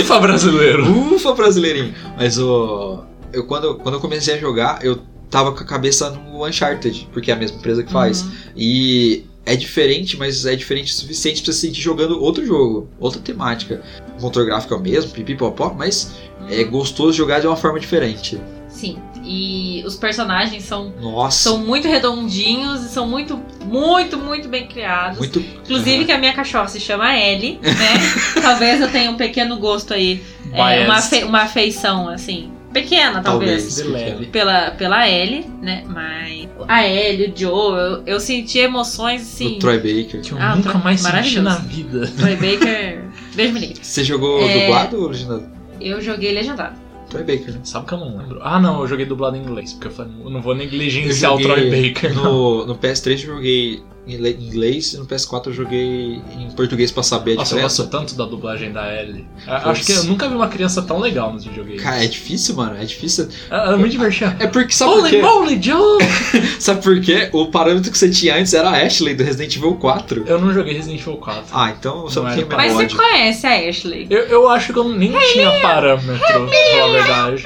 Ufa um brasileiro. Ufa, brasileirinho! Mas o. Eu, quando, quando eu comecei a jogar, eu tava com a cabeça no Uncharted, porque é a mesma empresa que faz. Uhum. E é diferente, mas é diferente o suficiente pra se sentir jogando outro jogo, outra temática. O motor gráfico é o mesmo, pipipopó, mas é gostoso jogar de uma forma diferente. Sim. E os personagens são, Nossa, são muito redondinhos e são muito, muito, muito bem criados. muito. Uhum. Inclusive que a minha cachorra se chama <laughs> Ellie, né? talvez eu tenha um pequeno gosto aí, é, Bias. uma, afe- uma afeição, assim, pequena talvez, Talvez. De leve. pela, pela Ellie, né? Mas a Ellie, o Joe, eu, eu senti emoções, assim... Do Troy Baker. Que eu Ah, nunca tá- mais senti maravilhoso. na vida. Troy <laughs> Baker... Beijo, me um livre. Você jogou É. dublado ou original? Eu joguei legendado. Troy Baker, né? Sabe que eu não lembro? Ah, não, eu joguei dublado em inglês, porque eu falei, eu não vou negligenciar o Eu joguei Troy Baker. No, no PS3 eu joguei em le- em inglês e no PS4 eu joguei em português pra saber a Nossa, eu diferença. gosto tanto da dublagem da Ellie. A- Acho que eu nunca vi uma criança tão legal nos videogames. Cara, é difícil, mano. É difícil. Ela é muito divertida. É porque sabe por Holy quê? moly, Joe! Sabe por quê? O parâmetro que você tinha antes era a Ashley do Resident Evil 4. Eu não joguei Resident Evil 4. Ah, então você Não não era tem pra- Mas mais você ódio. conhece a Ashley. Eu, eu acho que eu nem tinha parâmetro, pra falar a verdade.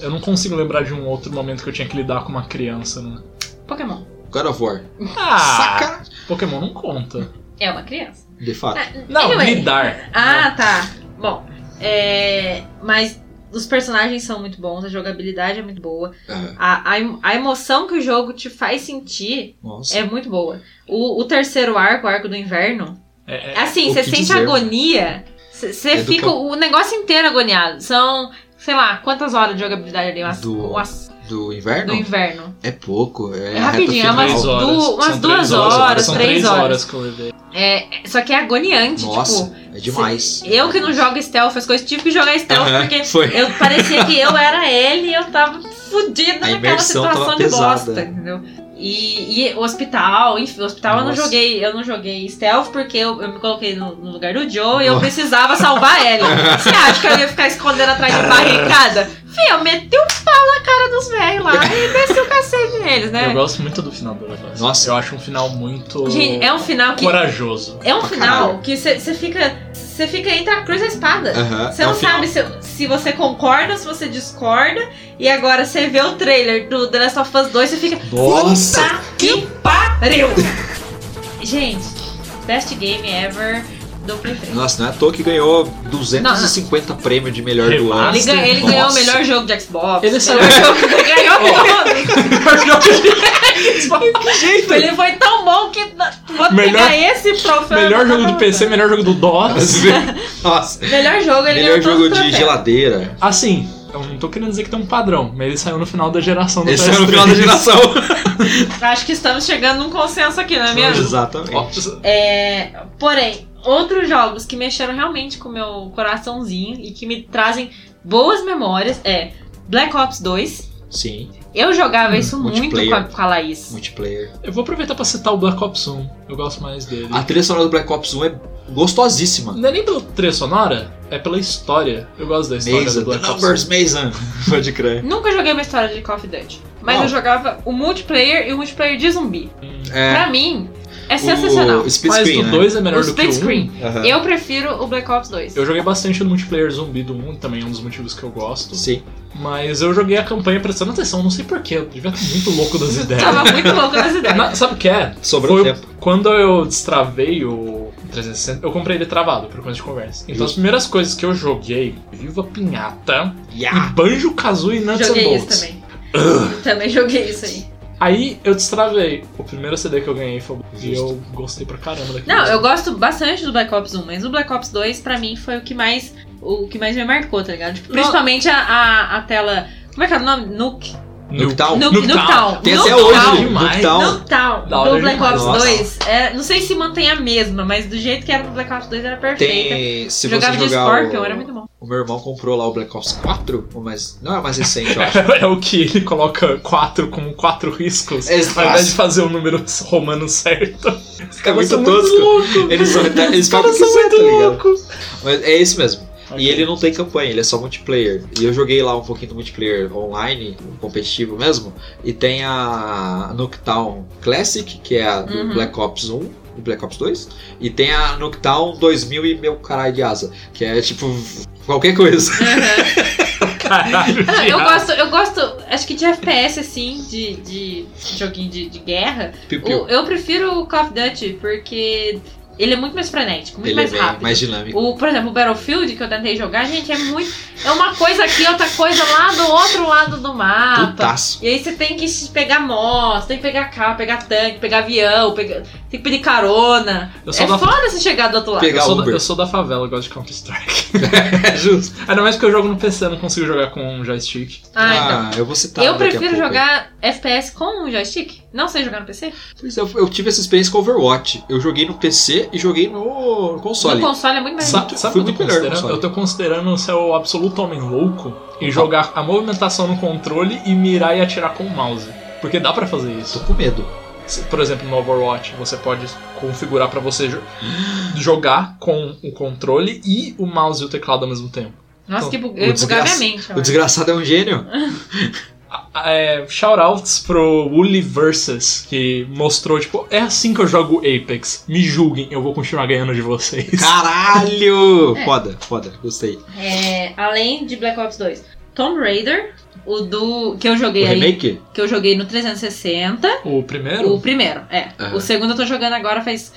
Eu não consigo lembrar de um outro momento que eu tinha que lidar com uma criança, né? Pokémon. God of War. Ah, Sacanagem. Pokémon não conta. É uma criança. De fato. É, Não, Anyway. lidar. Ah, tá. Bom, é... mas os personagens são muito bons, a jogabilidade é muito boa, Aham. a, a, em- a emoção que o jogo te faz sentir Nossa. é muito boa. O, o terceiro arco, o arco do inverno, É, é- assim, o você que sente dizer. agonia, você você É do fica que- o negócio inteiro agoniado. São, sei lá, quantas horas de jogabilidade ali? Umas, Do- umas- Do inverno? do inverno. É pouco. É, É a reta rapidinho, é final. umas Três horas. du- umas São duas três horas, horas, são três três horas. horas que eu levei. É, só que é agoniante, tipo. Nossa, é demais. Eu que não jogo stealth, as coisas, tive que jogar stealth Aham, porque foi. eu parecia que eu era ele e eu tava fudida A naquela imersão situação tava de pesada. bosta, entendeu? E, e o hospital, enfim, o hospital eu não Nossa. joguei, eu não joguei stealth porque eu, eu me coloquei no, no lugar do Joe e eu Nossa. precisava <laughs> salvar ele. Você acha que eu ia ficar escondendo atrás de barricada? Fih, eu meti o pau na cara dos velhos lá e desci o cacete neles, Eu né? gosto muito do final do negócio. Nossa. Eu acho um final muito Gente, é um final que. <laughs> corajoso. É um pra final caralho. que você fica. Você fica entre a cruz e a espada. Aham, Você é não o final. sabe se, se você concorda, se você discorda. E agora você vê o trailer do The Last of Us 2 e fica. Nossa! "Puta que pariu! <laughs> Gente, best game ever do Play três. Nossa, não é à toa que ganhou 250 prêmios de melhor do ano. Ele, ganha- ele Nossa. ganhou <laughs> o melhor jogo de Xbox. Ele melhor saiu- jogo, ele ganhou tudo. Ele foi tão bom que vou Melhor- pegar esse troféu. <laughs> e Melhor botar jogo pra do você. PC, melhor jogo do DOS. Nossa. Melhor jogo, ele Melhor ganhou todo jogo o de troféu. geladeira. Assim, eu não tô querendo dizer que tem um padrão, mas ele saiu no final da geração do Esse PS3. é o final <laughs> da geração. Acho que estamos chegando num consenso aqui, não é mesmo? Exatamente. Ó, É, porém, outros jogos que mexeram realmente com o meu coraçãozinho e que me trazem boas memórias é Black Ops 2. Sim, Eu jogava isso muito Hum, multiplayer. com a, com a Laís. multiplayer. Eu vou aproveitar pra citar o Black Ops 1. Eu gosto mais dele. A trilha sonora do Black Ops 1 é gostosíssima. Não é nem pela trilha sonora, é pela história. Eu gosto da história Mason, do The Black Ops Numbers 1. Mason. <laughs> Pode crer. Nunca joguei uma história de Call of Duty, mas Uau. eu jogava o multiplayer e o multiplayer de zumbi. É, Pra mim, é sensacional. O né? split Mas screen, o né? 2 é melhor O do que split o 1. screen. Aham. Eu prefiro o Black Ops 2. Eu joguei bastante no multiplayer zumbi do 1, também é um dos motivos que eu gosto. Sim. Mas eu joguei a campanha prestando atenção, não sei porquê, eu devia estar muito louco <laughs> das ideias. Tava muito <laughs> louco nas ideias. Na- sabe o que é? Sobrou Foi tempo. Quando eu destravei o 360, eu comprei ele travado por conta de conversa. Então Justo. as primeiras coisas que eu joguei, Viva Pinhata Yeah. e Banjo Kazooie Nuts and Ah. Joguei isso Bolts. também. Também joguei isso aí. Aí eu destravei. O primeiro CD que eu ganhei foi o e eu gostei pra caramba daquele. Não, jogo. eu gosto bastante do Black Ops 1, mas o Black Ops 2, pra mim, foi o que mais. O que mais me marcou, tá ligado? Tipo, Não. principalmente a, a, a tela. Como é que é o nome? Nuke. Nuketown. Nuke Nuketown. Nuketown. Tem até Nuketown. hoje. demais. Nuketown. Nuketown, Da hora do Black demais. Ops Nossa. 2. É, não sei se mantém a mesma, mas do jeito que era do Black Ops 2 era perfeita. Tem. Se Jogava você de jogar. Scorpion, o... era muito bom. o meu irmão comprou lá o Black Ops 4, mas não é mais recente, eu acho. <laughs> É o que ele coloca 4 como 4 riscos, Exato. ao invés de fazer o número romano certo. Os É muito são tosco. loucos. Eles são, eles Os caras são falam que é, muito tá ligado? loucos. Mas é esse mesmo. Ok. E ele não tem campanha, ele é só multiplayer. E eu joguei lá um pouquinho do multiplayer online, competitivo mesmo. E tem a Noctown Classic, que é a do Uhum. Black Ops 1 e Black Ops 2. E tem a Noctown 2000 e meu caralho de asa, que é tipo qualquer coisa. <laughs> <laughs> Caralho, Ah, Eu viado. gosto, eu gosto, acho que de FPS, assim, de, de joguinho de, de guerra, Piu, piu. o- eu prefiro o Call of Duty, porque ele é muito mais frenético, muito Ele mais é bem rápido. mais dinâmico. O, por exemplo, o Battlefield que eu tentei jogar, gente, é muito. É uma coisa aqui, outra coisa lá do outro lado do mapa. Putaço. <laughs> E aí você tem que pegar moto, tem que pegar carro, pegar tanque, pegar avião, pegar- tem que pedir carona. Eu sou é da- foda se chegar do outro lado. Pegar eu, sou da, Uber. eu sou da favela, eu gosto de Counter-Strike. <laughs> É justo. Ainda mais porque eu jogo no PC, eu não consigo jogar com um joystick. Ah, então. eu vou citar. eu tá, daqui a prefiro pouco. jogar FPS com um joystick. Não sei jogar no PC. Pois é, Eu, eu tive essa experiência com Overwatch. Eu joguei no PC e joguei no console. No console é muito mais. Sa- muito- sabe foi o que eu tô muito melhor no considerando? console. Eu tô considerando ser o absoluto homem louco e jogar a movimentação no controle e mirar e atirar com o mouse. Porque dá pra fazer Tô isso. Tá com medo. se- por exemplo, no Overwatch, você pode configurar pra você jo- <gasps> jogar com o controle e o mouse e o teclado ao mesmo tempo. Nossa, Então, que bug... o bugava minha desgraça- mente. O olha. desgraçado é um gênio. É, shoutouts pro Wooly Versus, que mostrou, tipo, é assim que eu jogo Apex. Me julguem, eu vou continuar ganhando de vocês. Caralho! É. Foda, foda, gostei. É, além de Black Ops 2, Tomb Raider, o do que eu joguei O aí, remake? que eu joguei no 360, O primeiro? o primeiro, é. Aham. O segundo eu tô jogando agora faz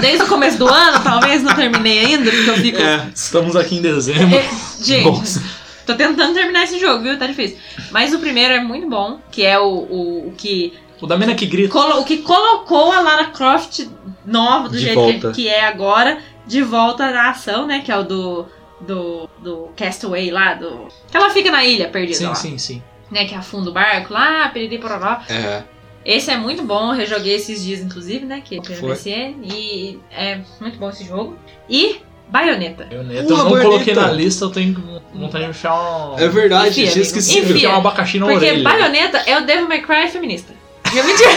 desde o começo do ano, talvez não terminei ainda, porque eu fico É. Estamos aqui em dezembro. É, Gente, Nossa. tô tentando terminar esse jogo, viu? Tá difícil. Mas o primeiro é muito bom, que é o, o, o que O da mina que grita. colo- o que colocou a Lara Croft nova do De jeito que, volta. que é agora de volta na ação, né? Que é o do do, do Castaway lá, do que ela fica na ilha perdida Sim, lá, sim, sim. né? Que afunda o barco lá, peridi pororó. É. Esse é muito bom, eu rejoguei esses dias inclusive, né? Que Foi. foi PSN e é muito bom esse jogo. E Bayonetta. Eu neto, Porra, eu não bonita. coloquei na lista, eu tenho vontade de enfiar um. É verdade, Enfia, tinha amigo. esquecido. Enfia. enfiar um abacaxi na Porque orelha. baioneta é o Devil May Cry feminista. <laughs> Eu mentira.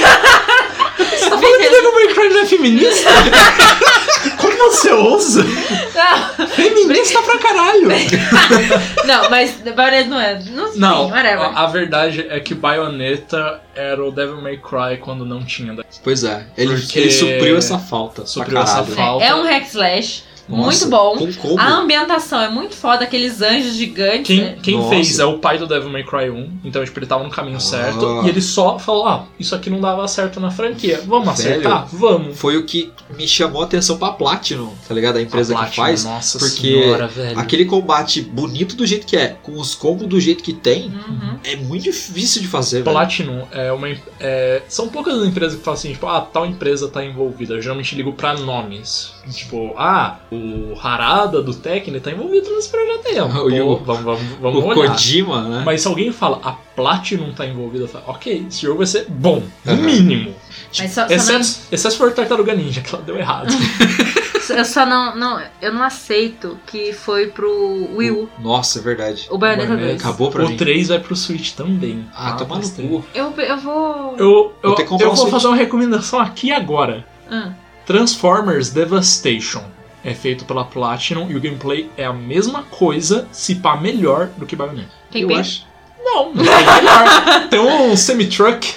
<laughs> Você tá Ele Devil May Cry não é <laughs> feminista? Como você ousa? Feminista pra caralho! Não, mas baioneta não é. Não, sei, Não, whatever. a, a verdade é que Bayonetta era o Devil May Cry quando não tinha. da- Pois é, ele, Porque- ele supriu essa falta. Supriu pra essa caralho. falta. falta. É um hack slash. Nossa, É, muito bom. Com combo. A ambientação é muito foda, aqueles anjos gigantes. né? Quem, quem Nossa. fez é o pai do Devil May Cry 1, então tipo, ele tava no caminho certo. Ah. E ele só falou: ah, isso aqui não dava certo na franquia. Vamos Velho. acertar? Vamos. Foi o que me chamou a atenção pra Platinum, tá ligado? A empresa A que Platinum, né? faz. Nossa porque senhora, velho. Aquele combate bonito do jeito que é, com os combos do jeito que tem, Uhum. é muito difícil de fazer, velho. Platinum é uma. em- é, são poucas as empresas que falam assim, tipo, ah, tal empresa tá envolvida. Eu geralmente ligo pra nomes. Tipo, ah, o Harada do Tekken tá envolvido nesse projeto aí. ó. <laughs> Pô, O Yu- vamos, vamos, vamos O olhar. Kojima, né? Mas se alguém fala, a Platinum tá envolvida, eu falo, ok, esse jogo vai ser bom, no Aham. mínimo. Mas É só, só Exceto, exceto se for Tartaruga Ninja, que ela deu <laughs> errado. não, eu só não, não. Eu não aceito que foi pro Will, Nossa, é verdade. o Bayonetta Bayonetta. 2. Acabou pra o mim. 3 vai pro Switch também. Ah, tá? tomar no Mas tem- cu. Eu, eu vou. Eu, eu, Vou ter que comprar eu um vou Switch. fazer uma recomendação aqui agora. Ah, Transformers Devastation é feito pela Platinum e o gameplay é a mesma coisa, se pá melhor do que Bayonetta. tem eu pena. acho. Não, não tem melhor. tem um semi-truck,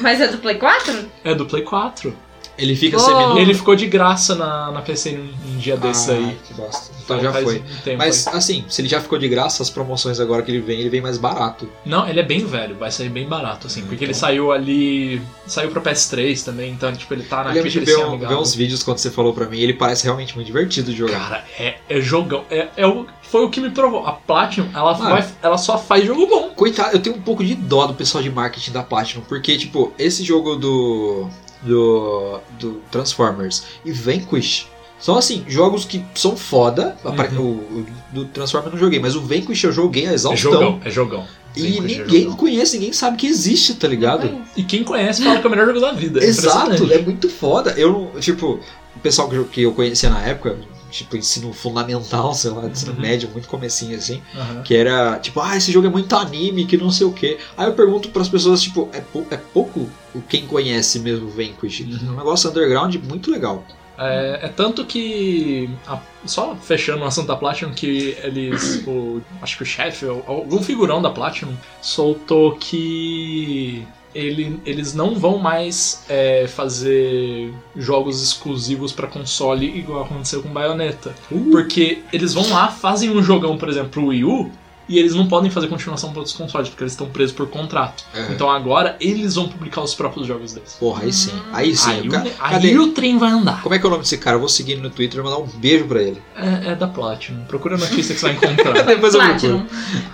Mas é do Play 4? é do Play 4. Ele fica Oh. seminu. Ele ficou de graça na, na PC um dia desse Ah, aí. que bosta. Então já Faz foi. um tempo Mas aí. assim, se ele já ficou de graça, as promoções agora que ele vem, ele vem mais barato. Não, ele é bem velho, vai sair bem barato, assim. Porque ele Então. saiu ali. Saiu pro PS3 também, então, tipo, ele tá Eu na lembro de crítica ver, desse um- amigável. ver uns vídeos quando você falou pra mim, ele parece realmente muito divertido de jogar. Cara, é, é jogão. É, é o, foi o que me provou. A Platinum, ela, Mano. vai- ela só faz jogo bom. Coitado, eu tenho um pouco de dó do pessoal de marketing da Platinum, porque, tipo, esse jogo do. do. do Transformers e Vanquish são, assim, jogos que são foda. Apare- O, o do Transformers eu não joguei, mas o Vanquish eu joguei a Uhum. É exaustão. jogão, é jogão. e Vanquish é ninguém jogão. conhece, ninguém sabe que existe, tá ligado? E quem conhece fala que é o melhor jogo da vida. É Exato, impressionante. é muito foda. Eu não, tipo, o pessoal que eu- que eu conhecia na época, tipo, ensino fundamental, sei lá, ensino Uhum. médio, muito comecinho assim, Aham. que era tipo, ah, esse jogo é muito anime, que não sei o quê. Aí eu pergunto pras pessoas, tipo, é, pou- é pouco o quem conhece mesmo o Vanquish. É um negócio underground muito legal. É, é tanto que. a- só fechando o assunto da Platinum, que <coughs> eles. o- acho que o chefe, ou- ou algum figurão da Platinum, soltou que. ele- eles não vão mais é, fazer jogos exclusivos pra console igual aconteceu com Bayonetta. Uh. Porque eles vão lá, fazem um jogão, por exemplo, pro Wii U, e eles não podem fazer continuação para outros consoles, porque eles estão presos por contrato. É. Então agora eles vão publicar os próprios jogos deles. Porra, aí sim. Aí sim. Hum. aí, o o, ca- aí cadê? o trem vai andar. Como é que é o nome desse cara? Eu vou seguir ele no Twitter e mandar um beijo pra ele. É, é da Platinum. Procura a notícia que você vai <laughs> encontrar. Depois eu procuro. Platinum.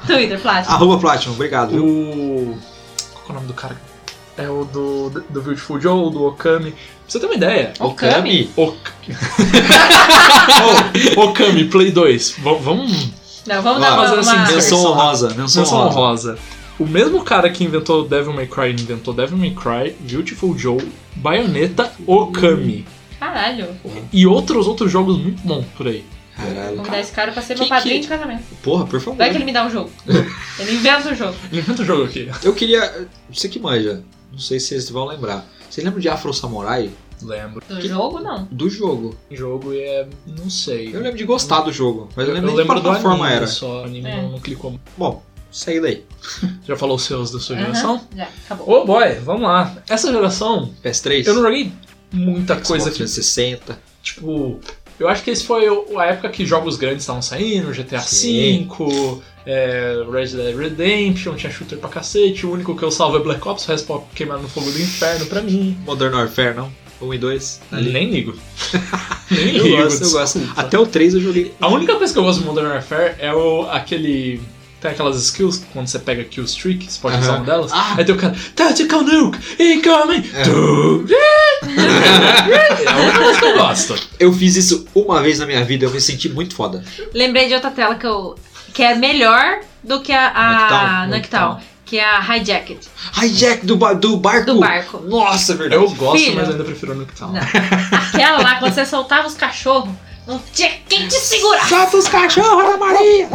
Twitter, Platinum. Arroba Platinum, obrigado. viu? o. Qual que é o nome do cara? É o do, do Beautiful Joe, do Okami. Pra você ter uma ideia. Okami? Ok- <laughs> Oh, Okami, Play 2. V- vamos. Não, vamos Vai. dar uma. Fazer assim, uma- Deus. Menção honrosa, menção Menção honrosa. honrosa. O mesmo cara que inventou Devil May Cry inventou Devil May Cry, Beautiful Joe, Bayonetta, Okami. Caralho. E outros outros jogos muito bons por aí. Caralho, Vou cara. convidar esse cara pra ser Que- meu padrinho que- de casamento. Porra, por favor. Vai que ele me dá um jogo. ele inventa um jogo. Ele inventa um jogo aqui. Eu queria. Você que manja. Não sei se vocês vão lembrar. Vocês lembram de Afro Samurai? Lembro. Do jogo, não. Do jogo. O jogo é. Não sei. Eu lembro de gostar do jogo, mas eu Eu lembro, nem lembro de do que plataforma anime, era. só o anime É. não, não clicou. muito. Bom, segue daí. Já falou os seus da sua Aham, geração? Já, acabou. Ô boy, vamos lá. Essa geração, PS3? eu não joguei muita coisa que, 360. tipo. Eu acho que esse foi o- a época que jogos grandes estavam saindo, GTA Sim. V, é, Red Dead Redemption, tinha shooter pra cacete, o único que eu salvo é Black Ops, o resto pode queimar no fogo do inferno pra mim. Modern Warfare, não? 1 e 2. ali. Nem <laughs> ligo. Nem Eu ligo, gosto, eu gosto. desculpa. Até o 3 eu joguei. A única coisa que eu gosto do Modern Warfare é o, aquele. Tem aquelas skills, quando você pega kill streak, você pode usar Aham. uma delas. Ah! Aí tem o cara, Tactical Nuke, incoming! Tu- É a única coisa que eu gosto. Eu fiz isso uma vez na minha vida, eu me senti muito foda. Lembrei de outra tela que eu. que é melhor do que a. a Noctown, Noctown, Que é a Hijacket. Hijack do, ba do barco! Do barco. Nossa, é verdade. Eu gosto, Filho. mas ainda prefiro o Nuketown. Não. Aquela lá, quando você soltava os cachorros, não tinha quem <laughs> te segurar. Solta os cachorros da Maria!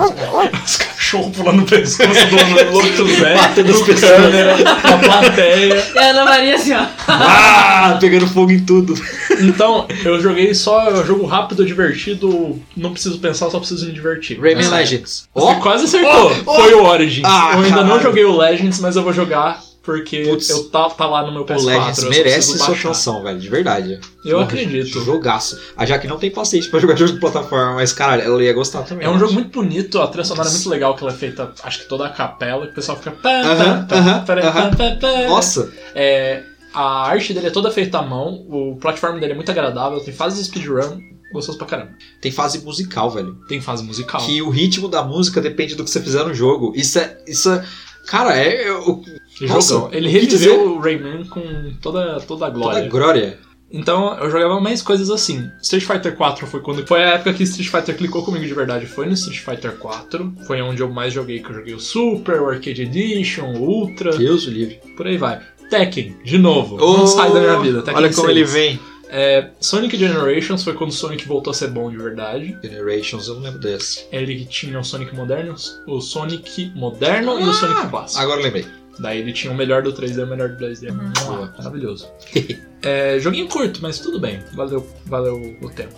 Os cachorros pulando no pescoço <laughs> do Ana Louco Zé, <laughs> Batendo as do pessoas. câmera, da plateia. E a Ana Maria assim, ó. <laughs> Ah, pegando fogo em tudo. Então, eu joguei só jogo rápido, divertido, não preciso pensar, só preciso me divertir. é Rayman Nessa Legends. Você Ó, quase acertou. ó. Foi o Origins. Ah, eu ainda não caralho. joguei o Legends, mas eu vou jogar porque Putz. eu tá, tá lá no meu o PS4. eu Legends só merece preciso sua baixar. atenção, velho, de verdade. Eu Porra, acredito. Jogaço. A Jaque não tem paciência pra <laughs> jogar jogo de plataforma, mas caralho, ela ia gostar também. É né? um eu jogo acho. muito bonito, a trilha sonora é muito legal que ela é feita, acho que toda a capela, que o pessoal fica. Aham, aham, aham. Nossa, É, a arte dele é toda feita à mão, o platform dele é muito agradável, tem fase de speedrun, gostoso pra caramba. tem fase musical, velho. Tem fase musical. Que o ritmo da música depende do que você fizer no jogo. Isso é. Isso é cara, é. Eu, Nossa, Jogão. Ele o que dizer? reviveu o Rayman com toda, toda a glória. toda glória. Então eu jogava mais coisas assim. Street Fighter 4 foi quando. Foi a época que Street Fighter clicou comigo de verdade. Foi no Street Fighter 4. Foi onde eu mais joguei, que eu joguei o Super, o Arcade Edition, o Ultra, Deus o livre. por aí vai. Tekken, de novo. não sai da minha vida. tá Tekken Oh, olha como 6. ele vem. É, Sonic Generations foi quando Sonic voltou a ser bom de verdade. Generations, eu não lembro desse. Ele que tinha o Sonic moderno, o Sonic moderno e o Ah, Sonic clássico. Agora eu lembrei. Daí ele tinha o melhor do 3D e o melhor do 2D. Boa. Maravilhoso. <laughs> é, joguinho curto, mas tudo bem. Valeu, valeu o tempo.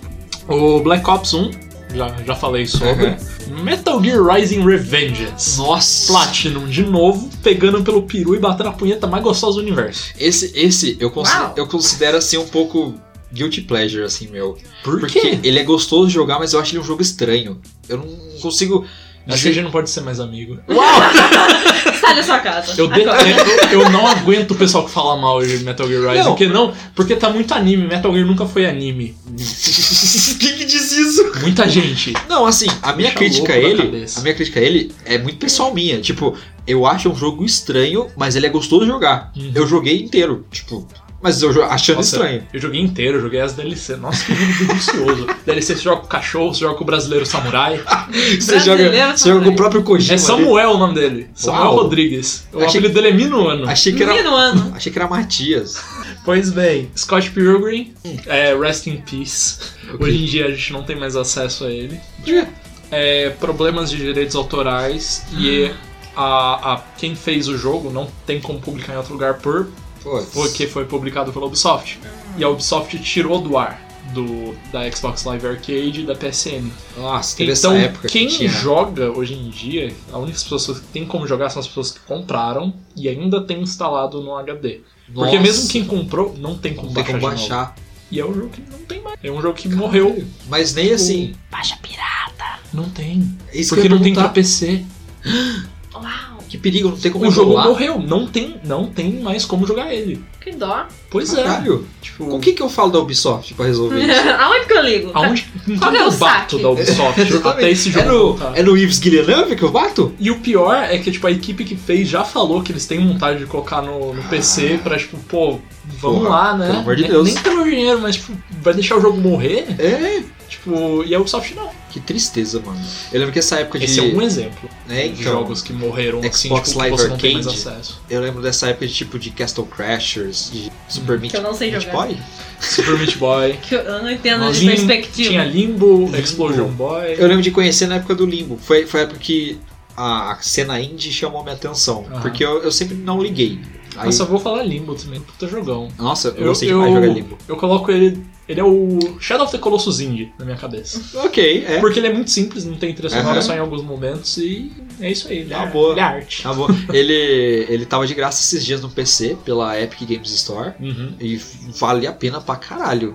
O Black Ops 1, já, já falei sobre. Metal Gear Rising Revengeance. Nossa! Platinum de novo, pegando pelo peru e batendo a punheta mais gostosa do universo. Esse, esse eu, consi- Uau. eu considero assim um pouco guilty pleasure, assim, meu. Por Porque quê? ele é gostoso de jogar, mas eu acho ele um jogo estranho. Eu não consigo. Acho que a gente não pode ser mais amigo. Sai da sua casa. Eu detesto, eu não aguento o pessoal que fala mal de Metal Gear Rising. Não. Porque não? Porque tá muito anime. Metal Gear nunca foi anime. <laughs> Quem que diz isso? Muita gente. Não, assim, a minha Deixa crítica a um louco da ele. cabeça. A minha crítica a ele é muito pessoal minha. Tipo, eu acho um jogo estranho, mas ele é gostoso de jogar. Uhum. Eu joguei inteiro, tipo. Mas eu jo- achando Nossa, estranho. Eu joguei inteiro, eu joguei as DLC. Nossa, que jogo delicioso. <laughs> DLC você joga com o cachorro, você joga com o brasileiro samurai. <laughs> Você joga, brasileiro você joga com o também. próprio Kojima. É ali. Samuel o nome dele. Samuel Uau. Rodrigues. O Achei- apelido dele é Minuano. Achei que era. Menino ano. Achei que era Matias. Pois bem, Scott Pilgrim, Hum. é, Rest in Peace. Hoje em dia a gente não tem mais acesso a ele. É, problemas de direitos autorais e Hum. a, a- quem fez o jogo não tem como publicar em outro lugar por Putz. porque foi publicado pela Ubisoft. E a Ubisoft tirou do ar do, da Xbox Live Arcade e da PSN. Nossa, teve Então, essa época quem que tinha. joga hoje em dia, a única pessoa que tem como jogar são as pessoas que compraram e ainda tem instalado no HD. Porque Nossa, mesmo quem comprou, não tem como não tem baixar. como de novo. baixar. E é um jogo que não tem mais. É um jogo que morreu. Mas nem assim. é Não tem. Isso Porque que eu não tem pra perguntar. PC. Uau, Que perigo, não tem como O jogo emular. morreu. Não tem, não tem mais como jogar ele. que dó. Pois é. Caralho. Tipo, Com o que, que eu falo da Ubisoft pra resolver isso? <laughs> Aonde que eu ligo? aonde em Qual todo é o eu bato saque? da Ubisoft <laughs> até esse é, jogo no, voltar. é no Yves Guilherme que eu bato? E o pior é que, tipo, a equipe que fez já falou que eles têm vontade de colocar no, no PC pra, tipo, pô, vamos Ah. Porra, lá, né? pelo amor de Nem- Deus. Nem pelo dinheiro, mas, tipo, vai deixar o jogo morrer? É. Tipo, e a Ubisoft não. Que tristeza, mano. Eu lembro que essa época de. Esse é um exemplo é, de então, jogos que morreram, assim, tipo, Xbox que Live você não tem mais Arcade. acesso. Eu lembro dessa época de tipo de Castle Crashers, de Hum. Super Meat, Que eu não sei Meat jogar. Boy. Super Meat <laughs> Boy. Tá Que eu- eu não entendo de Lim- perspectiva. Tinha Limbo, Limbo. Explosion Boy. Eu lembro de conhecer na época do Limbo. Foi, foi a época que a cena indie chamou minha atenção. Aham. Porque eu, eu sempre não liguei. Eu só vou falar Limbo também, puta jogão. Nossa, eu, gostei demais de jogar Limbo. eu coloco ele. Ele é o Shadow of the Colossus Indie na minha cabeça. Ok, é. Porque ele é muito simples, não tem trilha sonora Aham. só em alguns momentos e é isso aí. Ele, Tá é, boa. ele é arte. Tá bom. ele, ele tava de graça esses dias no PC pela Epic Games Store Uhum. e vale a pena pra caralho.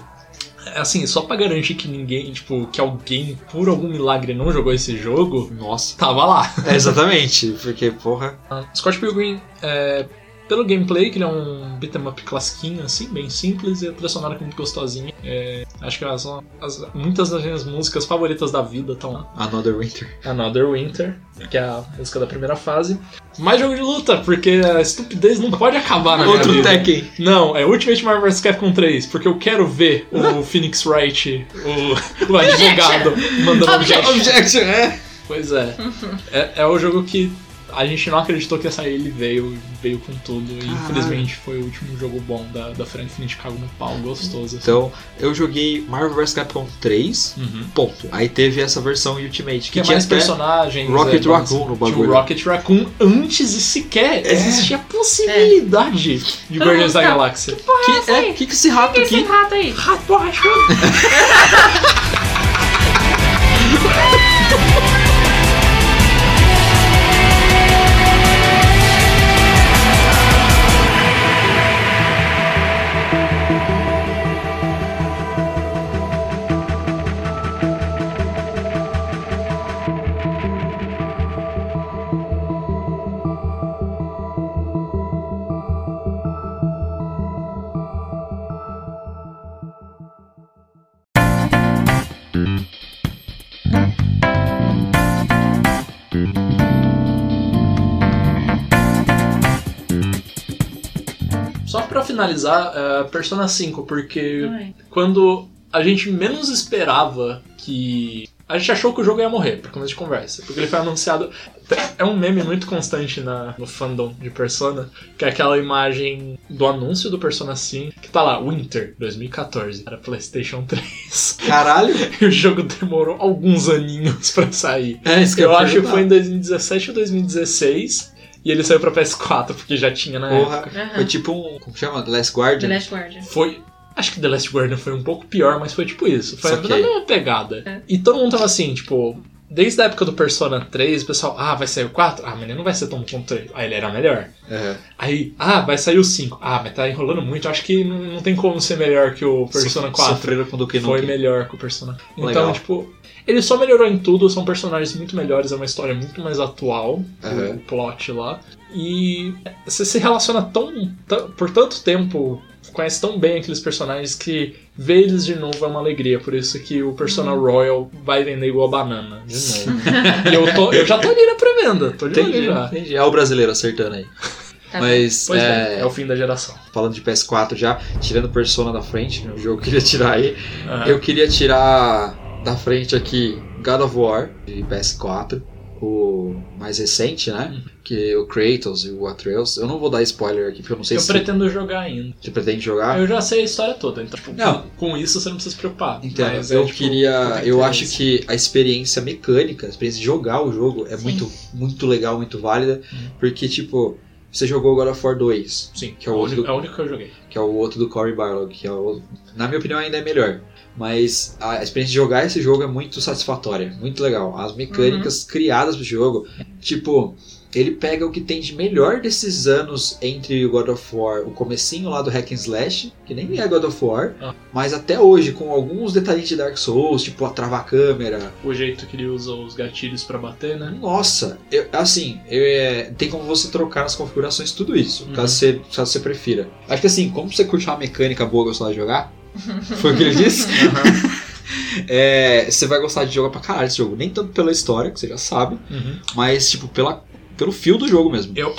Assim, só pra garantir que ninguém, tipo, que alguém por algum milagre não jogou esse jogo, Nossa. tava lá. É, exatamente, porque, porra. Ah, Scott Pilgrim, é, pelo gameplay, que ele é um beat'em up classiquinho, assim, bem simples, e a trilha sonora que é muito gostosinha. É, acho que elas são as- muitas das minhas músicas favoritas da vida estão lá. Another Winter. Another Winter, que é a música da primeira fase. Mais jogo de luta, porque a estupidez não pode acabar né? na minha Outro vida. Tekken. Não, é Ultimate Marvel vs Capcom 3, porque eu quero ver <laughs> o Phoenix Wright, o, o advogado, mandando objection. Objection, é. Pois é. é. é o jogo que a gente não acreditou que ia sair, ele veio, veio com tudo. E infelizmente foi o último jogo bom da, da franquia de cago no pau, gostoso. assim. Então, eu joguei Marvel vs Capcom 3, Uhum. ponto. Aí teve essa versão Ultimate, que é Tinha tinha mais até... personagens. Rocket é, Raccoon no Tinha o bagulho. É. Rocket Raccoon antes e sequer existia a possibilidade de Todo Guardiões mundo da Então, tá- Galáxia. Que, é, que que esse rato Que esse aqui? rato aí? Rato rachando. Só pra finalizar, é, Persona 5, porque Ai. quando a gente menos esperava que. A gente achou que o jogo ia morrer, pra começo de conversa. Porque ele foi anunciado. É um meme muito constante na, no fandom de Persona, que é aquela imagem do anúncio do Persona 5, que tá lá, Winter 2014, para PlayStation 3. Caralho. <laughs> E o jogo demorou alguns aninhos <laughs> pra sair. É, isso que Eu ia acho que perguntar. foi em 2017 ou 2016, e ele saiu pra PS4, porque já tinha na época. Porra. Aham. Foi tipo um... Como chama? The Last The Guardian? Last Guardian. Foi. Acho que The Last Guardian foi um pouco pior, mas foi tipo isso. Foi Saquei. na mesma pegada. É. E todo mundo tava assim, tipo. Desde a época do Persona 3, o pessoal, ah, vai sair o 4? Ah, mas ele não vai ser tão bom quanto o 3. Ah, ele era melhor. Aham. Aí, ah, vai sair o 5. Ah, mas tá enrolando muito. Acho que não, não tem como ser melhor que o Persona Sof- 4. Sofreram com o Duke Foi Nukem. melhor que o Persona. Então, Legal. tipo, ele só melhorou em tudo, são personagens muito melhores, é uma história muito mais atual, Aham. o plot lá. E você se relaciona tão, tão- por tanto tempo, conhece tão bem aqueles personagens que ver eles de novo é uma alegria. Por isso que o Persona Royal vai vender igual banana, de novo. e eu, tô- eu já tô ali na pré-venda, tô de olho Entendi, já. entendi. É o brasileiro acertando aí. Tá Mas, Pois é, é, é o fim da geração. falando de PS4 já, tirando Persona da frente, né, o jogo que eu queria tirar aí, Ah, eu queria tirar da frente aqui God of War de PS4, o mais recente, né? Uhum. Que o Kratos e o Atreus. Eu não vou dar spoiler aqui, porque eu não sei eu se pretendo jogar ainda. você pretende jogar. Eu já sei a história toda, então tipo, Não. com- com isso você não precisa se preocupar. Entendo. Mas é, eu tipo, queria. tem Eu interesse. acho que a experiência mecânica, a experiência de jogar o jogo é muito, muito legal, muito válida. Uhum. Porque, tipo, você jogou God of War 2, Sim, que é o a outro única- a única que eu joguei. que é o outro do Cory Barlog, que é o, na minha opinião ainda é melhor. Mas a experiência de jogar esse jogo é muito satisfatória, muito legal. As mecânicas criadas pro jogo, tipo, ele pega o que tem de melhor desses anos entre o God of War, o comecinho lá do Hack and Slash, que nem é God of War, Ah. mas até hoje, com alguns detalhes de Dark Souls, tipo a travar a câmera. o jeito que ele usa os gatilhos pra bater, né? Nossa, eu- assim, eu, é, tem como você trocar nas configurações tudo isso, Uhum. caso, você, caso você prefira. Acho que assim, como você curte uma mecânica boa gostar de jogar, <laughs> foi o que ele disse. Uhum. <laughs> É, você vai gostar de jogar pra caralho esse jogo. Nem tanto pela história, que você já sabe, mas tipo, pela, pelo fio do jogo mesmo. Eu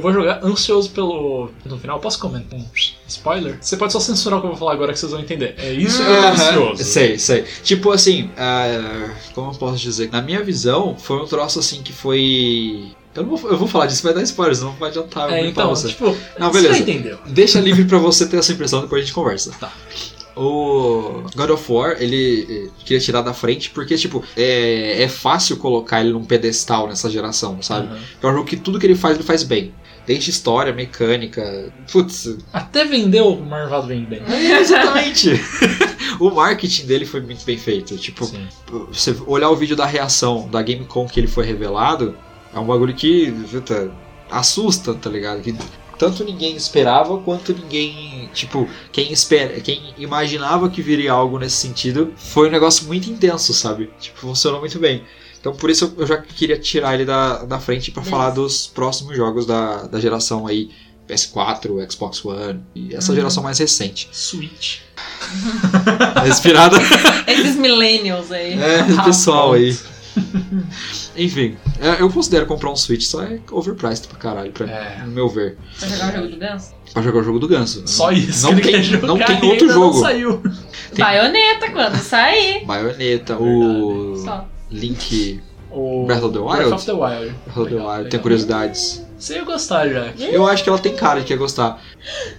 vou jogar ansioso pelo. No final, posso comentar um spoiler? Você pode só censurar o que eu vou falar agora que vocês vão entender. É isso que eu tô Aham, ansioso. Sei, sei. Tipo assim, ah, como eu posso dizer? Na minha visão, foi um troço assim que foi. Eu, não vou, eu vou falar disso, vai dar spoilers, não vai adiantar. É, muito pra então, você. tipo, Não, você beleza. já entendeu. Deixa livre pra você ter essa impressão, depois a gente conversa. Tá. O God of War, ele eh, queria tirar da frente porque, tipo, é, é fácil colocar ele num pedestal nessa geração, sabe? Aham. É um jogo que tudo que ele faz, ele faz bem. Desde história, mecânica. Putz, Até vendeu o Marvado vem bem. É, exatamente. <laughs> o marketing dele foi muito bem feito. Tipo, Sim. você olhar o vídeo da reação da Gamecom que ele foi revelado, é um bagulho que puta, assusta, tá ligado? Que tanto ninguém esperava quanto ninguém. Tipo, quem espera, quem imaginava que viria algo nesse sentido foi um negócio muito intenso, sabe? Tipo, funcionou muito bem. Então por isso eu- eu já queria tirar ele da, da frente pra falar dos próximos jogos da, da geração aí. PS4, Xbox One e essa geração mais recente. <laughs> Switch. Respirada. Esses millennials <laughs> aí. É, Ah, pessoal pronto. aí. <laughs> Enfim, é, eu considero comprar um Switch, só é overpriced pra caralho, pra, É. no meu ver. Pra jogar o jogo do Ganso? Pra jogar o jogo do Ganso. né? Só isso. Não que ele tem- quer jogar não tem e outro ainda jogo. Não saiu. Tem- Baioneta, quando sair. Baioneta, o Só. Link O Breath of the Wild? Breath of the Wild. Breath of the Legal, Wild, tem legal. curiosidades. Você ia gostar já. Eu acho que ela tem cara de que ia gostar.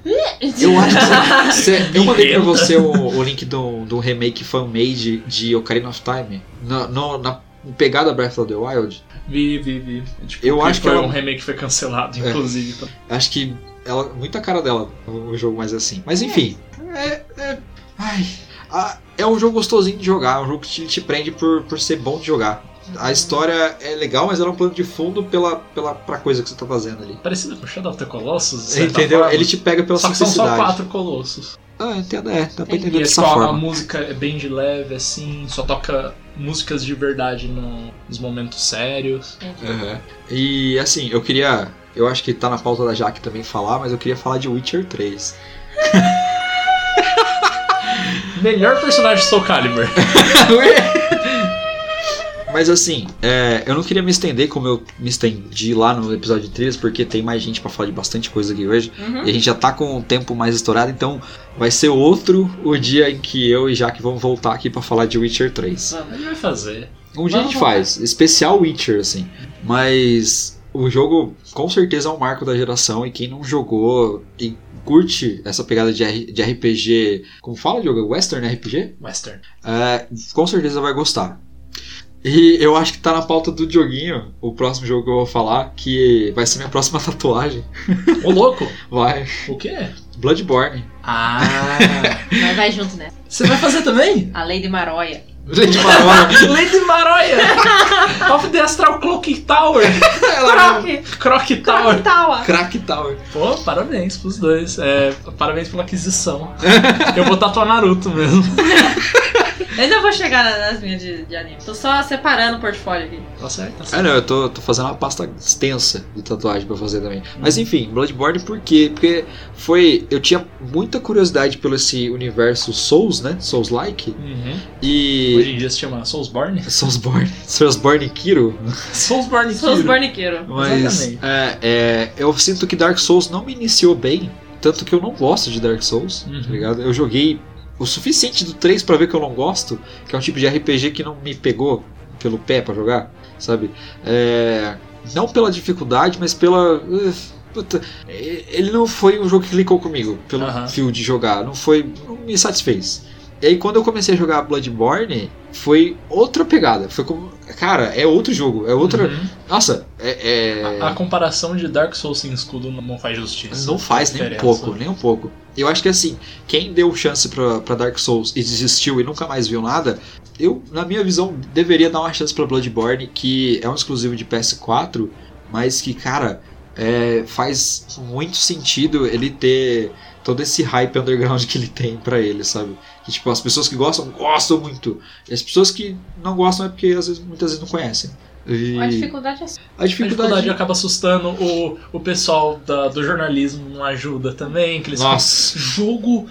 Eu acho <laughs> que você, Eu mandei pra você o, o link do, do um remake fan-made de Ocarina of Time. Na, no- na pegada Breath of the Wild. Vi, vi, vi. Tipo, Eu acho que foi ela- um remake que foi cancelado, É. inclusive. Acho que ela, muita cara dela o jogo mais assim. Mas enfim. É, é, ai, a- é um jogo gostosinho de jogar, é um jogo que te, te prende por, por ser bom de jogar. A história é legal, mas ela é um plano de fundo pela, pela pra coisa que você tá fazendo ali. Parecido com Shadow of the Colossus. de certa Entendeu? forma. Ele te pega pela Só que são só simplicidade. quatro colossos. Ah, entendo, é, dá pra E entender é, dessa tipo, a- a forma. música é bem de leve, assim, só toca músicas de verdade no- nos momentos sérios. Aham. E assim, eu queria. Eu acho que tá na pauta da Jaque também falar, mas eu queria falar de Witcher 3. Melhor personagem de Soul Calibur. <laughs> <laughs> Mas assim, é, eu não queria me estender como eu me estendi lá no episódio de trilhas, porque tem mais gente pra falar de bastante coisa aqui hoje. Uhum. E a gente já tá com o tempo mais estourado, então vai ser outro o dia em que eu e Jaque vamos voltar aqui pra falar de Witcher 3. A gente vai fazer. Um dia a Vamos gente faz, especial Witcher, assim. Mas o jogo com certeza é um marco da geração e quem não jogou e curte essa pegada de, R- de RPG, como fala, jogo? Western RPG? Western. É, com certeza vai gostar. E eu acho que tá na pauta do joguinho, o próximo jogo que eu vou falar, que vai ser minha próxima <laughs> tatuagem. Ô, louco! Vai. O quê? Bloodborne. <laughs> Ah! Mas vai junto, né? Você vai fazer também? A Lady Maroia. Lady <laughs> Marona. Lady Maroia! <laughs> Off the Astral Clock Tower! Ah, Croque! Croc tá Tower! Croque Tawa! Crack Tower. Pô, parabéns pros dois. É, parabéns pela aquisição. <laughs> Eu vou tatuar Naruto mesmo. Eu Ainda vou chegar na- nas minhas de, de anime. Tô só separando o portfólio aqui. Tá certo, tá Ah, certo. não, eu tô, tô fazendo uma pasta extensa de tatuagem pra fazer também. Mas Uhum. enfim, Bloodborne por quê? Porque foi. Eu tinha muita curiosidade pelo esse universo Souls, né? Souls-like. Uhum. Hoje E. em dia se chama <laughs> Soulsborne. Uhum. Soulsborne. Soulsborne Kiro. Soulsborne Sou os Kiro. borniqueiros. Mas Exatamente. é, é, eu sinto que Dark Souls não me iniciou bem. Tanto que eu não gosto de Dark Souls, Uhum. tá ligado? Eu joguei o suficiente do 3 pra ver que eu não gosto, que é um tipo de RPG que não me pegou pelo pé pra jogar, sabe? É, não pela dificuldade, mas pela. uf, puta, e- ele não foi um jogo que clicou comigo, pelo Aham. fio de jogar. Não foi. Não me satisfez. E aí quando eu comecei a jogar Bloodborne, foi outra pegada. Foi como. Cara, é outro jogo, é outra. Uhum. Nossa, é. é- A comparação de Dark Souls sem escudo não faz justiça. Não faz nem um Diferença. pouco, nem um pouco. Eu acho que assim, quem deu chance pra, pra Dark Souls e desistiu e nunca mais viu nada, eu, na minha visão, deveria dar uma chance pra Bloodborne, que é um exclusivo de PS4, mas que, cara, é, faz muito sentido ele ter todo esse hype underground que ele tem pra ele, sabe? Que, tipo, as pessoas que gostam, gostam muito. E as pessoas que não gostam é porque às vezes, muitas vezes não conhecem. E A dificuldade é só. a A dificuldade acaba assustando o, o pessoal da- do jornalismo, não ajuda também. Que eles Nossa. falam, jogo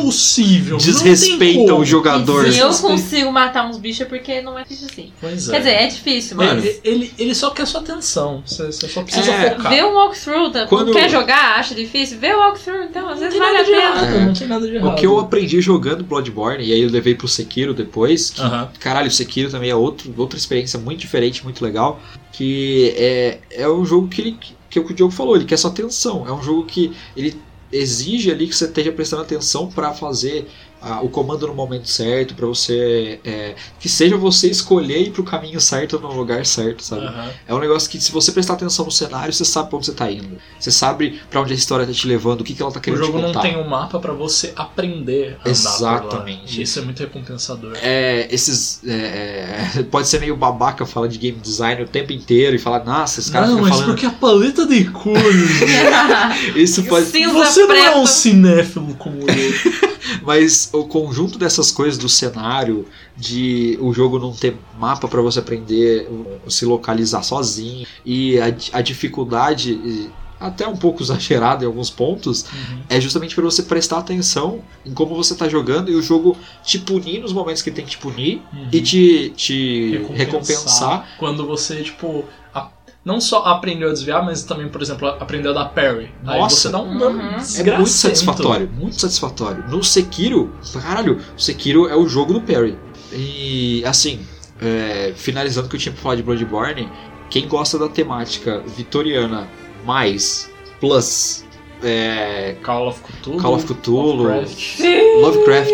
impossível. desrespeita não tem o como." jogador. E eu Sim. consigo matar uns bichos porque não é difícil assim. Pois é. Quer dizer, é difícil, mas. Mano, ele, ele, ele só quer sua atenção. Você você só precisa É. focar. Vê um walkthrough, tá? Quando- Quando... quer jogar, acha difícil, vê o walkthrough, então, às Não vezes tem vale nada a de pena. errado. Não tem nada de errado. O que eu aprendi jogando Bloodborne, e aí eu levei pro Sekiro depois, que, Aham. caralho, o Sekiro também é outro, outra experiência muito diferente, muito legal, que é, é um jogo que, ele, que é o que o Diogo falou, ele quer sua atenção, é um jogo que ele exige ali que você esteja prestando atenção pra fazer a- o comando no momento certo, pra você. é, que seja você escolher ir pro caminho certo no lugar certo, sabe? Aham. É um negócio que, se você prestar atenção no cenário, você sabe pra onde você tá indo. Você sabe pra onde a história tá te levando, o que, que ela tá O querendo jogo te não contar. tem um mapa pra você aprender a andar por lá. Exatamente. E Isso é muito recompensador. É, esses. é, <laughs> é, pode ser meio babaca falar de game design o tempo inteiro e falar, nossa, esse cara não, fica mas falando. <laughs> porque a paleta de <laughs> cores. <laughs> Isso pode. Cinza você não é um preto. cinéfilo como <laughs> eu. <laughs> Mas o conjunto dessas coisas do cenário, de o jogo não ter mapa pra você aprender, o- se localizar sozinho, e a, di- a dificuldade, e até um pouco <laughs> exagerada em alguns pontos, é justamente pra você prestar atenção em como você tá jogando e o jogo te punir nos momentos que tem que te punir Uhum. e te, te recompensar. Quando você, tipo, a- não só aprendeu a desviar, mas também, por exemplo, aprendeu a dar parry. Aí Nossa. você dá um dano Uhum. É muito desgracento. satisfatório, muito satisfatório. No Sekiro, caralho, o Sekiro é o jogo do parry. E assim, é, finalizando o que eu tinha pra falar de Bloodborne, quem gosta da temática vitoriana mais plus é, Call of Cthulhu. Call of Cthulhu, Lovecraft. <laughs> É um <laughs> Lovecraft.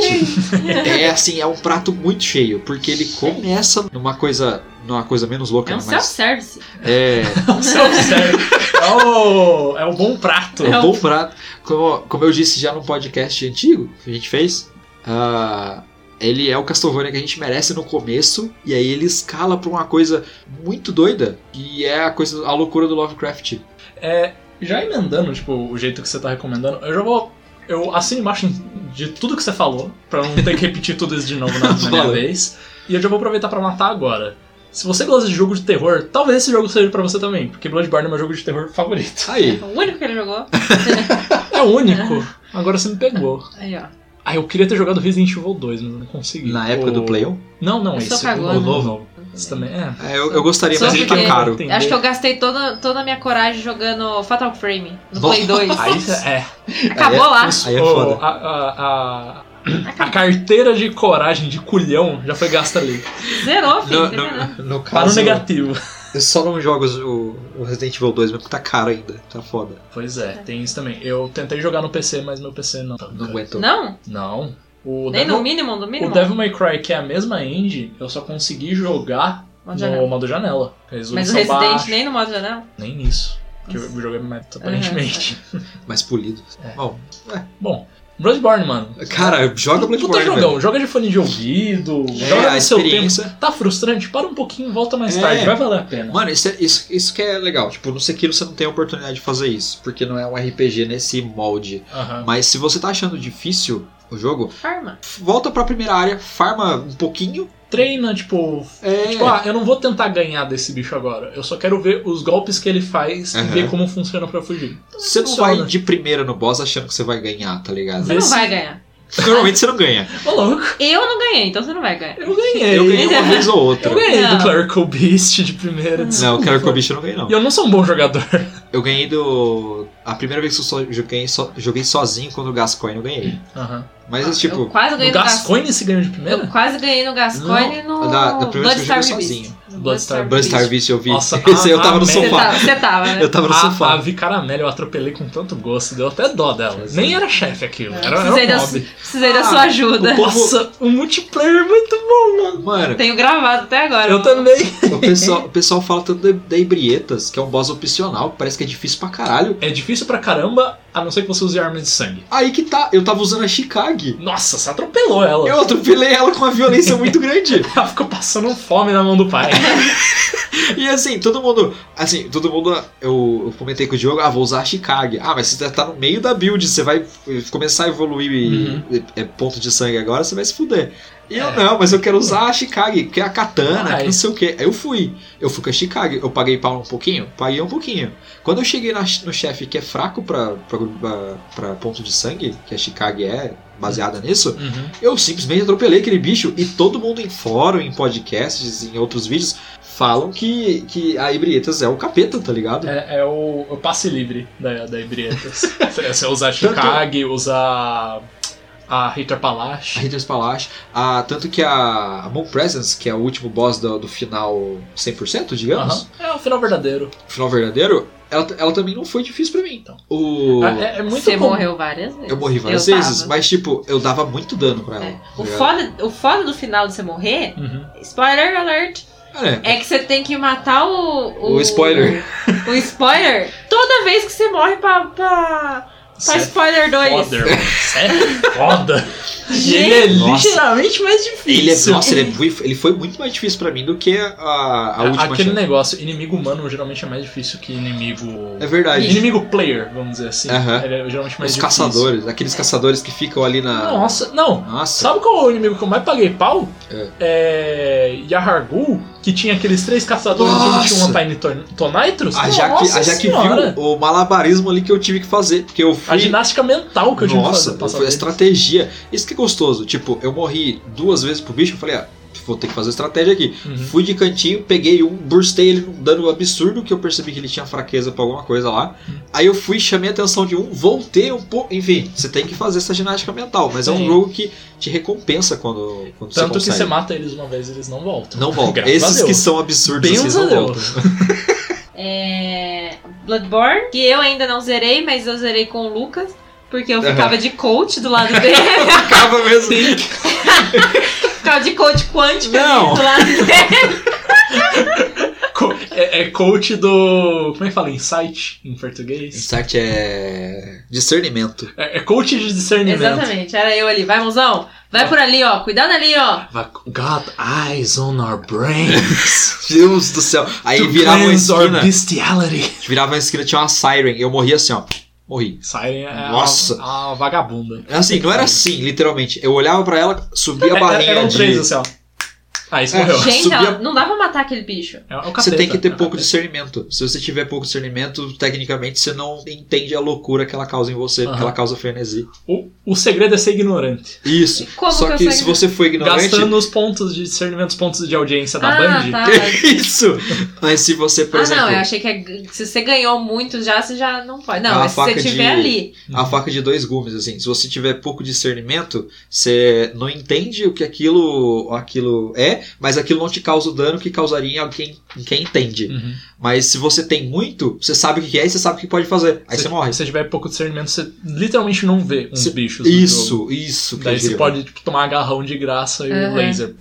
é assim, é um prato muito cheio, porque ele começa numa coisa, numa coisa menos louca, É um né, mas self-service. <laughs> é, Self-serve. é, o, é o bom prato. É um bom prato. Como, como eu disse já num podcast antigo que a gente fez, ah, ele é o Castlevania que a gente merece no começo, e aí ele escala pra uma coisa muito doida, que é a coisa, a loucura do Lovecraft. É, já emendando, tipo, o jeito que você tá recomendando, eu já vou. Eu assino embaixo de tudo que você falou, pra não ter que repetir tudo isso de novo na, na minha Valeu. vez. E eu já vou aproveitar pra matar agora. Se você gosta de jogo de terror, talvez esse jogo seja pra você também, porque Bloodborne é meu jogo de terror <laughs> favorito. Aí, O único que ele jogou. É o único. Agora você me pegou. Aí, ó. Ah, eu queria ter jogado Resident Evil 2, mas eu não consegui. na época O- do Play 1, Não, não, Eu sou esse. cagona. O novo. Esse também. É. é, eu, eu gostaria, Só mas ele tá porque- caro. Acho que eu gastei toda, toda a minha coragem jogando Fatal Frame no Nossa. Play 2. <laughs> Aí, é. Acabou lá. Aí é Ô, foda. a- a- a- a carteira de coragem de culhão já foi gasta ali. Zerou, filho. No, entendeu? no, no Para o caso, negativo. eu só não jogo os- o, o Resident Evil 2, mesmo que tá caro ainda, tá foda. Pois é, tem isso também. Eu tentei jogar no PC, mas meu PC não. Não aguento. Não? Não. O Nem Devil, no mínimo, no o mínimo. Devil May Cry, que é a mesma engine, eu só consegui jogar Modo no janela. modo janela. Mas Resolução o Resident baixa. nem no modo janela. Nem isso. Que eu, eu joguei mais aparentemente. Mais polido. É. Bom, Bom, Bloodborne, mano. cara, joga Puta Bloodborne, velho. jogão, joga de fone de ouvido, É, joga a no seu experiência. tempo. Tá frustrante? Para um pouquinho, volta mais É. tarde, vai valer a pena. Mano, isso, é- isso, isso que é legal. Tipo, no Sekiro você não tem a oportunidade de fazer isso, porque não é um RPG nesse molde. Aham. Mas se você tá achando difícil o jogo, Farma. volta pra primeira área, farma um pouquinho. Treina, tipo, É, Tipo, ah, eu não vou tentar ganhar desse bicho agora. Eu só quero ver os golpes que ele faz e Aham. ver como funciona pra eu fugir. você não funciona. vai de primeira no boss achando que você vai ganhar, tá ligado? Você Esse- não vai ganhar. Normalmente você não ganha. Ô, louco, Eu não ganhei, então você não vai ganhar. eu ganhei. Eu ganhei uma vez ou outra. É. <laughs> Eu ganhei do Não. Clerical Beast de primeira. Não, desculpa. o Caracol Bicho eu não ganhei, não. E eu não sou um bom jogador. Eu ganhei do. A primeira vez que eu só joguei, so- joguei sozinho contra o Gascoigne, eu ganhei. Aham. Mas, eu tipo, quase <laughs> ganhei O no Gascoigne. Gascoigne se ganhou de primeira? Eu quase ganhei no Gascoigne Não, no. da- da primeira vez que eu Bloodstar joguei Beast. sozinho. No Bloodstar Bloodstar Beast eu vi. Nossa, <laughs> Esse aí eu tava no amém. Você sofá. tava, você tava, né? Eu tava no A, sofá. a Vicaramelo Ah, eu atropelei com tanto gosto, deu até dó dela. Nem era chefe aquilo, era, era Precisei, um da, mob. precisei Ah, da sua ajuda. Nossa, o multiplayer é muito bom, mano. Mano, Tenho gravado até agora. um Eu também. O pessoal, o pessoal fala tanto da, da Ibrietas, que é um boss opcional, que parece que é difícil pra caralho. É difícil pra caramba, a não ser que você use armas de sangue. Aí que tá, eu tava usando a Chicago. Nossa, você atropelou ela. Eu atropelei ela com uma violência muito grande. Ela ficou passando fome na mão do <laughs> pai. E assim, todo mundo. Assim, todo mundo. Eu, eu comentei com o Diogo, ah, vou usar a Chicago. Ah, mas você tá no meio da build, você vai eh, começar a evoluir e- Uhum. e- é ponto de sangue agora, você vai se fuder. E eu É. não, mas eu quero usar a Chicago, que é a katana, que Vai. não sei o que. Aí eu fui. Eu fui com a Chicago. Eu paguei pau um pouquinho? Paguei um pouquinho. Quando eu cheguei na- no chefe que é fraco pra, pra, pra- pra ponto de sangue, que a Chicago é baseada nisso, Uhum. eu simplesmente atropelei aquele bicho e todo mundo em fórum, em podcasts, em outros vídeos, falam que, que a Ibrietas é o capeta, tá ligado? É, é o, o passe livre da, da Ibrietas. Você usar Chicago, usar a Hater A Palache. Hitler's Palace, a, tanto que a Moon Presence, que é o último boss do, do final 100%, digamos, Aham. É o final verdadeiro. final verdadeiro, ela, ela também não foi difícil pra mim. Então. O... É, é muito Você bom. morreu várias vezes. Eu morri várias Eu vezes, tava. mas tipo, eu dava muito dano pra ela. É. tá O, ligado? foda, o foda do final de você morrer, Uhum. spoiler alert, Ah, é. é que você tem que matar o. O spoiler. O spoiler toda vez que você morre pra. pra... Pra Cê é spoiler 2. Foda, irmão. Cê é <laughs> foda. Gente, Nossa. ligeiramente mais é Ele, é, difícil. nossa, ele, é, muito- ele foi muito mais difícil pra mim do que a, a última É, Aquele chance. negócio, inimigo humano geralmente é mais difícil que inimigo. É verdade. Inimigo player, vamos dizer assim. Aham. Ele é geralmente mais Os difícil. caçadores, aqueles caçadores que ficam ali na. Nossa, não. Nossa. Sabe qual é o inimigo que eu mais paguei pau? É. Yahargul, que tinha aqueles três caçadores Nossa. e tinha uma Tiny Ton- Tonitros. A Jaque, Nossa a Jaque senhora. ah, viu o malabarismo ali que eu tive que fazer. Porque eu fui. A ginástica mental que eu tive que Nossa, fazer. pra foi a saber. estratégia. Isso que é gostoso. Tipo, eu morri duas vezes pro bicho, eu falei, ah, vou ter que fazer estratégia aqui. Uhum. Fui de cantinho, peguei um, burstei ele num dano absurdo que eu percebi que ele tinha fraqueza pra alguma coisa lá. Uhum. Aí eu fui, chamei a atenção de um, voltei um pouco. Enfim, você tem que fazer essa ginástica mental, mas é um Sim. jogo que te recompensa quando, quando Tanto você que consegue. você mata eles uma vez eles não voltam. Não volta. Graças Esses a que Deus. são absurdos, eles Benza a não Deus. voltam. É, Bloodborne, que eu ainda não zerei, mas eu zerei com o Lucas, porque eu Aham. ficava de coach do lado <laughs> dele. Acaba mesmo. ficava de coach quântica Não. do lado <laughs> dele. Co- é, é coach do. Como é que fala? Insight em português? Insight é. discernimento. É, é coach de discernimento. Exatamente, era eu ali. Vai, mozão, vai por ali, ó. Cuidado ali, ó. Va- God eyes on our brains. Deus do céu. Aí to virava uma cleanse our esquina. bestiality. Virava uma esquina, tinha uma siren. Eu morri assim, ó. Morri. Siren é Nossa. A, a vagabunda. Assim, não era assim, literalmente. Eu olhava pra ela, subia a É, barrinha eram de... três, assim, ó. Ah, isso É. morreu. Gente, subia- ela- não dá pra matar aquele bicho. É o Você capeta, tem que é ter o pouco capeta. discernimento. Se você tiver pouco discernimento, tecnicamente você não entende a loucura que ela causa em você, porque Aham. ela causa frenesi. O, o segredo é ser ignorante. Isso. E como Só que eu que, sou se você for ignorante. Gastando os pontos de discernimento, os pontos de audiência da ah, Band. tá. <laughs> Isso! Mas se você, por ah, exemplo, não, eu achei que é- se você ganhou muito já, você já não pode. É Não, uma mas se você faca de- tiver ali. uhum. a faca de dois gumes, assim, se você tiver pouco discernimento, você não entende o que aquilo, aquilo é, mas aquilo não te causa o dano que causaria em alguém em quem entende. Uhum. Mas se você tem muito, você sabe o que é e você sabe o que pode fazer. Aí se, você morre. Se você tiver pouco discernimento, você literalmente não vê uns Cê- bichos. no jogo. Isso, isso. Que eu Daí você digo. pode tipo, tomar agarrão de graça e Aham. laser.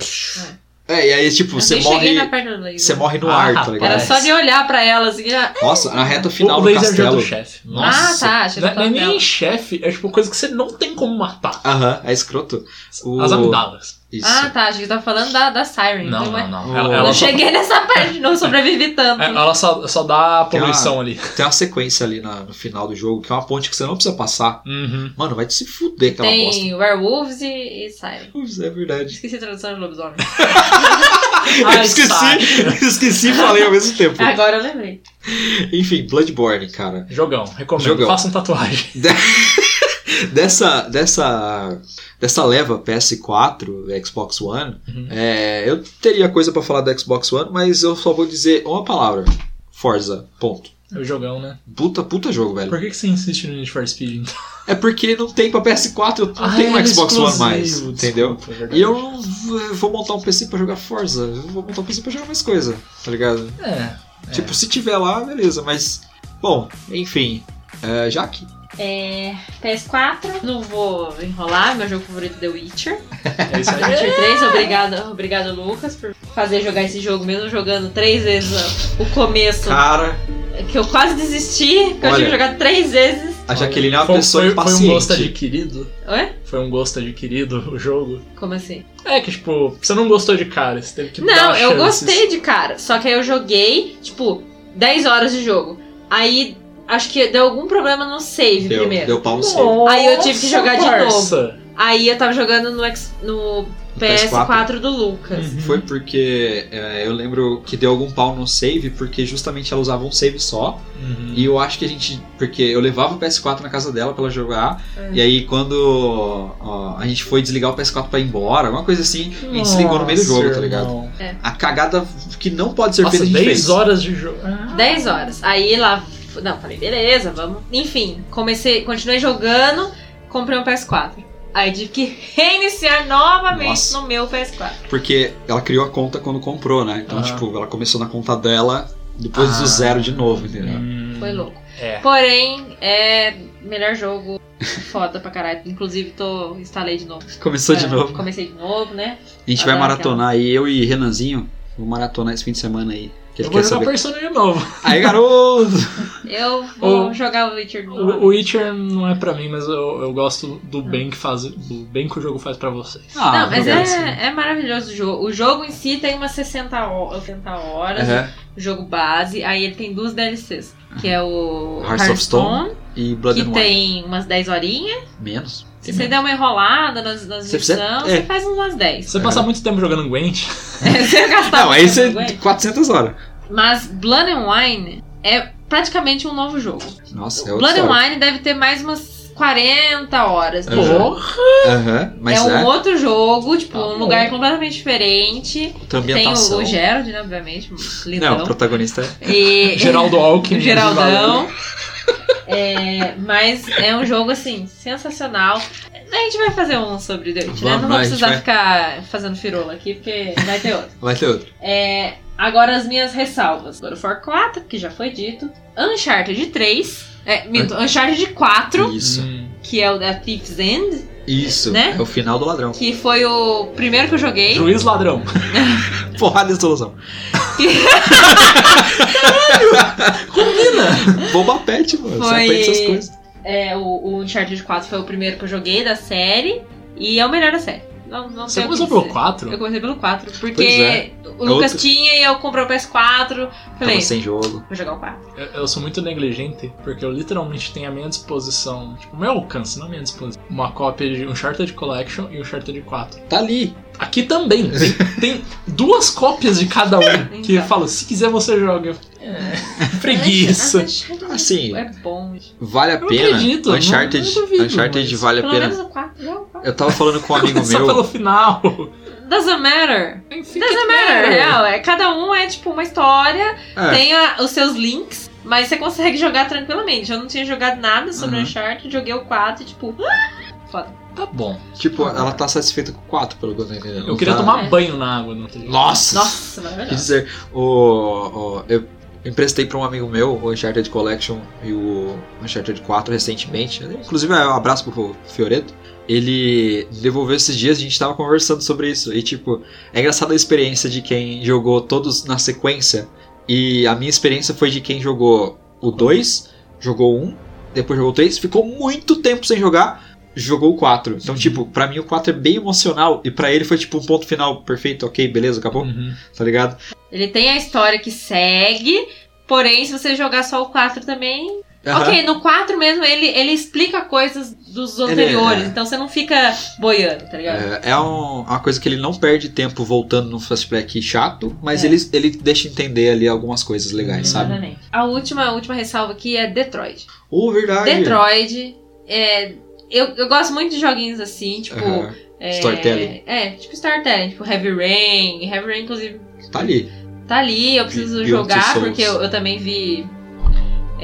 É, e aí, tipo, Eu você nem morre. cheguei na perna do laser. Você morre no Ah, ar, tá rapaz. ligado? Era só de olhar pra ela assim. Já... Nossa, na reta O final do laser já é castelo. do chefe. Nossa. Ah, tá. Achei Não, que tava não é nem nela. chefe, é tipo coisa que você não tem como matar. Aham, é escroto. O- As amígdalas. Isso. Ah, tá. Achei que tava falando da, da Siren. Não, então é- não, não. Ué. Ela, Eu ela não só, cheguei nessa parte, não sobrevivi tanto. é, ela só, só dá Tem uma- poluição ali. Tem uma sequência ali na- no final do jogo, que é uma ponte que você não precisa passar. Uhum. Mano, vai te se fuder aquela bosta. Tem Werewolves e, e Siren. Ups, é verdade. Esqueci a tradução de lobisomem. Ai, saco. <laughs> esqueci, esqueci e falei ao mesmo tempo. Agora eu lembrei. Enfim, Bloodborne, cara. Jogão, recomendo. Jogão. Façam tatuagem. dessa, dessa, dessa leva PS4, Xbox One, Uhum. é, eu teria coisa pra falar do Xbox One, mas eu só vou dizer uma palavra: Forza. Ponto. É o jogão, né? Puta, puta jogo, velho. Por que, que você insiste no Need for Speed então? É porque não tem pra PS4, eu não Ah, tenho um ele é Xbox One exclusivo, mais, desculpa, entendeu? é verdade. E eu não v- eu vou montar um PC pra jogar Forza, eu vou montar um PC pra jogar mais coisa, tá ligado? É. Tipo, se tiver lá, beleza, mas. Bom, enfim. É, Jaque? É, PS4, não vou enrolar, meu jogo favorito é The Witcher. É isso aí. <laughs> Witcher 3, obrigado, obrigado Lucas por fazer jogar esse jogo, mesmo jogando três vezes ó, o começo, Cara, que eu quase desisti, que eu Olha. tive que jogar três vezes. a Jaqueline é uma Foi- pessoa foi, foi impaciente. um gosto adquirido. Oi? Foi um gosto adquirido o jogo. Como assim? É que, tipo, você não gostou de cara, você teve que Não, dar eu chances. gostei de cara, só que aí eu joguei, tipo, 10 horas de jogo. Aí acho que deu algum problema no save Deu, primeiro. deu pau no seio. Nossa, Aí eu tive que jogar de parça. Aí eu tava jogando no, X- no PS4. do Lucas. Uhum. Foi porque é, eu lembro que deu algum pau no save, porque justamente ela usava um save só. Uhum. E eu acho que a gente. Porque eu levava o PS4 na casa dela pra ela jogar. É. E aí quando ó, a gente foi desligar o PS4 pra ir embora, alguma coisa assim, a gente desligou no meio do jogo, tá ligado? Nossa, irmão. A cagada que não pode ser Nossa, feita a 10 gente fez. horas de jogo. Uhum. Ah. 10 horas. Aí lá. Não, falei, beleza, vamos. Enfim, comecei, continuei jogando, comprei um PS4. Aí tive que <laughs> reiniciar novamente Nossa. no meu PS4. Porque ela criou a conta quando comprou, né? Então, Aham. tipo, ela começou na conta dela, depois Ah. do zero de novo, entendeu? Hum, foi louco. É. Porém, é melhor jogo. Foda pra caralho. Inclusive, tô instalei de novo. Começou de É, novo. Comecei de novo, né? A gente vai Adoro maratonar aí, eu e Renanzinho. Vou maratonar esse fim de semana aí. Que ele Eu vou quer jogar saber. Persona de novo. Aí, garoto! Eu vou O- jogar o Witcher de novo. O o Witcher não é pra mim, mas eu, eu gosto do bem que faz, do bem que o jogo faz pra vocês. Ah, <laughs> não, mas jogar é, assim. é maravilhoso o jogo. O jogo em si tem umas 60, ho- 80 horas, Aham. o jogo base. Aí ele tem duas DLCs, que é o Hearts of Stone, Hearthstone, E Blood que and Wine. tem umas 10 horinhas. Menos. Se você der uma enrolada nas, nas Se fizer- missões, é. você faz umas 10. Você passar muito tempo jogando Gwent, <laughs> <laughs> você gastar Não, aí é- você. 400 horas. Mas Blood and Wine é praticamente um novo jogo. Nossa, é outra Blood and história. Wine deve ter mais umas 40 horas. Aham. Pô, Aham, mas é um é, outro jogo, tipo, Tá um bom. lugar completamente outra diferente. Tem o, então. ambientação. o Gerald, né, obviamente, lindão. Não, o protagonista é. <laughs> E... Geraldo Alckmin. o <laughs> Geraldão. É, mas é um jogo, assim, sensacional. A gente vai fazer um sobre The Witch, né? Vamos, Não vou a gente precisar vai. ficar fazendo firula aqui, porque vai ter outro. Vai ter outro. É, agora as minhas ressalvas. God of War 4, que já foi dito. Uncharted 3. É, minto, Uncharted 4, Isso. Hum, que é o da Thief's End, Isso. Né? É o final do ladrão. que foi o primeiro que eu joguei. Juiz ladrão. Porrada de <laughs> solução. Combina! Boba pet, mano. Você Foi- aprende essas coisas. É, o, o Uncharted 4 foi o primeiro que eu joguei da série. E é o melhor da série. Não, não Você tem o que começou pelo dizer. 4? Eu comecei pelo 4, Então. é. porque o Lucas outro- tinha e eu comprei o PS4. Falei, Tava sem jogo. vou jogar o 4. Eu, eu sou muito negligente, porque eu literalmente tenho à minha disposição, tipo, meu alcance, não à minha disposição, uma cópia de Uncharted Collection e Uncharted 4. Tá ali. Aqui também, tem, tem <laughs> duas cópias de cada um, que eu Então. falo, se quiser você joga. Eu, <laughs> É, preguiça. Uncharted Assim, É bom, gente. vale a Eu pena. acredito, não- Uncharted, não duvido, Uncharted mas- vale a Pelo pena. menos o 4. Não, o 4. Eu tava falando <laughs> com um amigo Começar meu. pelo final. Doesn't matter. Enfim, Doesn't matter, real. É, cada um é tipo uma história, É. tem a- os seus links, mas você consegue jogar tranquilamente. Eu não tinha jogado nada sobre o Uhum. Uncharted, joguei o 4 e tipo. Tá bom. Tipo, ela tá satisfeita com 4, pelo que eu tô entendendo. Eu queria Tá- tomar É. banho na água. Não tem. Nossa! Nossa, Quer maravilhoso. dizer, o, o- eu emprestei pra um amigo meu o Uncharted Collection e o Uncharted 4 recentemente. Inclusive, um abraço pro Fioreto. Ele devolveu esses dias, a gente tava conversando sobre isso. E, tipo, é engraçada a experiência de quem jogou todos na sequência. E a minha experiência foi de quem jogou o 2, jogou o 1, depois jogou o 3, ficou muito tempo sem jogar, jogou o 4. Então, tipo, pra mim o 4 é bem emocional. E pra ele foi, tipo, um ponto final perfeito, ok, beleza, acabou, Uhum. tá ligado? Ele tem a história que segue, porém, se você jogar só o 4 também. Aham. Ok, no 4 mesmo ele, ele explica coisas dos anteriores, é. então você não fica boiando, tá ligado? É, é um- uma coisa que ele não perde tempo voltando num flashback chato, mas É. ele, ele deixa entender ali algumas coisas legais, sabe? Exatamente. A última, a última ressalva aqui é Detroit. Ô, verdade! Detroit. é, eu, eu gosto muito de joguinhos assim, tipo. Aham, é, Storytelling. É, tipo storytelling, tipo Heavy Rain. Heavy Rain, inclusive, Tá ali. tá ali, eu preciso Beyond jogar, Two Souls. porque eu, eu também vi.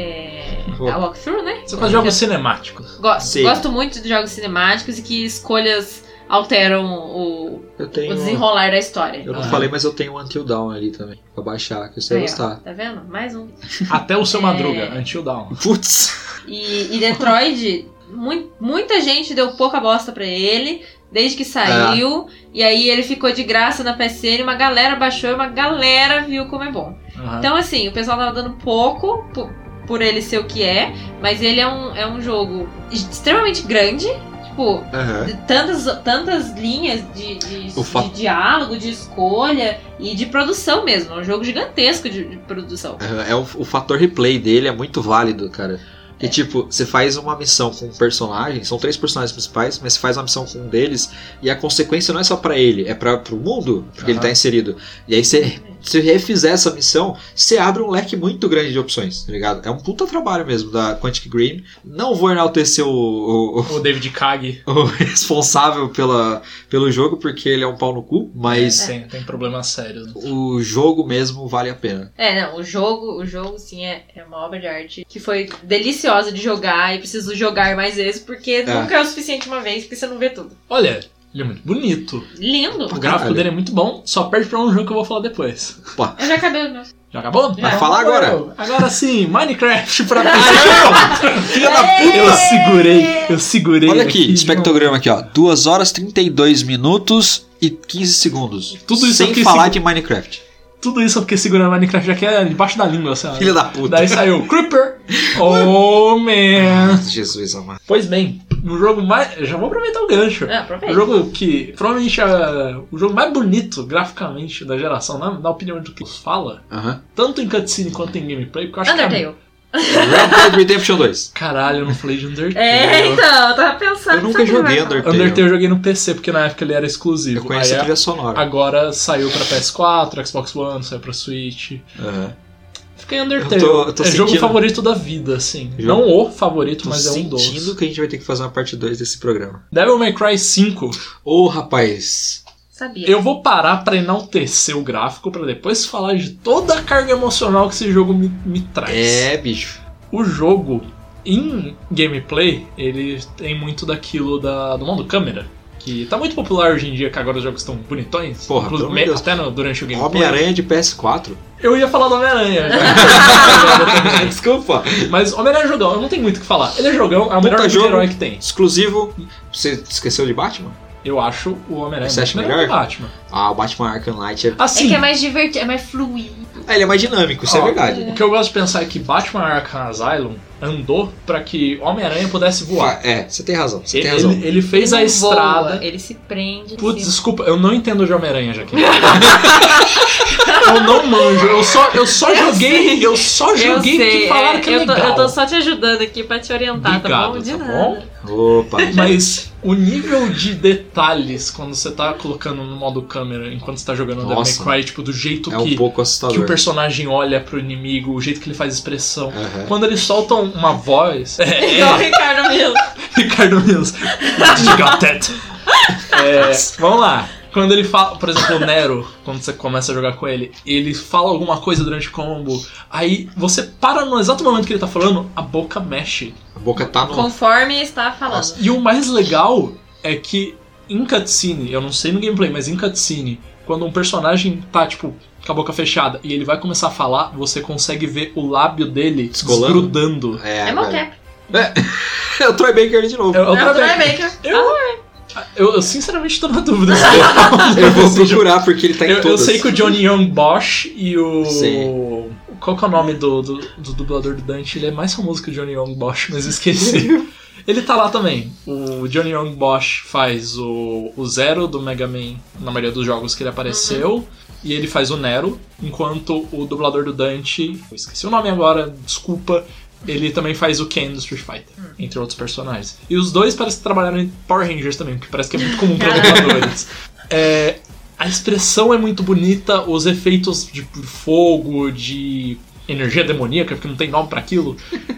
É, Pô. a walkthrough, né? Você faz jogos cinemáticos. Gosto, Sim. gosto muito de jogos cinemáticos e que escolhas alteram o, o Eu tenho. desenrolar da história. Eu não Ah. falei, mas eu tenho um Until Down ali também. Pra baixar, que você Aí, vai ó, gostar. Tá vendo? Mais um. Até o seu É. Madruga, Until Dawn. Putz! E, e Detroit, mui- muita gente deu pouca bosta pra ele, desde que saiu. E aí ele ficou de graça na PSN, uma galera baixou, uma galera viu como é bom. Uhum. Então, assim, o pessoal tava dando pouco po- por, ele ser o que é, mas ele é um, é um jogo extremamente grande. Tipo, Aham. de tantas, tantas linhas de, de, O fa- de diálogo, de escolha e de produção mesmo. É um jogo gigantesco de- de produção. Aham, É o, o fator replay dele é muito válido, cara. É. Que tipo, você faz uma missão com um personagem, são três personagens principais, mas você faz uma missão com um deles e a consequência não é só pra ele, é para pro mundo, porque ele Aham. tá inserido. E aí você se refizer essa missão, você abre um leque muito grande de opções, tá ligado? É um puta trabalho mesmo da Quantic Dream. Não vou enaltecer o, o- O David Cage o- <laughs> o responsável pela, pelo jogo, porque ele é um pau no cu, mas tem, tem problemas sérios. né? o jogo mesmo vale a pena. É, não, o jogo, o jogo sim é, é uma obra de arte que foi deliciosa de jogar e preciso jogar mais vezes porque nunca é o suficiente uma vez porque você não vê tudo. Olha, ele é muito bonito. Lindo! O gráfico Caralho. dele é muito bom, só perde pra um jogo que eu vou falar depois. Eu já acabei o meu. Já acabou? Vai Já falar agora? acabou. Agora sim, Minecraft <laughs> pra Filha da puta! É. Eu segurei, eu segurei. Olha aqui, de novo. espectrograma aqui, ó. 2 horas 32 minutos e 15 segundos. Tudo isso sem aqui falar se- de Minecraft. Tudo isso porque segurar Minecraft já que é debaixo da língua, sabe? Filha da puta. Daí saiu <laughs> Creeper. Oh, man. Jesus amado. Pois bem, no jogo mais. Já vou aproveitar o gancho. Ah, O aproveita. jogo que, provavelmente, é o jogo mais bonito graficamente da geração, na, na opinião do que fala, Aham. tanto em cutscene quanto em gameplay, porque eu acho que. é- Undertale. Red Dead Redemption 2. Caralho, eu não falei de Undertale. É, então, eu tava pensando. Eu nunca que você joguei vai falar. Undertale. Undertale eu joguei no PC, porque na época ele era Eu exclusivo. conheço Aí, a trilha sonora. Agora saiu pra PS4, Xbox One, saiu pra Switch. Aham. Fiquei Undertale. Eu tô- eu tô é jogo sentindo- favorito da vida, assim. Jogo- Não o favorito, Tô mas é um dos. sentindo que a gente vai ter que fazer uma parte 2 desse programa. Devil May Cry 5. Ô, rapaz. Sabia. Eu vou parar pra enaltecer o gráfico pra depois falar de toda a carga emocional que esse jogo me, me traz. É, bicho. O jogo, em gameplay, ele tem muito daquilo da, do modo câmera. Que tá muito popular hoje em dia, que agora os jogos estão bonitões. Porra, pelo amor de Deus. até no- durante o gameplay. Homem-Aranha <laughs> de PS4. Eu ia falar do Homem-Aranha. <laughs> Desculpa. Mas Homem-Aranha é jogão, eu não tenho muito o que falar. Ele é jogão, é o melhor jogo Puta de jogo. herói que tem. Exclusivo. Você esqueceu de Batman? Eu acho o Homem-Aranha Você acha muito melhor que o melhor? Batman. Ah, o Batman Arkham Knight é... Assim, É que é mais divertido, é mais fluido. Ah, ele é mais dinâmico, isso Ó, é verdade. né? O que eu gosto de pensar é que Batman Arkham Asylum andou pra que Homem-Aranha pudesse voar. Fa- É, você tem razão, você Ele, tem razão. ele- ele fez Ele a não voa, estrada. Ele se prende. Putz, assim. desculpa, eu não entendo de Homem-Aranha, Jaqueline. <laughs> eu não manjo, eu só, eu só Eu joguei, sei. eu só joguei sei, que falaram é, que é eu tô, legal. eu tô só te ajudando aqui pra te orientar, tá bom? Obrigado, De tá nada. bom? <laughs> Opa. Mas o nível de detalhes quando você tá colocando no modo câmera enquanto você tá jogando Devil May Nossa. Cry, tipo, do jeito É que, um pouco que o assustador. personagem olha pro inimigo, o jeito que ele faz expressão. Aham. Quando eles soltam uma <laughs> voz. É, Tá Igual o Ricardo mesmo. Ricardo Mills. You got that. É, vamos lá. Quando ele fala, por exemplo, o Nero, quando você começa a jogar com ele, ele fala alguma coisa durante o combo, aí você para no exato momento que ele tá falando, a boca mexe. A boca tá no... Conforme está falando. Nossa. E o mais legal é que em cutscene, eu não sei no gameplay, mas em cutscene, quando um personagem tá, tipo, com a boca fechada e ele vai começar a falar, você consegue ver o lábio dele Descolando? desgrudando. É, É <laughs> velho. mocap. É o Troy Baker de novo. Eu, eu, É o também- Baker. eu, eu- eu sinceramente tô na dúvida. se tá <laughs> eu- Eu vou Esse jogo- procurar porque ele tá em eu, eu todas. sei que o Johnny Young Bosch e o. Sim. Qual que é o nome do, do, do dublador do Dante? Ele é mais famoso que o Johnny Young Bosch, mas eu esqueci. <laughs> Ele tá lá também. O Johnny Young Bosch faz o, o Zero do Mega Man na maioria dos jogos que ele apareceu. Uhum. E ele faz o Nero, enquanto o dublador do Dante, eu esqueci o nome agora, desculpa, ele também faz o Ken do Street Fighter, Hum. entre outros personagens. E os dois parecem que trabalharam em Power Rangers também, que parece que é muito comum <laughs> pra dubladores. É, a expressão é muito bonita, os efeitos de fogo, de energia demoníaca, porque não tem nome pra aquilo.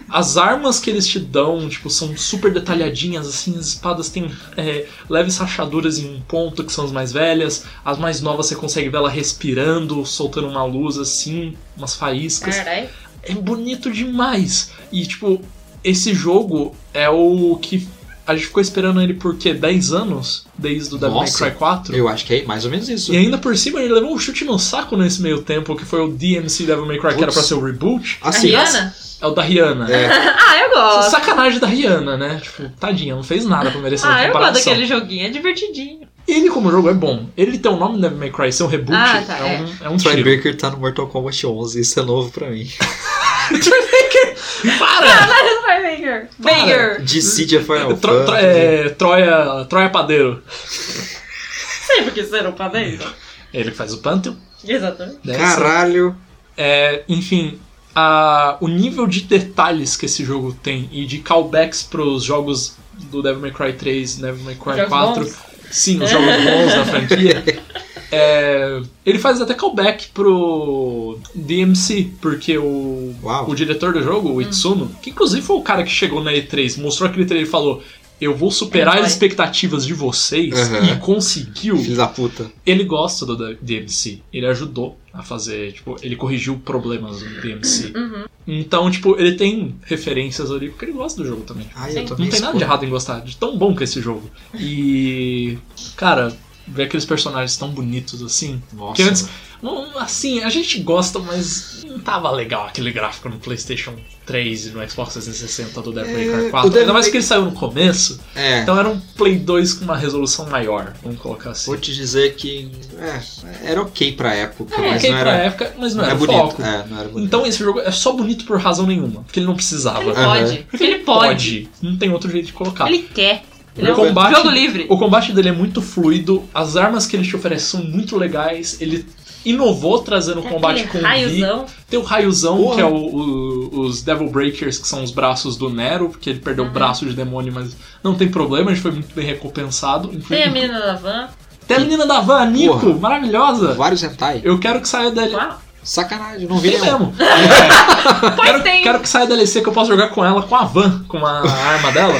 As armas que eles te dão, tipo, são super detalhadinhas, assim, as espadas têm é, leves rachaduras em um ponto, que são as mais velhas. As mais novas você consegue ver ela respirando, soltando uma luz, assim, umas faíscas Caralho. é bonito demais. E, tipo, esse jogo é o que a gente ficou esperando ele por quê? 10 anos? Desde o Devil May Nossa. Cry 4? Eu acho que é mais ou menos isso. E ainda por cima ele levou um chute no saco nesse meio tempo, que foi o DMC Devil May Cry, que era Putz. pra ser o reboot. A Assim, Rihanna? É o da Rihanna. É, Ah, eu gosto. Sacanagem da Rihanna, né? Tipo, tadinha, não fez nada pra merecer uma Ah, eu gosto comparação. daquele joguinho, é divertidinho. <laughs> Ele, como jogo, é bom. Ele tem o nome Devil May Cry, ser um reboot Ah, tá, é, é. um, é um Troy tiro. Baker tá no Mortal Kombat 11, isso é novo pra mim. <laughs> <laughs> Para! Baker. Baker. DC de é Final Tro- tro- Fantasy. é, Troia, Troia Padeiro. Sempre quis ser um padeiro. Ele que faz o né? Pantheon. Exatamente. deve ser. Caralho. É, enfim, a- o nível de detalhes que esse jogo tem e de callbacks pros jogos do Devil May Cry 3, Devil May Cry Jogos 4. bons. Sim, os jogos bons da franquia. É, ele faz até callback pro DMC, porque o, Uau. o diretor do jogo, Hum. o Itsuno, que inclusive foi o cara que chegou na E3, mostrou aquele trailer e falou: Eu vou superar Ele as vai." expectativas de vocês, Aham. e conseguiu Filho da puta. ele gosta do DMC. Ele ajudou a fazer, tipo, ele corrigiu problemas do DMC. Então, tipo, ele tem referências ali porque ele gosta do jogo também. Ai, Sim. eu tô Não meio tem nada de errado em gostar de tão bom que é esse jogo. E. Cara, ver aqueles personagens tão bonitos assim. Nossa, que antes. mano. não- assim, a gente gosta, mas não tava legal aquele gráfico no PlayStation 3 e no Xbox 360 do Devil May É, Cry o 4. Devil Ainda mais May- que ele saiu no começo, É. então era um Play 2 com uma resolução maior, vamos colocar assim. Vou te dizer que é, era ok pra época, Era mas É, ok não pra era, época, mas não não era era o bonito. foco. É, não era bonito. Então esse jogo é só bonito por razão nenhuma, porque ele não precisava. Ele pode. Ele pode. Não tem outro jeito de colocar. Ele quer. Ele O é um combate- jogo livre. O combate dele é muito fluido, as armas que ele te oferece são muito legais, ele inovou trazendo o É combate aquele com vi. raiozão. Tem o raiozão, Porra. que é o, o- os Devil Breakers, que são os braços do Nero, porque ele perdeu o braço de demônio, mas não tem problema, ele foi muito bem recompensado. Inclu- Tem a menina da van. Tem a menina da van, a Nico, Porra. maravilhosa. Vários hentai. Eu quero que saia dele. Uau. Sacanagem, não vi Tem nenhum. mesmo. Pois tem. Quero que saia DLC que eu possa jogar com ela, com a van, com a arma <laughs> dela.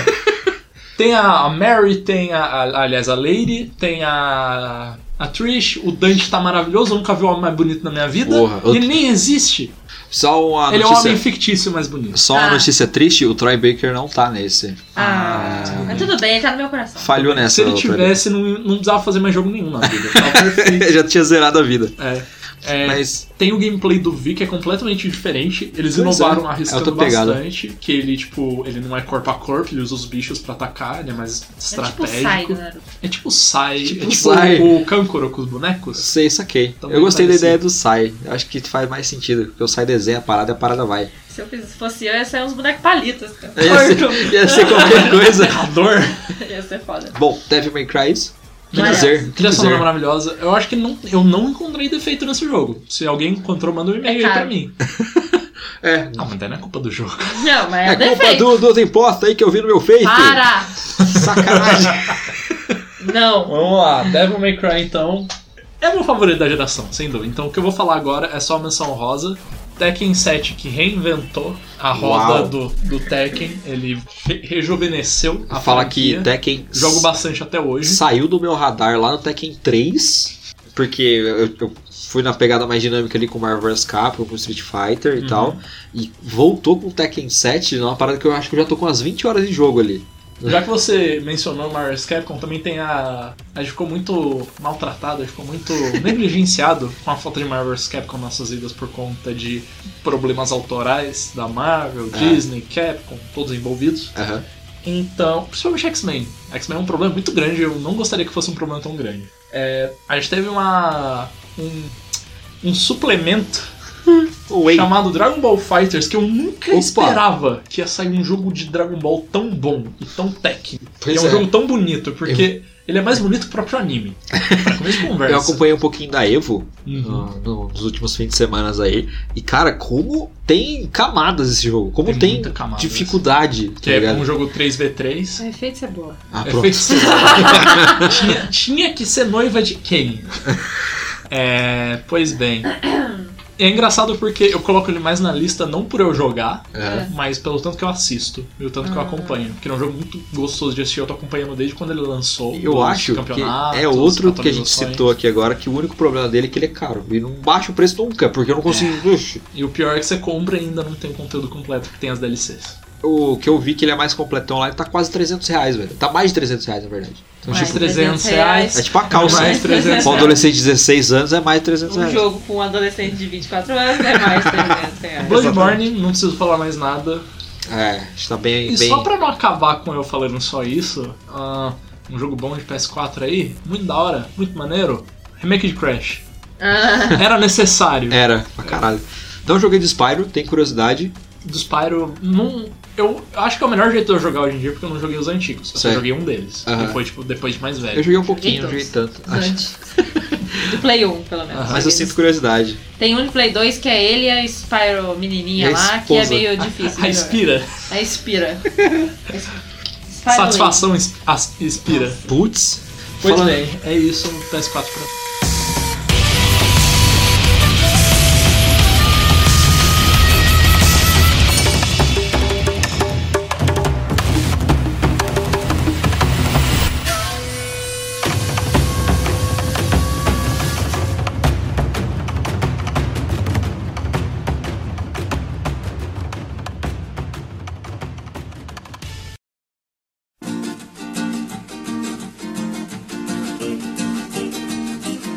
Tem a a Mary, tem a, a- Aliás, a Lady, tem a. A Trish, o Dante tá maravilhoso, eu nunca vi o homem mais bonito na minha vida. Porra, eu- Ele nem existe. Só uma Ele é um notícia, homem fictício mais bonito. só uma Ah. notícia triste, o Troy Baker não tá nesse. Ah, Ah. mas tudo bem, ele tá no meu coração. Falhou nessa. Se ele o Troy tivesse, não, não precisava fazer mais jogo nenhum na vida. Tava <laughs> perfeito. Baker. <laughs> Já tinha zerado a vida. É. É, Mas Tem o gameplay do Vi que é completamente diferente. Eles Pois inovaram é, é arriscando outra pegada. bastante. Que ele, tipo, ele não é corpo a corpo, ele usa os bichos pra atacar, ele é mais É tipo o Sai estratégico. do Naruto. É tipo o Sai, Tipo é o tipo Sai. o Kankoro com os bonecos. sei, saquei. Também eu gostei da parecido. ideia do Sai. Acho que faz mais sentido, porque o Sai desenha a parada e a <laughs> parada vai. Se eu fiz- se fosse eu, ia sair uns bonecos palitos. cara. Ia ser, ia ser <laughs> qualquer coisa. Errador. <laughs> Ia ser foda. Bom, Devil May Cry é isso. O Que Mas- dizer, o que Trilha sonora dizer. maravilhosa. Eu acho que não, eu não encontrei defeito nesse jogo. Se alguém encontrou, manda um e-mail É aí pra caro. mim. É. Ah, mas daí não é culpa do <laughs> jogo. Não, mas é, É culpa defeito. do, dos impostos aí que eu vi no meu peito. <laughs> Para! Sacanagem. Não. Vamos lá, Devil May Cry então. É meu favorito da geração, sem dúvida. Então o que eu vou falar agora é só a menção rosa. Tekken 7 que reinventou a roda Uau. do, do Tekken, ele re- rejuvenesceu a Fala franquia. que Tekken Jogo bastante até hoje. Uhum. saiu do meu radar lá no Tekken 3, porque eu, eu fui na pegada mais dinâmica ali com Marvel vs Capcom, com Street Fighter e Uhum. tal, e voltou com o Tekken 7, numa parada que eu acho que eu já tô com umas 20 horas de jogo ali. Já que você mencionou Marvel's Capcom, também tem a. A gente ficou muito maltratado, a gente ficou muito negligenciado com a falta de Marvel's Capcom nas nossas vidas por conta de problemas autorais da Marvel, Ah. Disney, Capcom, todos envolvidos. Aham. Então, principalmente X-Men. X-Men é um problema muito grande, eu não gostaria que fosse um problema tão grande. É, a gente teve uma. um, um suplemento Wait. chamado Dragon Ball Fighters que eu nunca Opa. esperava que ia sair um jogo de Dragon Ball tão bom e tão técnico. E é Pois um é. jogo tão bonito, porque ele é mais bonito que o próprio <laughs> anime. Pra começo de Eu conversa. acompanhei um pouquinho da Evo Uhum. no- no- nos últimos fins de semana aí. E cara, como tem camadas esse jogo, como Tem tem, muita camada, assim. dificuldade. Tá Que é ligado? um jogo 3v3. O efeito é boa. Ah, É pronto. feito- <laughs> tinha, tinha que ser noiva de quem? É, pois bem. É engraçado porque eu coloco ele mais na lista não por eu jogar, É. mas pelo tanto que eu assisto e o tanto que eu acompanho. Porque é um jogo muito gostoso de assistir, eu tô acompanhando desde quando ele lançou. Eu os acho que campeonatos, é outro que a gente atualizações. citou aqui agora, que o único problema dele é que ele é caro. E não baixa o preço nunca, porque eu não consigo. Ixi, E o pior é que você compra e ainda não tem o conteúdo completo, que tem as DLCs. O que eu vi que ele é mais completão lá, ele tá quase 300 reais, velho. Tá mais de 300 reais, na verdade. Então, Mais tipo, 300 reais. é tipo a calça. Mais né? 300 Pra um adolescente de 16 anos é mais de 300 Um reais. jogo com um adolescente de 24 anos é mais 300 reais. Bloodborne, não preciso falar mais nada. É, a gente tá bem. E bem... só pra não acabar com eu falando só isso, ah, um jogo bom de PS4 aí, muito da hora, muito maneiro, remake de <laughs> Crash. Ah, Era necessário. Era, pra caralho. Não joguei de Spyro, tem curiosidade. Do Spyro, não, eu acho que é o melhor jeito de eu jogar hoje em dia, porque eu não joguei os antigos. Eu só Certo. joguei um deles, Aham. que foi tipo, depois de mais Eu velho. joguei um pouquinho, não Joguei joguei tanto. antes. <laughs> Do Play 1, pelo menos. Mas eu sinto curiosidade. Tem um de Play 2 que é ele e a Spyro menininha E a lá, que é esposa. meio <laughs> difícil. A de jogar. né? Inspira, A Inspira. Spyro satisfação ins- as- Inspira. Putz. Pois Fala- bem, é isso, PS4 pra Thank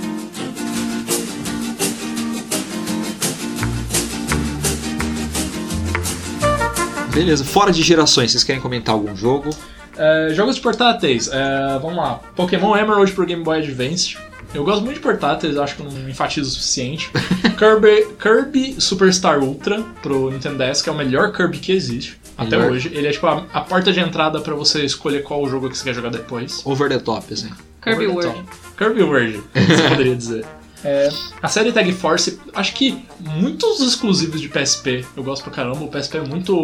Beleza, fora de gerações, vocês querem comentar algum jogo? É, jogos de portáteis, é, vamos lá. Pokémon Emerald pro Game Boy Advance. Eu gosto muito de portáteis, acho que eu não enfatizo o suficiente. Kirby, Kirby Superstar Ultra pro Nintendo DS, que é o melhor Kirby que existe até Melhor. hoje. Ele é tipo a, a porta de entrada pra você escolher qual jogo que você quer jogar depois. Over the top, assim. Over Kirby the World. top. Kirby World, <laughs> você poderia dizer. É, a série Tag Force, acho que muitos exclusivos de PSP eu gosto pra caramba. O PSP é muito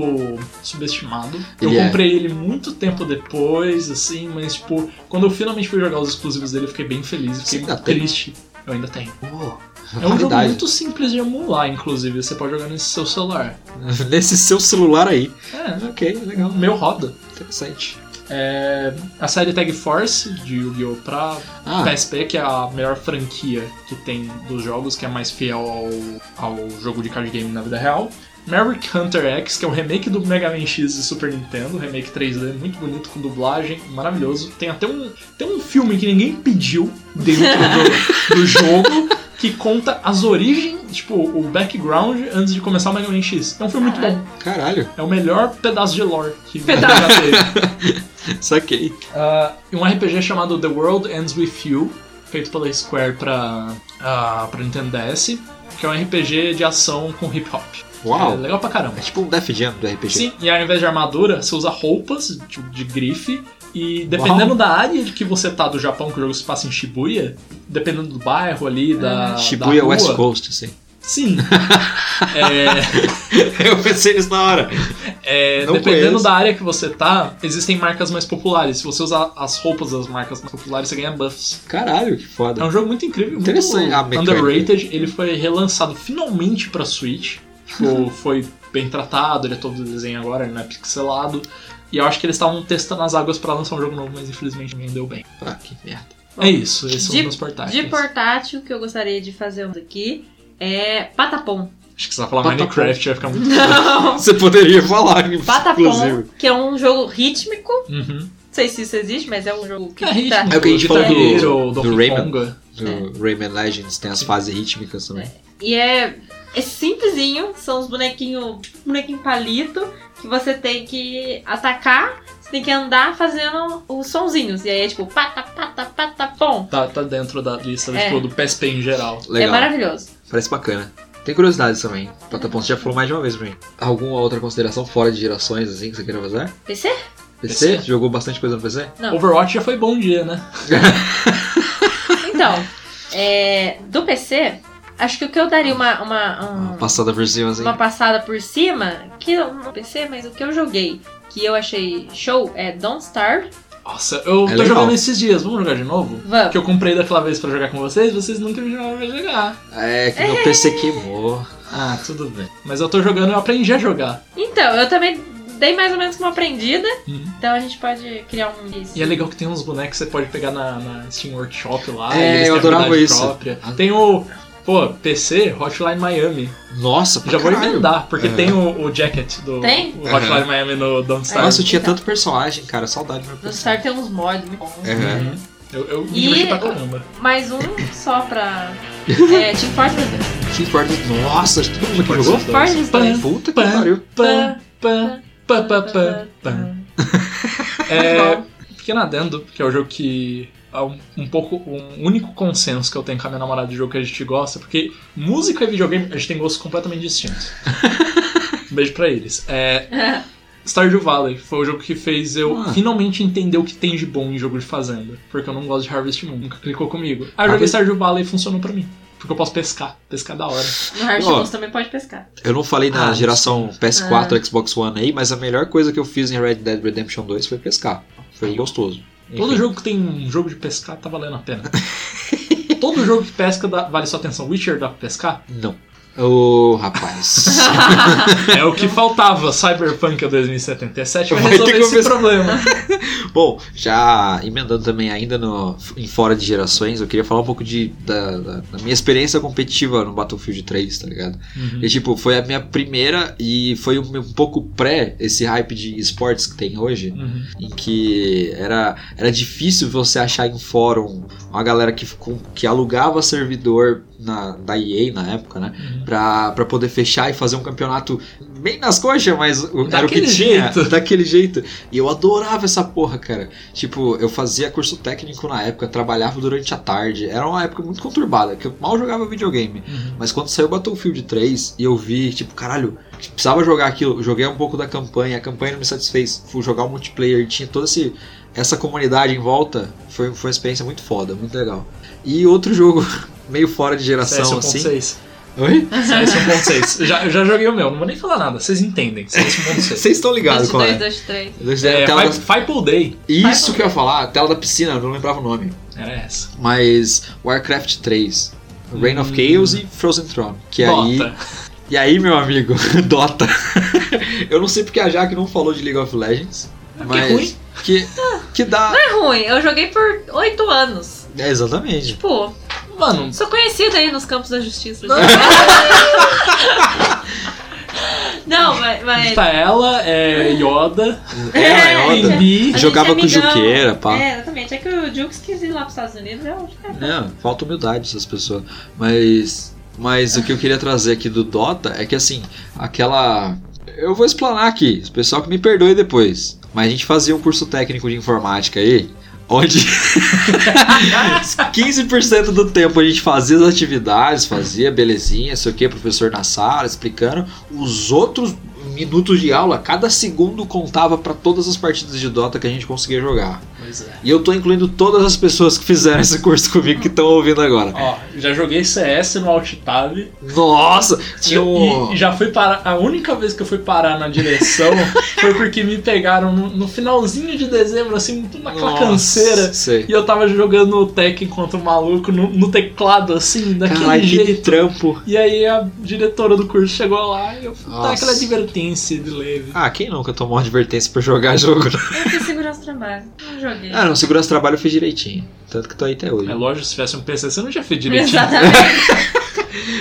subestimado. Eu Ele é. comprei ele muito tempo depois, assim, mas tipo, quando eu finalmente fui jogar os exclusivos dele, eu fiquei bem feliz, eu Você fiquei ainda tem? triste. Eu ainda tenho. Oh, É um jogo raridade. muito simples de emular, inclusive. Você pode jogar nesse seu celular. <laughs> Nesse seu celular aí. É, Ok, legal. o meu roda. Interessante. É, a série Tag Force de Yu-Gi-Oh! pra Ah, PSP, que é a melhor franquia que tem dos jogos, que é mais fiel ao, ao jogo de card game na vida real. Merrick Hunter X, que é o remake do Mega Man X de Super Nintendo, remake 3D, muito bonito, com dublagem, maravilhoso. Tem até um, tem um filme que ninguém pediu dentro do, do jogo, que conta as origens, tipo, o background antes de começar o Mega Man X. É um filme muito bom. caralho. <laughs> É o melhor pedaço de lore que já teve. Saquei. Ah, e um RPG chamado The World Ends With You, feito pela Square pra, ah, pra Nintendo DS, que é um RPG de ação com hip hop. É Uau. legal pra caramba. É tipo um Def Jam do RPG. Sim, e ao invés de armadura, você usa roupas tipo, de grife. E dependendo da área de que você tá do Japão, que o jogo se passa em Shibuya, dependendo do bairro ali, da. É. Ah, Shibuya da rua, West Coast, assim. <laughs> Sim. é, Eu pensei nisso na hora. É, Não dependendo conheço. da área que você tá, existem marcas mais populares. Se você usar as roupas das marcas mais populares, você ganha buffs. Caralho, que É foda. um jogo muito incrível, muito Interessante Ah, a mecânica. underrated. Ele foi relançado finalmente pra Switch. Tipo, <laughs> foi bem tratado, ele é todo desenho agora, ele não é pixelado. E eu acho que eles estavam testando as águas pra lançar um jogo novo, mas infelizmente ninguém deu bem. Ah, que merda. <laughs> É isso, esses são De- os meus portáteis. De portátil que eu gostaria de fazer um aqui é Patapom. Acho que você vai falar Patapom. Minecraft, vai ficar muito... <laughs> Você poderia falar, <laughs> Patapom, inclusive. que é um jogo rítmico. Não Uhum. sei se isso existe, mas é um jogo que É ritmo, tá- É o que a gente de falou do- tabuleiro, do Donkey Rayman. Konga. Do Rayman Legends tem as fases rítmicas também. E é, é simplesinho, são os bonequinhos, bonequinho palito, que você tem que atacar, você tem que andar fazendo os sonzinhos. E aí é tipo pata, pata, pata, pom. Tá, tá dentro da lista É. tipo, do PSP em geral. Legal. É maravilhoso. Parece bacana. Tem curiosidades também. Patapom, você já falou mais de uma vez pra mim. Alguma outra consideração fora de gerações, assim, que você queira fazer? PC? PC? PC. Jogou bastante coisa no PC? Não. Overwatch já foi bom dia, né? Então, é, do PC, acho que o que eu daria uma, uma, um- Uma Passada por cima, assim. uma passada por cima, que eu não PC, mas o que eu joguei, que eu achei show, é Don't Starve. Nossa, eu É tô legal. jogando esses dias, vamos jogar de novo? Vamos. Que eu comprei daquela vez pra jogar com vocês, vocês nunca me chamaram pra jogar. É, que meu PC queimou. Ah, tudo bem. Mas eu tô jogando, eu aprendi a jogar. Então, eu também dei mais ou menos uma aprendida, Uhum. então a gente pode criar um... E é legal que tem uns bonecos que você pode pegar na, na Steam Workshop lá. É, e eles eu têm adorava habilidade isso. Própria. Tem o. Pô, PC, Hotline Miami. Nossa, pra Já vou caralho. emendar, porque É. tem o, o jacket do Tem? o Hotline Miami no Don't Starve. Nossa, eu tinha Então. tanto personagem, cara. Saudade do meu Don't PC. Starve tem uns mods muito bons. Uhum. Uhum. Eu, eu me E diverti pra o- caramba. Mais um só <laughs> pra. É, Team Fortress 2. Team Fortress, nossa, todo mundo aqui jogou? Fortress Pã, 2. Puta que Pã, pariu. pã, pã, pã, pã, pã, pã. É, Bom. pequeno adendo, que é o jogo que é um, um pouco um único consenso que eu tenho com a minha namorada de jogo que a gente gosta, porque música e videogame a gente tem gostos completamente <laughs> distintos. um beijo pra eles. É, Stardew Valley foi o jogo que fez eu Ah. finalmente entender o que tem de bom em jogo de fazenda, porque eu não gosto de Harvest Moon, nunca clicou comigo. Aí eu joguei Harvest- Stardew Valley e funcionou pra mim. Porque eu posso pescar, pescar da hora. No Hard Ó. Shoes também pode pescar. Eu não falei na Ah, geração PS4, Xbox One aí, mas a melhor coisa que eu fiz em Red Dead Redemption 2 foi pescar. Foi gostoso. Todo Enfim. jogo que tem um jogo de pescar tá valendo a <laughs> pena. Todo jogo que pesca dá- vale sua atenção. Witcher dá pra pescar? Não. Ô, rapaz. <laughs> É o que faltava. Cyberpunk <laughs> 2077 vai Vai ter resolver que esse começar- <laughs> problema. Bom, já emendando também ainda no, em fora de gerações, eu queria falar um pouco de, da, da- da minha experiência competitiva no Battlefield 3, tá ligado? Uhum. E tipo, foi a minha primeira e foi um, um pouco pré esse hype de esportes que tem hoje, Uhum. em que era, era difícil você achar em fórum uma galera que, com- que alugava servidor na, da EA na época, né? Pra, pra poder fechar e fazer um campeonato bem nas coxas, mas o- era o que Daquele tinha. jeito. <laughs> Daquele jeito. E eu adorava essa porra, cara. Tipo, eu fazia curso técnico na época, trabalhava durante a tarde. Era uma época muito conturbada, que eu mal jogava videogame. Uhum. Mas quando saiu Battlefield 3 e eu vi, tipo, caralho, precisava jogar aquilo. Joguei um pouco da campanha, a campanha não me satisfez. Fui jogar o multiplayer, tinha toda esse, essa comunidade em volta. Foi, foi uma experiência muito foda, muito legal. E outro jogo <laughs> meio fora é de Uhum. geração, assim. CS 1.6. Oi? CS 1.6. Já, eu já joguei o meu, não vou nem falar nada. Vocês entendem. CS 1.6. Vocês estão ligados Dust qual <laughs> 2, é? Dust 3. Dois- É, tela Fi- da- Fipal Day. Isso que eu ia falar, a tela da piscina, eu não lembrava o nome. Era essa. Mas Warcraft 3, Reign of Chaos e Frozen Throne. Que aí. Hum. Bota. E aí, meu amigo, <laughs> Dota. eu não sei porque a Jaque não falou de League of Legends. mas ruim. Que, que dá. É ruim, eu joguei por 8 anos. É, exatamente. Pô, Mano, sou conhecida aí nos campos da justiça. <laughs> Não, mas. mas tá ela, é Yoda, <laughs> Ela é Yoda. Bimbi. a gente Jogava é com amigão. Juqueira, pá. É, exatamente. É que o Jukes quis ir lá pros Estados Unidos, eu acho que é. É, falta humildade essas pessoas. Mas. Mas o que eu queria trazer aqui do Dota é que assim, aquela. Eu vou explanar aqui, o pessoal que me perdoe depois. Mas a gente fazia um curso técnico de informática aí, onde <laughs> 15% do tempo a gente fazia as atividades, fazia belezinha, sei o que, professor na sala explicando. Os outros minutos de aula, cada segundo contava pra todas as partidas de Dota que a gente conseguia jogar. Pois é. E eu tô incluindo todas as pessoas que fizeram esse curso comigo que estão ouvindo agora. Ó, já joguei CS no Alt Tab. Nossa! Tinha um... E, e já fui parar. A única vez que eu fui parar na <laughs> direção foi porque me pegaram no, no finalzinho de dezembro, assim, muito naquela Nossa, canseira. Sei. E eu tava jogando o Tech enquanto o maluco no, no teclado, assim, daquele Caralho, que jeito. trampo. E aí a diretora do curso chegou lá e eu fui dar Nossa. aquela advertência de leve. Ah, quem nunca tomou uma advertência por jogar <laughs> jogo? Eu fiz segurança trabalho. Não joguei. Ah, não, segurança trabalho eu fiz direitinho. Tanto que tô aí até hoje. É lógico, se tivesse um PC, você não tinha feito direitinho. <laughs> Exatamente.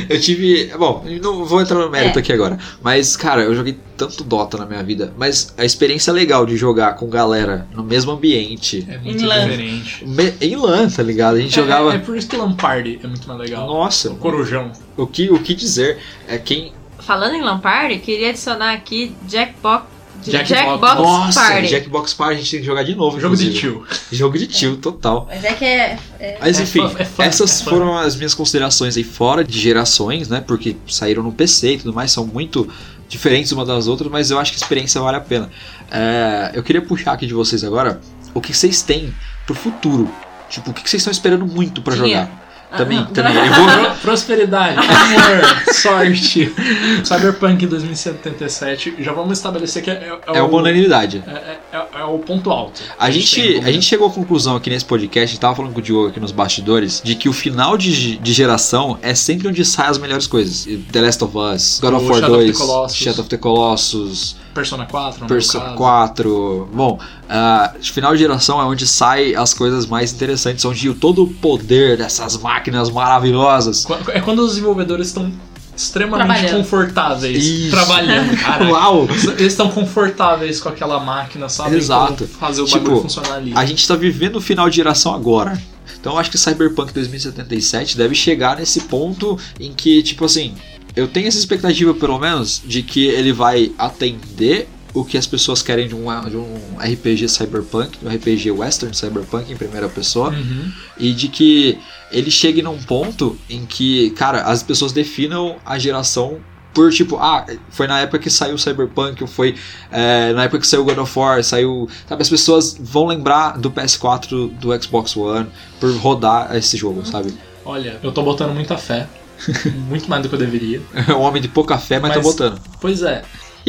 Eu tive. Bom, eu não vou entrar no mérito aqui agora. Mas, cara, eu joguei tanto Dota na minha vida. Mas a experiência legal de jogar com galera no mesmo ambiente. É muito Em LAN. diferente. me- Em LAN, tá ligado? A gente jogava. É, é por isso que LAN Party é muito mais legal. Nossa, Corujão. o que, o que dizer? É quem. Falando em Lamparty, queria adicionar aqui Jackbox, Jackbox. Jackbox, Nossa, Party. Jackbox Party a gente tem que jogar de novo. Jogo de inclusive. tio. Jogo de tio, total. Mas é que é. Mas É enfim, fã- é fã- essas é fã. foram as minhas considerações aí fora de gerações, né? Porque saíram no PC e tudo mais, são muito diferentes uma das outras, mas eu acho que a experiência vale a pena. É, eu queria puxar aqui de vocês agora o que vocês têm pro futuro. Tipo, o que vocês estão esperando muito pra Dinheiro. jogar? Também, Ah, não. também. Eu vou, Pro- prosperidade, <laughs> amor, sorte. Cyberpunk 2077. Já vamos estabelecer que é, é, é uma o, é, unanimidade. é- é- é o ponto alto. A gente, tem né? a gente chegou à conclusão aqui nesse podcast, tava falando com o Diogo aqui nos bastidores, de que o final de, de geração é sempre onde saem as melhores coisas. The Last of Us, God O of War Shadow of the 2, Colossus. um Shadow of the Colossus, Persona 4, no meu Persona caso. 4. Bom, ah, final de geração é onde sai as coisas mais interessantes, onde o- todo o poder dessas máquinas maravilhosas. Qu- É quando os desenvolvedores estão extremamente Trabalhando. confortáveis. Isso. <laughs> Trabalhando, cara. Uau! Eles estão confortáveis com aquela máquina, sabe? Como Exato. Fazer o Tipo, bagulho funcionar ali. A gente tá vivendo o final de geração agora. Então eu acho que Cyberpunk 2077 deve chegar nesse ponto em que, tipo assim, eu tenho essa expectativa, pelo menos, de que ele vai atender o que as pessoas querem de um, de um RPG Cyberpunk, de um RPG Western Cyberpunk em primeira pessoa, Uhum. e de que ele chegue num ponto em que, cara, as pessoas definam a geração por tipo, ah, foi na época que saiu Cyberpunk, ou foi é, na época que saiu God of War, saiu. Sabe, as pessoas vão lembrar do PS4, do Xbox One, por rodar esse jogo, sabe? <laughs> Olha, eu tô botando muita fé. muito mais do que eu deveria. É um homem de pouca fé, mas, Mas- tô botando. Pois <laughs> é.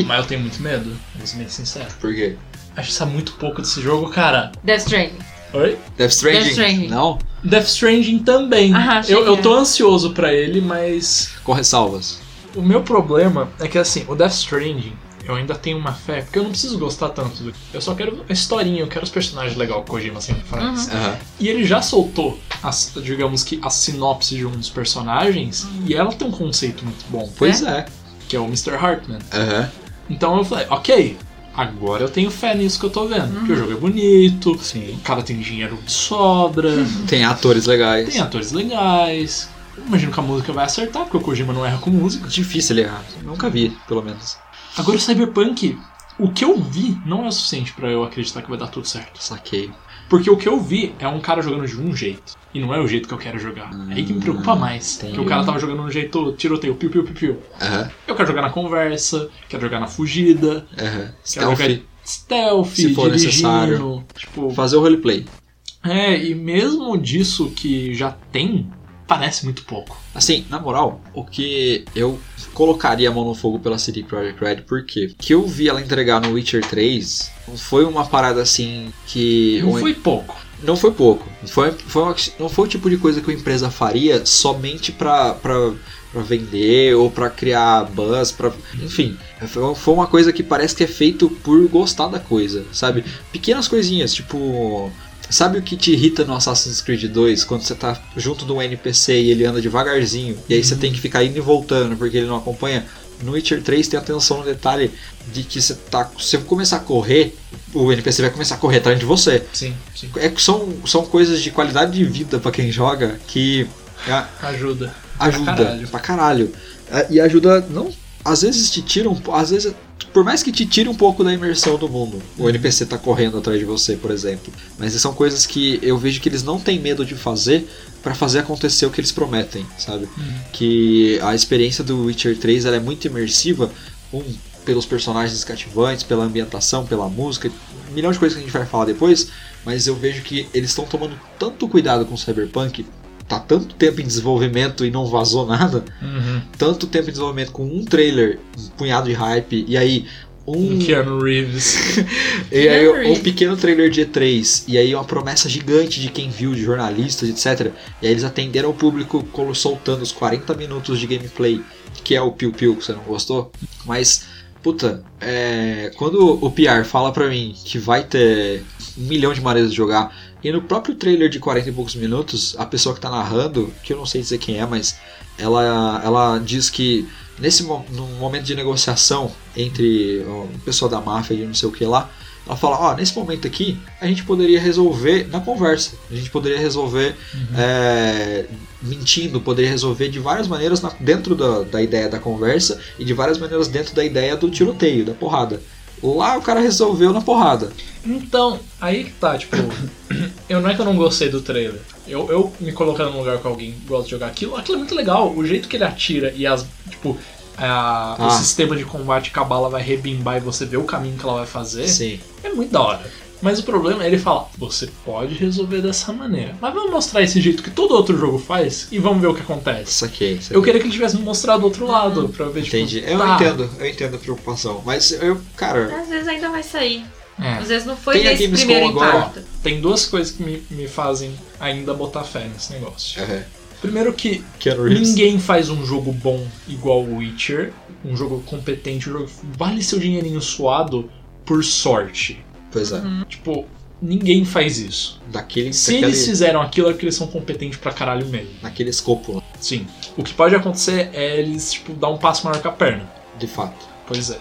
Mas eu tenho muito medo, vou ser bem sincero. Por quê? Acho que sabe muito pouco desse jogo, cara. Death Stranding. Oi? Death Stranding? Death Stranding. Não? Death Stranding também. Ah, achei eu, que eu era. tô ansioso pra ele, mas Corre salvas. o meu problema é que assim, o Death Stranding, eu ainda tenho uma fé, porque eu não preciso gostar tanto do Eu só quero a historinha, eu quero os personagens legais, o Kojima sempre Uhum. faz. E ele já soltou, as- digamos que, a sinopse de um dos personagens, e ela tem um conceito muito bom, Pois é. que é o Mr. Hartman. Aham. Então eu falei, ok, agora eu tenho fé nisso que eu tô vendo. Porque o Uhum. jogo é bonito, o cara tem dinheiro de sobra, Uhum. Tem atores legais. tem atores legais. Imagino que a música vai acertar, porque o Kojima não erra com música. Difícil ele errar. Nunca vi, pelo menos. Agora o Cyberpunk, o que eu vi não é o suficiente pra eu acreditar que vai dar tudo certo. Saquei. Porque o que eu vi é um cara jogando de um jeito. E não é o jeito que eu quero jogar. é aí que me preocupa mais. Hum, entendi. Que o cara tava jogando no jeito tiroteio, piu, piu, piu, piu. Aham, Eu quero jogar na conversa, quero jogar na fugida, aham. quero Stealth. jogar stealth, se dirigindo. for necessário. Tipo, Fazer o roleplay. é, e mesmo disso que já tem, parece muito pouco. Assim, na moral, o que eu colocaria a mão no fogo pela CD Projekt Red, porque o que eu vi ela entregar no Witcher 3 foi uma parada assim que. Não um- foi pouco. não foi pouco. Foi, foi uma- não foi o tipo de coisa que uma empresa faria somente pra, pra, pra vender ou pra criar buzz, pra, enfim. Foi foi uma coisa que parece que é feito por gostar da coisa, sabe? Pequenas coisinhas, tipo. Sabe o que te irrita no Assassin's Creed 2? Quando você tá junto de um NPC e ele anda devagarzinho, e aí você tem que ficar indo e voltando porque ele não acompanha? No Witcher 3 tem atenção no detalhe de que você tá. Se você começar a correr, o NPC vai começar a correr atrás de você. Sim, sim. É que são, são coisas de qualidade de vida pra quem joga que a- Ajuda. ajuda pra caralho. caralho. A- E ajuda, não. Às vezes te tira um po- Às vezes, por mais que te tire um pouco da imersão do mundo, o NPC tá correndo atrás de você, por exemplo. Mas são coisas que eu vejo que eles não têm medo de fazer pra fazer acontecer o que eles prometem, sabe? Que a experiência do Witcher 3 ela é muito imersiva. Um, pelos personagens cativantes, pela ambientação, pela música, um milhão de coisas que a gente vai falar depois, mas eu vejo que eles estão tomando tanto cuidado com o Cyberpunk, tá tanto tempo em desenvolvimento e não vazou nada, tanto tempo em desenvolvimento com um trailer, um punhado de hype, e aí um, Um Keanu Reeves. <laughs> e aí, Keanu Reeves. um pequeno trailer de E3, e aí uma promessa gigante de quem viu, de jornalistas, etc. E aí eles atenderam o público colo- soltando os 40 minutos de gameplay, que é o Piu Piu, que você não gostou. Mas, puta, é, quando o PR fala pra mim que vai ter um milhão de maneiras de jogar, e no próprio trailer de 40 e poucos minutos, a pessoa que tá narrando, que eu não sei dizer quem é, mas ela, ela diz que nesse mo- num momento de negociação entre ó, o pessoal da máfia e não sei o que lá, ela fala, ó, nesse momento aqui, a gente poderia resolver na conversa. A gente poderia resolver Uhum. é, mentindo, poderia resolver de várias maneiras na- dentro da, da ideia da conversa e de várias maneiras dentro da ideia do tiroteio, da porrada. Lá o cara resolveu na porrada. Então, aí que tá, tipo, eu não é que eu não gostei do trailer. Eu, eu me colocando no lugar com alguém que gosta de jogar aquilo, aquilo é muito legal. O jeito que ele atira e as. Tipo, a- o Ah. sistema de combate que a bala vai rebimbar e você vê o caminho que ela vai fazer, Sim. é muito da hora. Mas o problema é ele falar, você pode resolver dessa maneira. Mas vamos mostrar esse jeito que todo outro jogo faz e vamos ver o que acontece. Saquei. saquei. Eu queria que ele tivesse me mostrado do outro lado, pra ver, tipo, Entendi. Eu tá. entendo, eu entendo a preocupação. Mas eu, cara, Às vezes ainda vai sair. É. Às vezes não foi Tem a nesse Gamescom primeiro agora. impacto. Tem duas coisas que me, me fazem ainda botar fé nesse negócio. é, Primeiro que Keanu Reeves. Tá. Ninguém faz um jogo bom igual o Witcher, um jogo competente, um jogo que vale seu dinheirinho suado por sorte. Pois é, Tipo, ninguém faz isso. daquele, Se daquele, eles fizeram aquilo, é porque eles são competentes pra caralho mesmo. naquele escopo, lá, Sim. O que pode acontecer é eles, tipo, dar um passo maior que a perna. de fato. Pois é.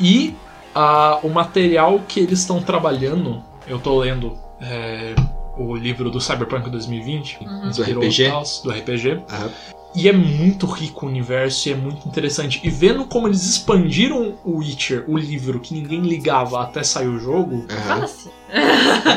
E ah, o material que eles estão trabalhando, eu tô lendo é, o livro do Cyberpunk 2020, Uhum. inspirou o RPG? Taos, do RPG. Aham. E é muito rico o universo e é muito interessante. E vendo como eles expandiram o Witcher, o livro que ninguém ligava até sair o jogo, Fala assim.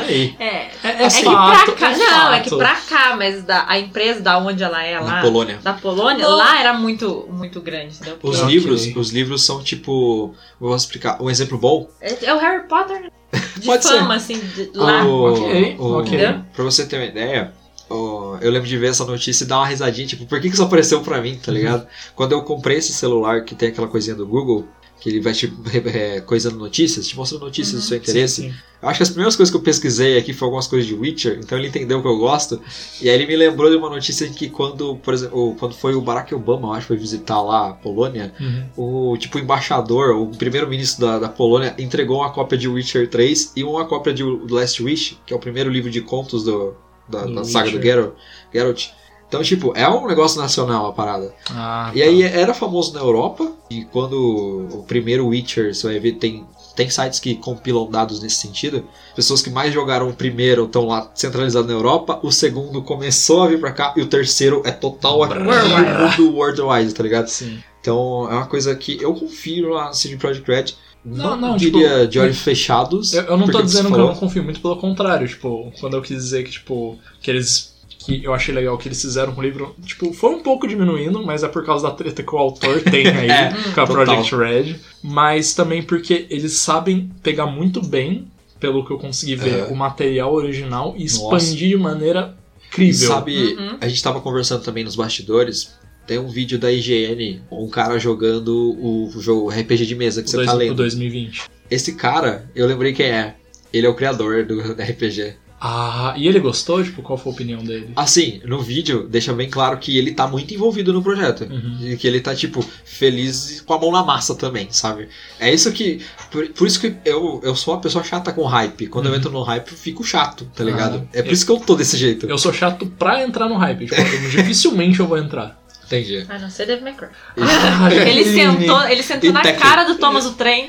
Aí, É. é, é, Assim, É que fato, pra cá. é não, é que fato. pra cá, mas da, a empresa da onde ela é lá. na Polônia. Da Polônia, Não. lá era muito, muito grande, entendeu? Os Ok. livros, os livros são tipo, vou explicar, um exemplo bom. É, é o Harry <laughs> Potter né? de Pode fama, assim, de- lá. O- ok, o- ok. Pra você ter uma ideia, o- eu lembro de ver essa notícia e dar uma risadinha, tipo, por que que isso apareceu pra mim, tá ligado? Uhum. Quando eu comprei esse celular que tem aquela coisinha do Google, que ele vai te é, coisando notícias, te mostrando notícias do seu interesse. Sim, sim. Eu acho que as primeiras coisas que eu pesquisei aqui foi algumas coisas de Witcher, então ele entendeu o que eu gosto. E aí ele me lembrou de uma notícia que quando, por exemplo, quando foi o Barack Obama, eu acho, foi visitar lá a Polônia, Uhum. o tipo embaixador, o primeiro-ministro da, da Polônia, entregou uma cópia de Witcher 3 e uma cópia de Last Wish, que é o primeiro livro de contos do, da, Do da saga do Witcher. Geralt, Geralt Então, tipo, é um negócio nacional a parada. Ah, E aí era famoso na Europa, e quando o primeiro Witcher, você vai ver, tem, tem sites que compilam dados nesse sentido. Pessoas que mais jogaram o primeiro estão lá centralizadas na Europa, o segundo começou a vir pra cá, e o terceiro é total aqui Worldwide. do mundo worldwide, tá ligado? sim. Então é uma coisa que eu confio na CD Projekt Red. Não, Não, não, diria tipo, de olhos fechados. Eu, eu não tô porque dizendo você que é eu falou- não confio, muito pelo contrário, tipo, quando eu quis dizer que, tipo, que eles. Que eu achei legal que eles fizeram com o livro. Tipo, foi um pouco diminuindo, mas é por causa da treta que o <laughs> autor tem aí É, com a total. Project Red. Mas também porque eles sabem pegar muito bem, pelo que eu consegui ver, É. o material original e Nossa. expandir de maneira E incrível. sabe, Uhum. a gente tava conversando também nos bastidores. Tem um vídeo da IGN, um cara jogando o jogo o RPG de mesa que o você dois- tá o lendo. 2020. Esse cara, eu lembrei quem é. Ele é o criador do <laughs> RPG. Ah, e ele gostou? Tipo, qual foi a opinião dele? Assim, no vídeo deixa bem claro que ele tá muito envolvido no projeto. Uhum. E que ele tá, tipo, feliz e com a mão na massa também, sabe? É isso que. Por, por isso que eu, eu sou uma pessoa chata com hype. Quando eu entro no hype, eu fico chato, tá ligado? Uhum. Ah. é por isso que eu tô desse jeito. Eu sou chato pra entrar no hype. Tipo, eu- dificilmente eu vou entrar. Entendi. A não ser Dave McCray. Ah, <laughs> Ele Ele- sentou, ele sentou e na Tekken. cara do Thomas o trem,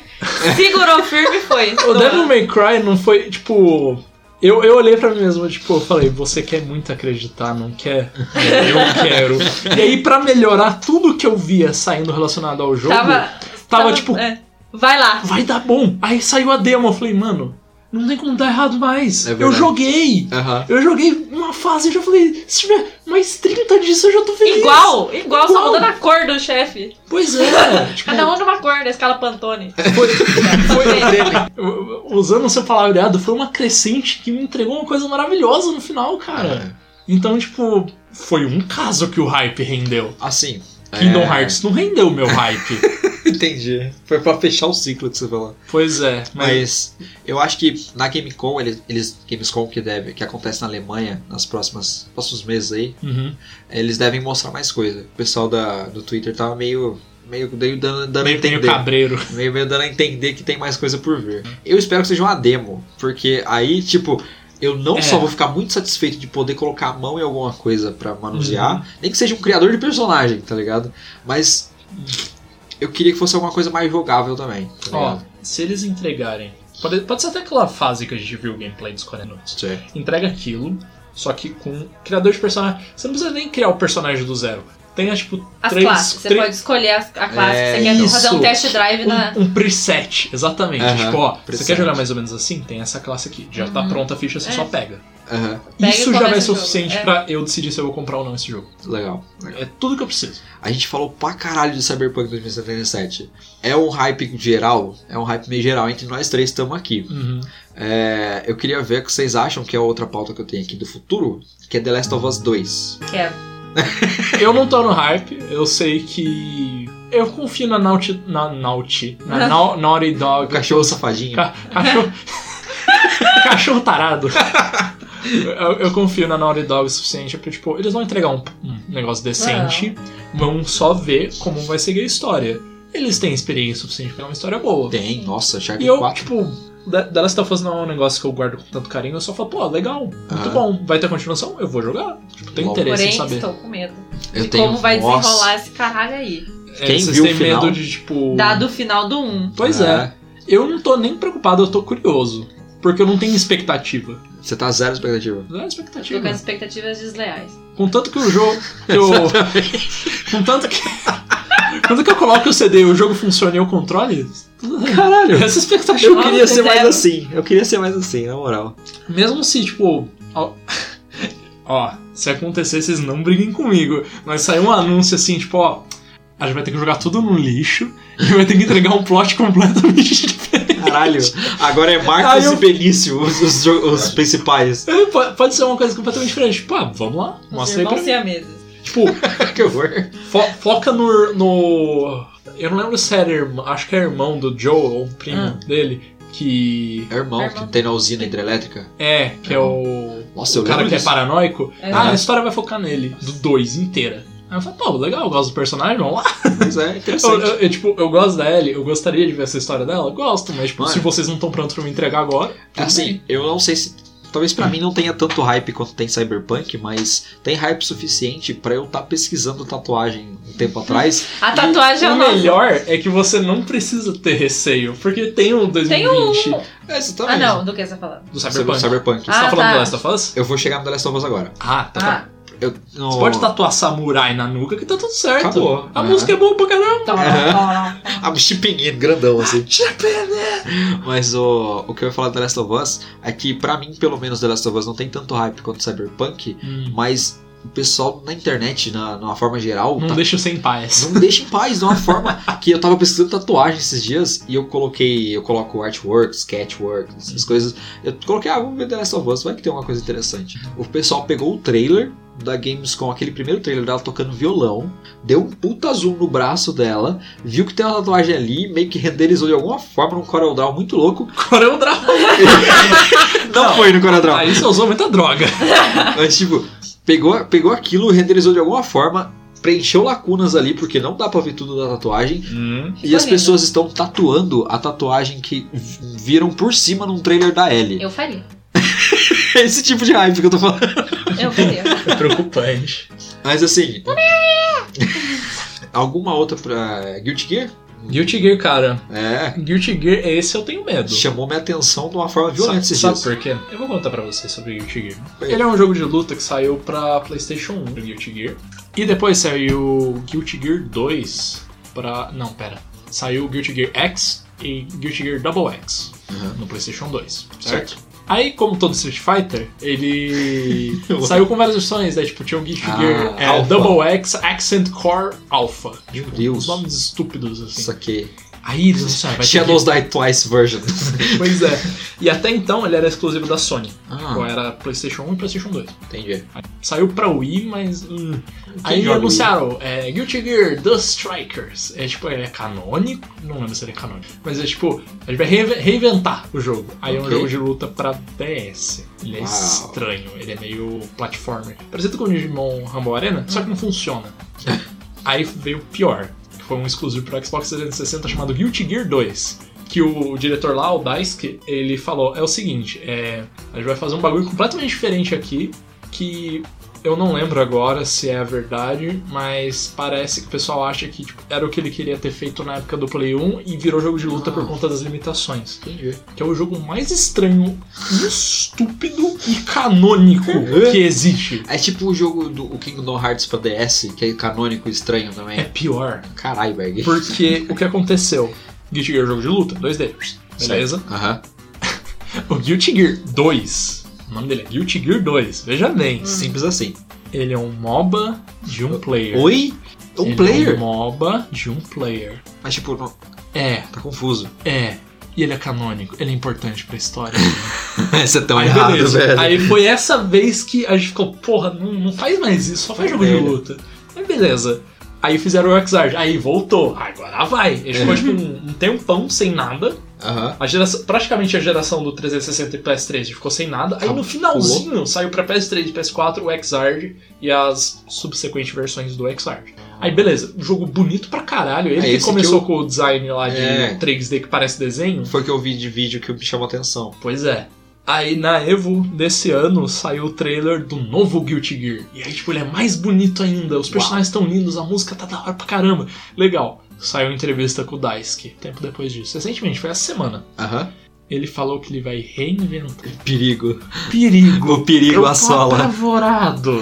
segurou firme e foi. O Devil May Cry não foi, tipo. Eu, eu olhei pra mim mesmo, tipo, eu falei, você quer muito acreditar, não quer? <laughs> Eu quero. E aí, pra melhorar tudo que eu via saindo relacionado ao jogo, Tava, tava, tipo, é. vai lá. vai dar bom. Aí saiu a demo, eu falei, mano, não tem como dar errado mais. É eu verdade. joguei! Aham. Eu joguei uma fase e já falei, se tiver mais 30 disso, eu já tô feliz. Igual, igual, só Igual. mudando a cor do chefe. Pois <laughs> é. tipo, Cada um numa cor, na escala <laughs> Pantone. usando o seu palavreado, foi uma crescente que me entregou uma coisa maravilhosa no final, É, cara. Então, tipo, foi um caso que o hype rendeu. Assim. Kingdom é, Hearts não rendeu o meu hype. <laughs> Entendi. Foi pra fechar o ciclo que você falou. pois é, mas. Mas eu acho que na Gamescom, eles, eles Gamescom que deve, que acontece na Alemanha nas próximas próximos meses aí, Uhum. eles devem mostrar mais coisa. O pessoal da, do Twitter tava meio meio meio dando, dando a Meio, meio entender, É. cabreiro. meio, meio dando a entender que tem mais coisa por vir. Uhum. Eu espero que seja uma demo, porque aí tipo eu não É. só vou ficar muito satisfeito de poder colocar a mão em alguma coisa pra manusear, Uhum. nem que seja um criador de personagem, tá ligado? Mas eu queria que fosse alguma coisa mais jogável também. Tá Ó, ligado? se eles entregarem. Pode, pode ser até aquela fase que a gente viu o gameplay dos 40 minutos. Certo. entrega aquilo, só que com criador de personagem. Você não precisa nem criar o personagem do zero. Tenha, tipo, As três. classes. Você três- pode escolher as- a classe É, que você quer isso. fazer um test drive na. um, um preset, exatamente. Aham, tipo, ó, você preset. quer jogar mais ou menos assim? Tem essa classe aqui. Já tá pronta a ficha, você É. só pega. Aham, Pega Isso e já começa vai o ser o jogo, suficiente é. pra eu decidir se eu vou comprar ou não esse jogo. legal. É tudo que eu preciso. A gente falou pra caralho de Cyberpunk 2077. É um hype geral, é um hype meio geral entre nós três estamos aqui. Uhum. É, eu queria ver o que vocês acham que é outra pauta que eu tenho aqui do futuro, que é The Last of Us 2. Quero. Eu não tô no hype, eu sei que. Eu confio na Naughty. Na Naughty. Na Nau- Naughty O Dog. cachorro safadinho. Ca- cachorro. <laughs> cachorro tarado. Eu, eu confio na Naughty Dog o suficiente pra, tipo, eles vão entregar um, um negócio decente, vão só ver como vai seguir a história. Eles têm experiência suficiente pra uma história boa. Tem, nossa, Shark E eu, 4. tipo, da- The Last of Us não é um negócio que eu guardo com tanto carinho, eu só falo, pô, legal, muito Aham. bom, vai ter continuação? Eu vou jogar. Tipo, tem Bom. interesse Porém, em saber. estou com medo. Eu de tenho. como vai nossa. desenrolar esse caralho aí. É, Quem vocês viu o têm final? medo de, tipo. Dado o final do 1. Pois é. Eu não tô nem preocupado, eu tô curioso. Porque eu não tenho expectativa. Você tá zero expectativa. Não é Eu tô expectativa. com as expectativas desleais. Contanto que o jogo. Que <laughs> eu, contanto que. <laughs> Contanto que eu coloque o CD e o jogo funcione e eu controle. Caralho, essa expectativa. Eu Nossa, queria ser zero. mais assim. Eu queria ser mais assim, na moral. Mesmo se, tipo. Ó, <laughs> ó, se acontecer, vocês não briguem comigo. Mas saiu um anúncio assim, tipo, ó. A gente vai ter que jogar tudo no lixo e vai ter que entregar um plot <laughs> completamente diferente. Caralho. Agora é Marcos Aí eu- e Belício, os, os jo- os <laughs> principais. Pode, pode ser uma coisa completamente diferente. Tipo, ah, vamos lá, Os mostra aí pra irmãos mim. siameses. Tipo, que horror. Fo- foca no, no- Eu não lembro se era irmão. Acho que é irmão do Joe, ou primo Ah. dele. Que. É irmão, Irmão. que tem na usina hidrelétrica. É, que é o. Nossa, eu o cara lembro que é disso. paranoico. É. Ah, a história vai focar nele. Do 2 inteira. Aí eu falo, pô, legal, eu gosto do personagem, vamos lá. Mas <laughs> é interessante. Eu, eu- eu, tipo, eu gosto da Ellie, eu gostaria de ver essa história dela, eu gosto, mas tipo, Mano. se vocês não estão prontos pra me entregar agora. Assim, Ah, eu não sei se Talvez Hum. pra mim não tenha tanto hype quanto tem Cyberpunk, mas tem hype suficiente pra eu estar pesquisando tatuagem um <laughs> tempo atrás. A tatuagem é o o nosso. melhor é que você não precisa ter receio, porque tem um 2020 Tem um. É, Ah, exatamente. não, do que você tá falando? do Cyberpunk. Cyberpunk. Você tá Ah, falando tá. do Last of Us? Eu vou chegar no The Last of Us agora. Ah, tá. Ah, Eu, no... Você pode tá- tatuar samurai na nuca que tá tudo certo. Acabou. A É. música é boa pra caramba. tá. A chipininha grandão, Ah, assim. Mas o, o que eu ia falar do The Last of Us é que, pra mim, pelo menos, The Last of Us não tem tanto hype quanto Cyberpunk, mas o pessoal na internet, na, numa forma geral, Não tá- deixa eu sem paz. não deixa em paz de uma forma que eu tava pesquisando tatuagem esses dias e eu coloquei, eu coloco artwork, sketchwork, essas coisas. Eu coloquei, ah, vamos ver The Last of Us, vai que tem uma coisa interessante. O pessoal pegou o trailer da Gamescom, aquele primeiro trailer dela tocando violão, deu um puta zoom no braço dela, viu que tem uma tatuagem ali, meio que renderizou de alguma forma num Corel Draw muito louco. Corel Draw. Não, foi no Corel é Draw. um Aí você usou muita droga. Mas, tipo, pegou, pegou aquilo, renderizou de alguma forma, preencheu lacunas ali, porque não dá pra ver tudo da tatuagem. E as lindo. pessoas estão tatuando a tatuagem que v- viram por cima num trailer da Ellie. <laughs> Eu faria. Esse tipo de hype que eu tô falando. Eu faria. É preocupante. Mas assim. <laughs> alguma outra pra. Guilty Gear? Guilty Gear, cara. É. Guilty Gear, esse eu tenho medo. Chamou minha atenção de uma forma violenta esses sabe, dias. sabe por quê? Eu vou contar pra vocês sobre Guilty Gear. Ele é um jogo de luta que saiu pra PlayStation 1 do Guilty Gear. E depois saiu Guilty Gear 2 pra. Não, pera. Saiu Guilty Gear X e Guilty Gear Double X no PlayStation 2, certo? Aí, como todo Street Fighter, <laughs> ele saiu com várias versões, né? Tipo, tinha o Guilty Ah, Gear é, Alpha. Double X Accent Core Alpha. Tipo, Deus. Os nomes estúpidos, assim. Isso aqui. Aí, eles disseram, vai ter Shadows Die <laughs> Twice version. que- Pois é. E até então, ele era exclusivo da Sony. Então, ah, era PlayStation 1 e PlayStation 2. entendi. Saiu pra Wii, mas. hum, aí joga anunciaram é, Guilty Gear The Strikers. É tipo, ele é canônico? Não lembro se ele é canônico. Mas é tipo, a gente vai reinve- reinventar o jogo. Aí é um Ok. jogo de luta pra DS. Ele é Uau. estranho, ele é meio platformer. Parecido com o Digimon Rumble Arena, só que não <laughs> funciona. aí veio o pior, que foi um exclusivo pro Xbox 360 chamado Guilty Gear 2. Que o diretor lá, o Daisuke, ele falou: é o seguinte, é, a gente vai fazer um bagulho completamente diferente aqui, que eu não lembro agora se é verdade, mas parece que o pessoal acha que tipo, era o que ele queria ter feito na época do Play 1 e virou jogo de luta por conta das limitações. Ah. Entendi. Que é o jogo mais estranho, estúpido e canônico que existe. <laughs> É tipo o jogo do o Kingdom Hearts pra DS, que é canônico e estranho É também. pior. Caralho, Berg. Porque o que aconteceu? Guilty Gear é um jogo de luta, 2D. Beleza? Aham. O Guilty Gear 2. O nome dele é Guilty Gear 2. Veja bem. Simples assim. Ele é um MOBA de um player. Oi? Um Ele É um player? MOBA de um player. Mas tipo, não- É, tá confuso. <laughs> é. E ele é canônico, ele é importante pra história. Você é tão Aí, <laughs> errado, beleza. velho. Aí foi essa vez que a gente ficou, porra, não, não faz mais isso, só faz jogo de Velho. luta. Aí beleza. Aí fizeram o Exarch, aí voltou, agora vai. Ele É. ficou tipo um, um tempão sem nada. Aham. A geração, praticamente a geração do 360 e PS3 ficou sem nada. Aí no Acabou. finalzinho saiu pra PS3 e PS4 o Exard e as subsequentes versões do Exard. Aí beleza, um jogo bonito pra caralho. Ele É que esse que começou eu- com o design lá de É. 3D que parece desenho. Foi o que eu vi de vídeo que me chamou a atenção. Pois é. Aí na Evo desse ano saiu o trailer do novo Guilty Gear. E aí, tipo, ele é mais bonito ainda. Os personagens estão lindos, a música tá da hora pra caramba. Legal. Saiu entrevista com o Daisuke tempo depois disso. Recentemente, foi essa semana. Aham. Ele falou que ele vai reinventar. Perigo. Perigo. O perigo Eu tô assola. apavorado.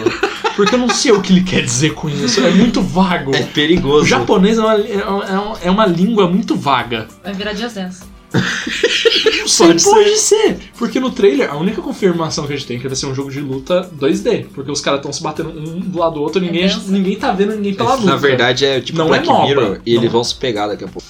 Porque eu não sei o que ele quer dizer com isso. É muito vago. É O perigoso. japonês é uma, é uma- é uma língua muito vaga. Vai virar Diosenso. Sim, pode, ser. Porque no trailer, a única confirmação que a gente tem é que vai ser um jogo de luta 2D. Porque os caras estão se batendo um do lado do outro, ninguém, dança. ninguém tá vendo ninguém pela luta. Na verdade é tipo Não é Black MOBA. Mirror e Não. eles vão se pegar daqui a pouco.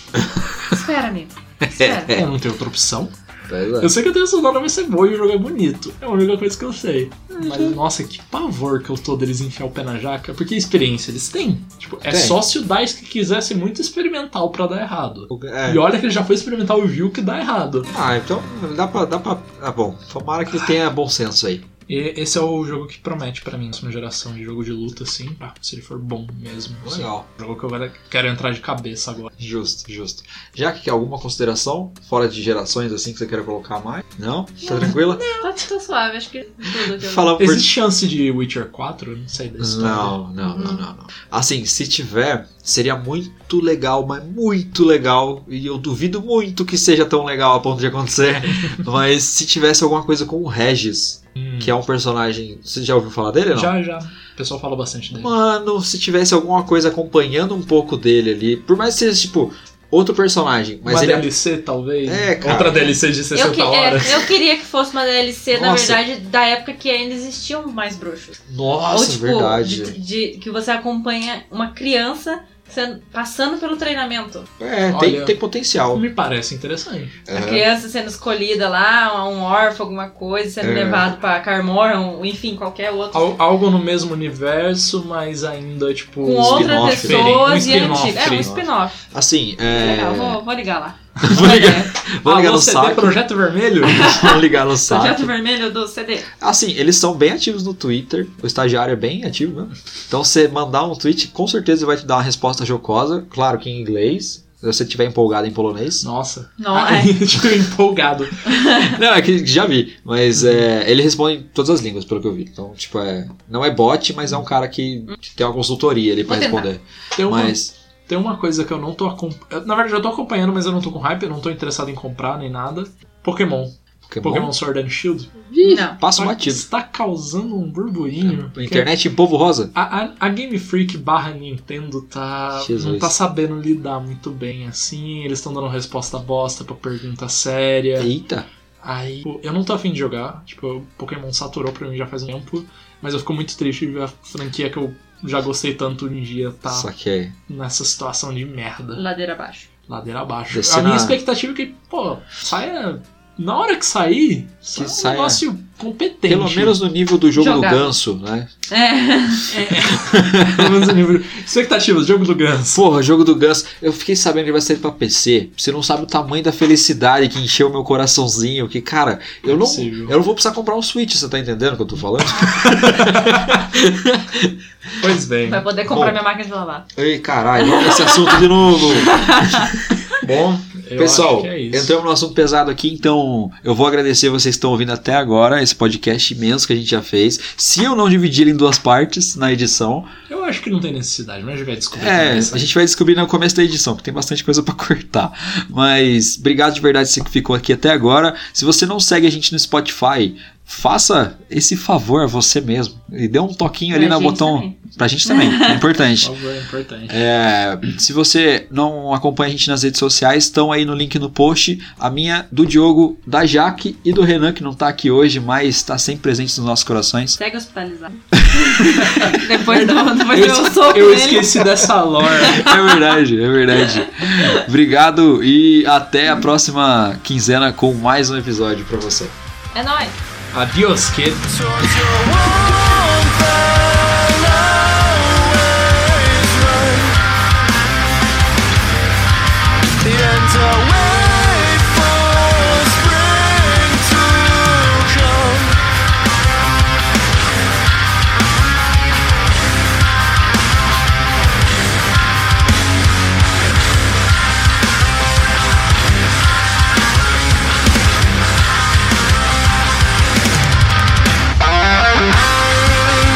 Espera, <laughs> amigo. É. Espera. é. Eu não tenho outra opção. Pois é. Eu sei que a trilha sonora vai ser boa e o jogo é bonito. É a única coisa que eu sei. Mas, nossa, que pavor que eu tô deles enfiar o pé na jaca. Porque experiência eles têm. Tipo, é Tem. só se o Dice que quisesse muito experimental pra dar errado. É. E olha que ele já foi experimental e viu que dá errado. Ah, então dá pra, dá pra. Ah, bom. Tomara que ele tenha bom senso aí. E esse é o jogo que promete pra mim, uma geração de jogo de luta, assim. Ah, se ele for bom mesmo. assim. Legal. Jogo que eu quero- quero entrar de cabeça agora. Justo, justo. Já que quer alguma consideração, fora de gerações assim que você queira colocar mais? Não? Tá tranquila? Tá, tá suave, acho que tudo que eu... Fala por Existe chance de Witcher 4? Eu não sei da história. Não, não, não, não, não. Assim, se tiver, seria muito legal, mas muito legal. E eu duvido muito que seja tão legal a ponto de acontecer. mas se tivesse alguma coisa com o Regis, Hum. que é um personagem. Você já ouviu falar dele? Não? Já, já. O pessoal fala bastante dele. Mano, se tivesse alguma coisa acompanhando um pouco dele ali, por mais que seja, tipo, outro personagem, mas uma ele DLC, talvez. É, cara. Outra DLC de 60 Eu, que- é, horas. eu queria que fosse uma DLC, na né? Nossa. verdade, da época que ainda existiam mais bruxos. é, Nossa, Ou, tipo, verdade. de- de- que você acompanha uma criança sendo- passando pelo treinamento. É, Olha. tem, tem potencial. Me parece interessante. A criança sendo escolhida lá, um órfão, alguma coisa, sendo É. levado pra Carmorion, enfim, qualquer outro. Al- algo no mesmo universo, mas ainda, tipo. com outra spin-off, pessoa diferente. Um e spin-off, antiga. É, um spin-off. spin-off. Assim, é. Legal, vou, vou <laughs> ligar lá. Vou ligar, vou ligar Alô, no CD saco. Ah, Projeto <laughs> Vermelho? <laughs> Vou ligar no Projeto saco. Vermelho do CD. Assim, eles são bem ativos no Twitter. O estagiário é bem ativo, né? Então, você mandar um tweet, com certeza ele vai te dar uma resposta jocosa. Claro que em inglês. Se você estiver empolgado em polonês. Nossa. Não, Ah, é. <laughs> Tô empolgado. <laughs> Não, é que já vi. Mas é, ele responde em todas as línguas, pelo que eu vi. Então, tipo, é. Não é bot, mas é um cara que tem uma consultoria ali pra Vou tentar. responder. Tem uma, Mas. tem uma coisa que eu não tô acompanhando. Na verdade, eu tô acompanhando, mas eu não tô com hype, eu não tô interessado em comprar nem nada. Pokémon. Pokémon. Pokémon Sword and Shield. Não. Passa Mas batido. É, Está causando um burburinho. que- Internet em povo rosa. A, a- a Game Freak barra Nintendo tá. Jesus. Não tá sabendo lidar muito bem assim. Eles estão dando resposta bosta pra pergunta séria. Eita. Aí, tipo, eu não tô afim de jogar. Tipo, o Pokémon saturou pra mim já faz um tempo. Mas eu fico muito triste de ver a franquia que eu já gostei tanto um dia tá Só que é. nessa situação de merda. Ladeira abaixo. Ladeira abaixo. Descer a minha na- expectativa é que, pô, saia. Na hora que sair, saia um saia- negócio competente. Pelo menos no nível do jogo do Jogado. ganso, né? É. <laughs> Pelo menos no nível. Expectativas, jogo do Guns. Porra, jogo do ganso. Eu fiquei sabendo que vai sair pra PC. Você não sabe o tamanho da felicidade que encheu meu coraçãozinho. Que, cara, eu não. Impossível. Eu não vou precisar comprar um Switch, você tá entendendo o que eu tô falando? Pois bem. Vai poder comprar Bom. minha máquina de lavar. Ei, caralho, vamos nesse assunto <laughs> de novo. Bom, eu Pessoal, então- acho que é isso. entramos no assunto pesado aqui, então eu vou agradecer vocês que estão ouvindo até agora, esse podcast imenso que a gente já fez. Se eu não dividir ele em duas partes na edição, Eu acho que não tem né? necessidade, mas a gente vai descobrir. É, também, sabe? a gente vai descobrir no começo da edição, porque tem bastante coisa pra <laughs> cortar. Mas obrigado de verdade você que ficou aqui até agora. Se você não segue a gente no Spotify, faça esse favor a você mesmo. E dê um toquinho ali Pra no gente botão. também. Pra gente também, <laughs> é importante. Por favor, é importante. É, se você não acompanha a gente nas redes sociais, estão aí no link no post. A minha, do Diogo, da Jaque e do Renan, que não tá aqui hoje, mas tá sempre presente nos nossos corações. <laughs> Segue hospitalizado. depois do, depois do Eu meu soco Eu nele. esqueci dessa lore. <laughs> É verdade, é verdade. Obrigado e até a próxima quinzena com mais um episódio pra você. É nóis. Adios, kid. Thank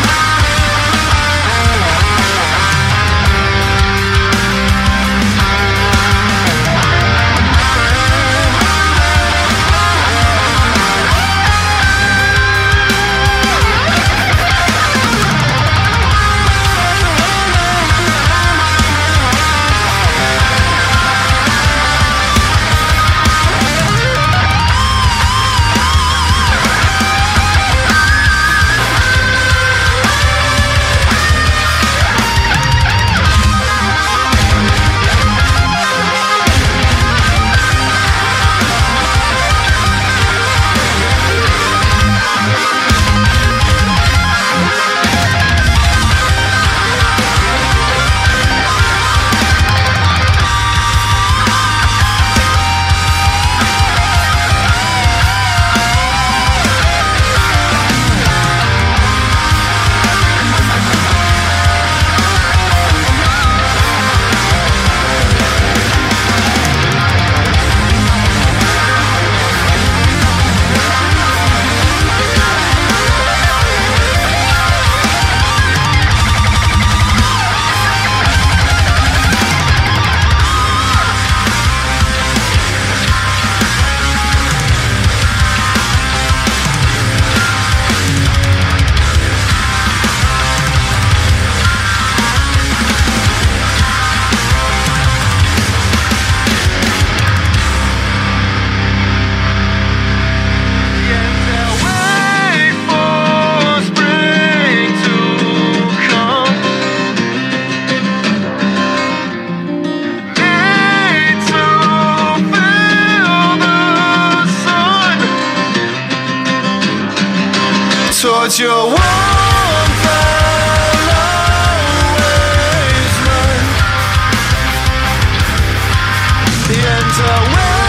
But you're one fell away. The ends are well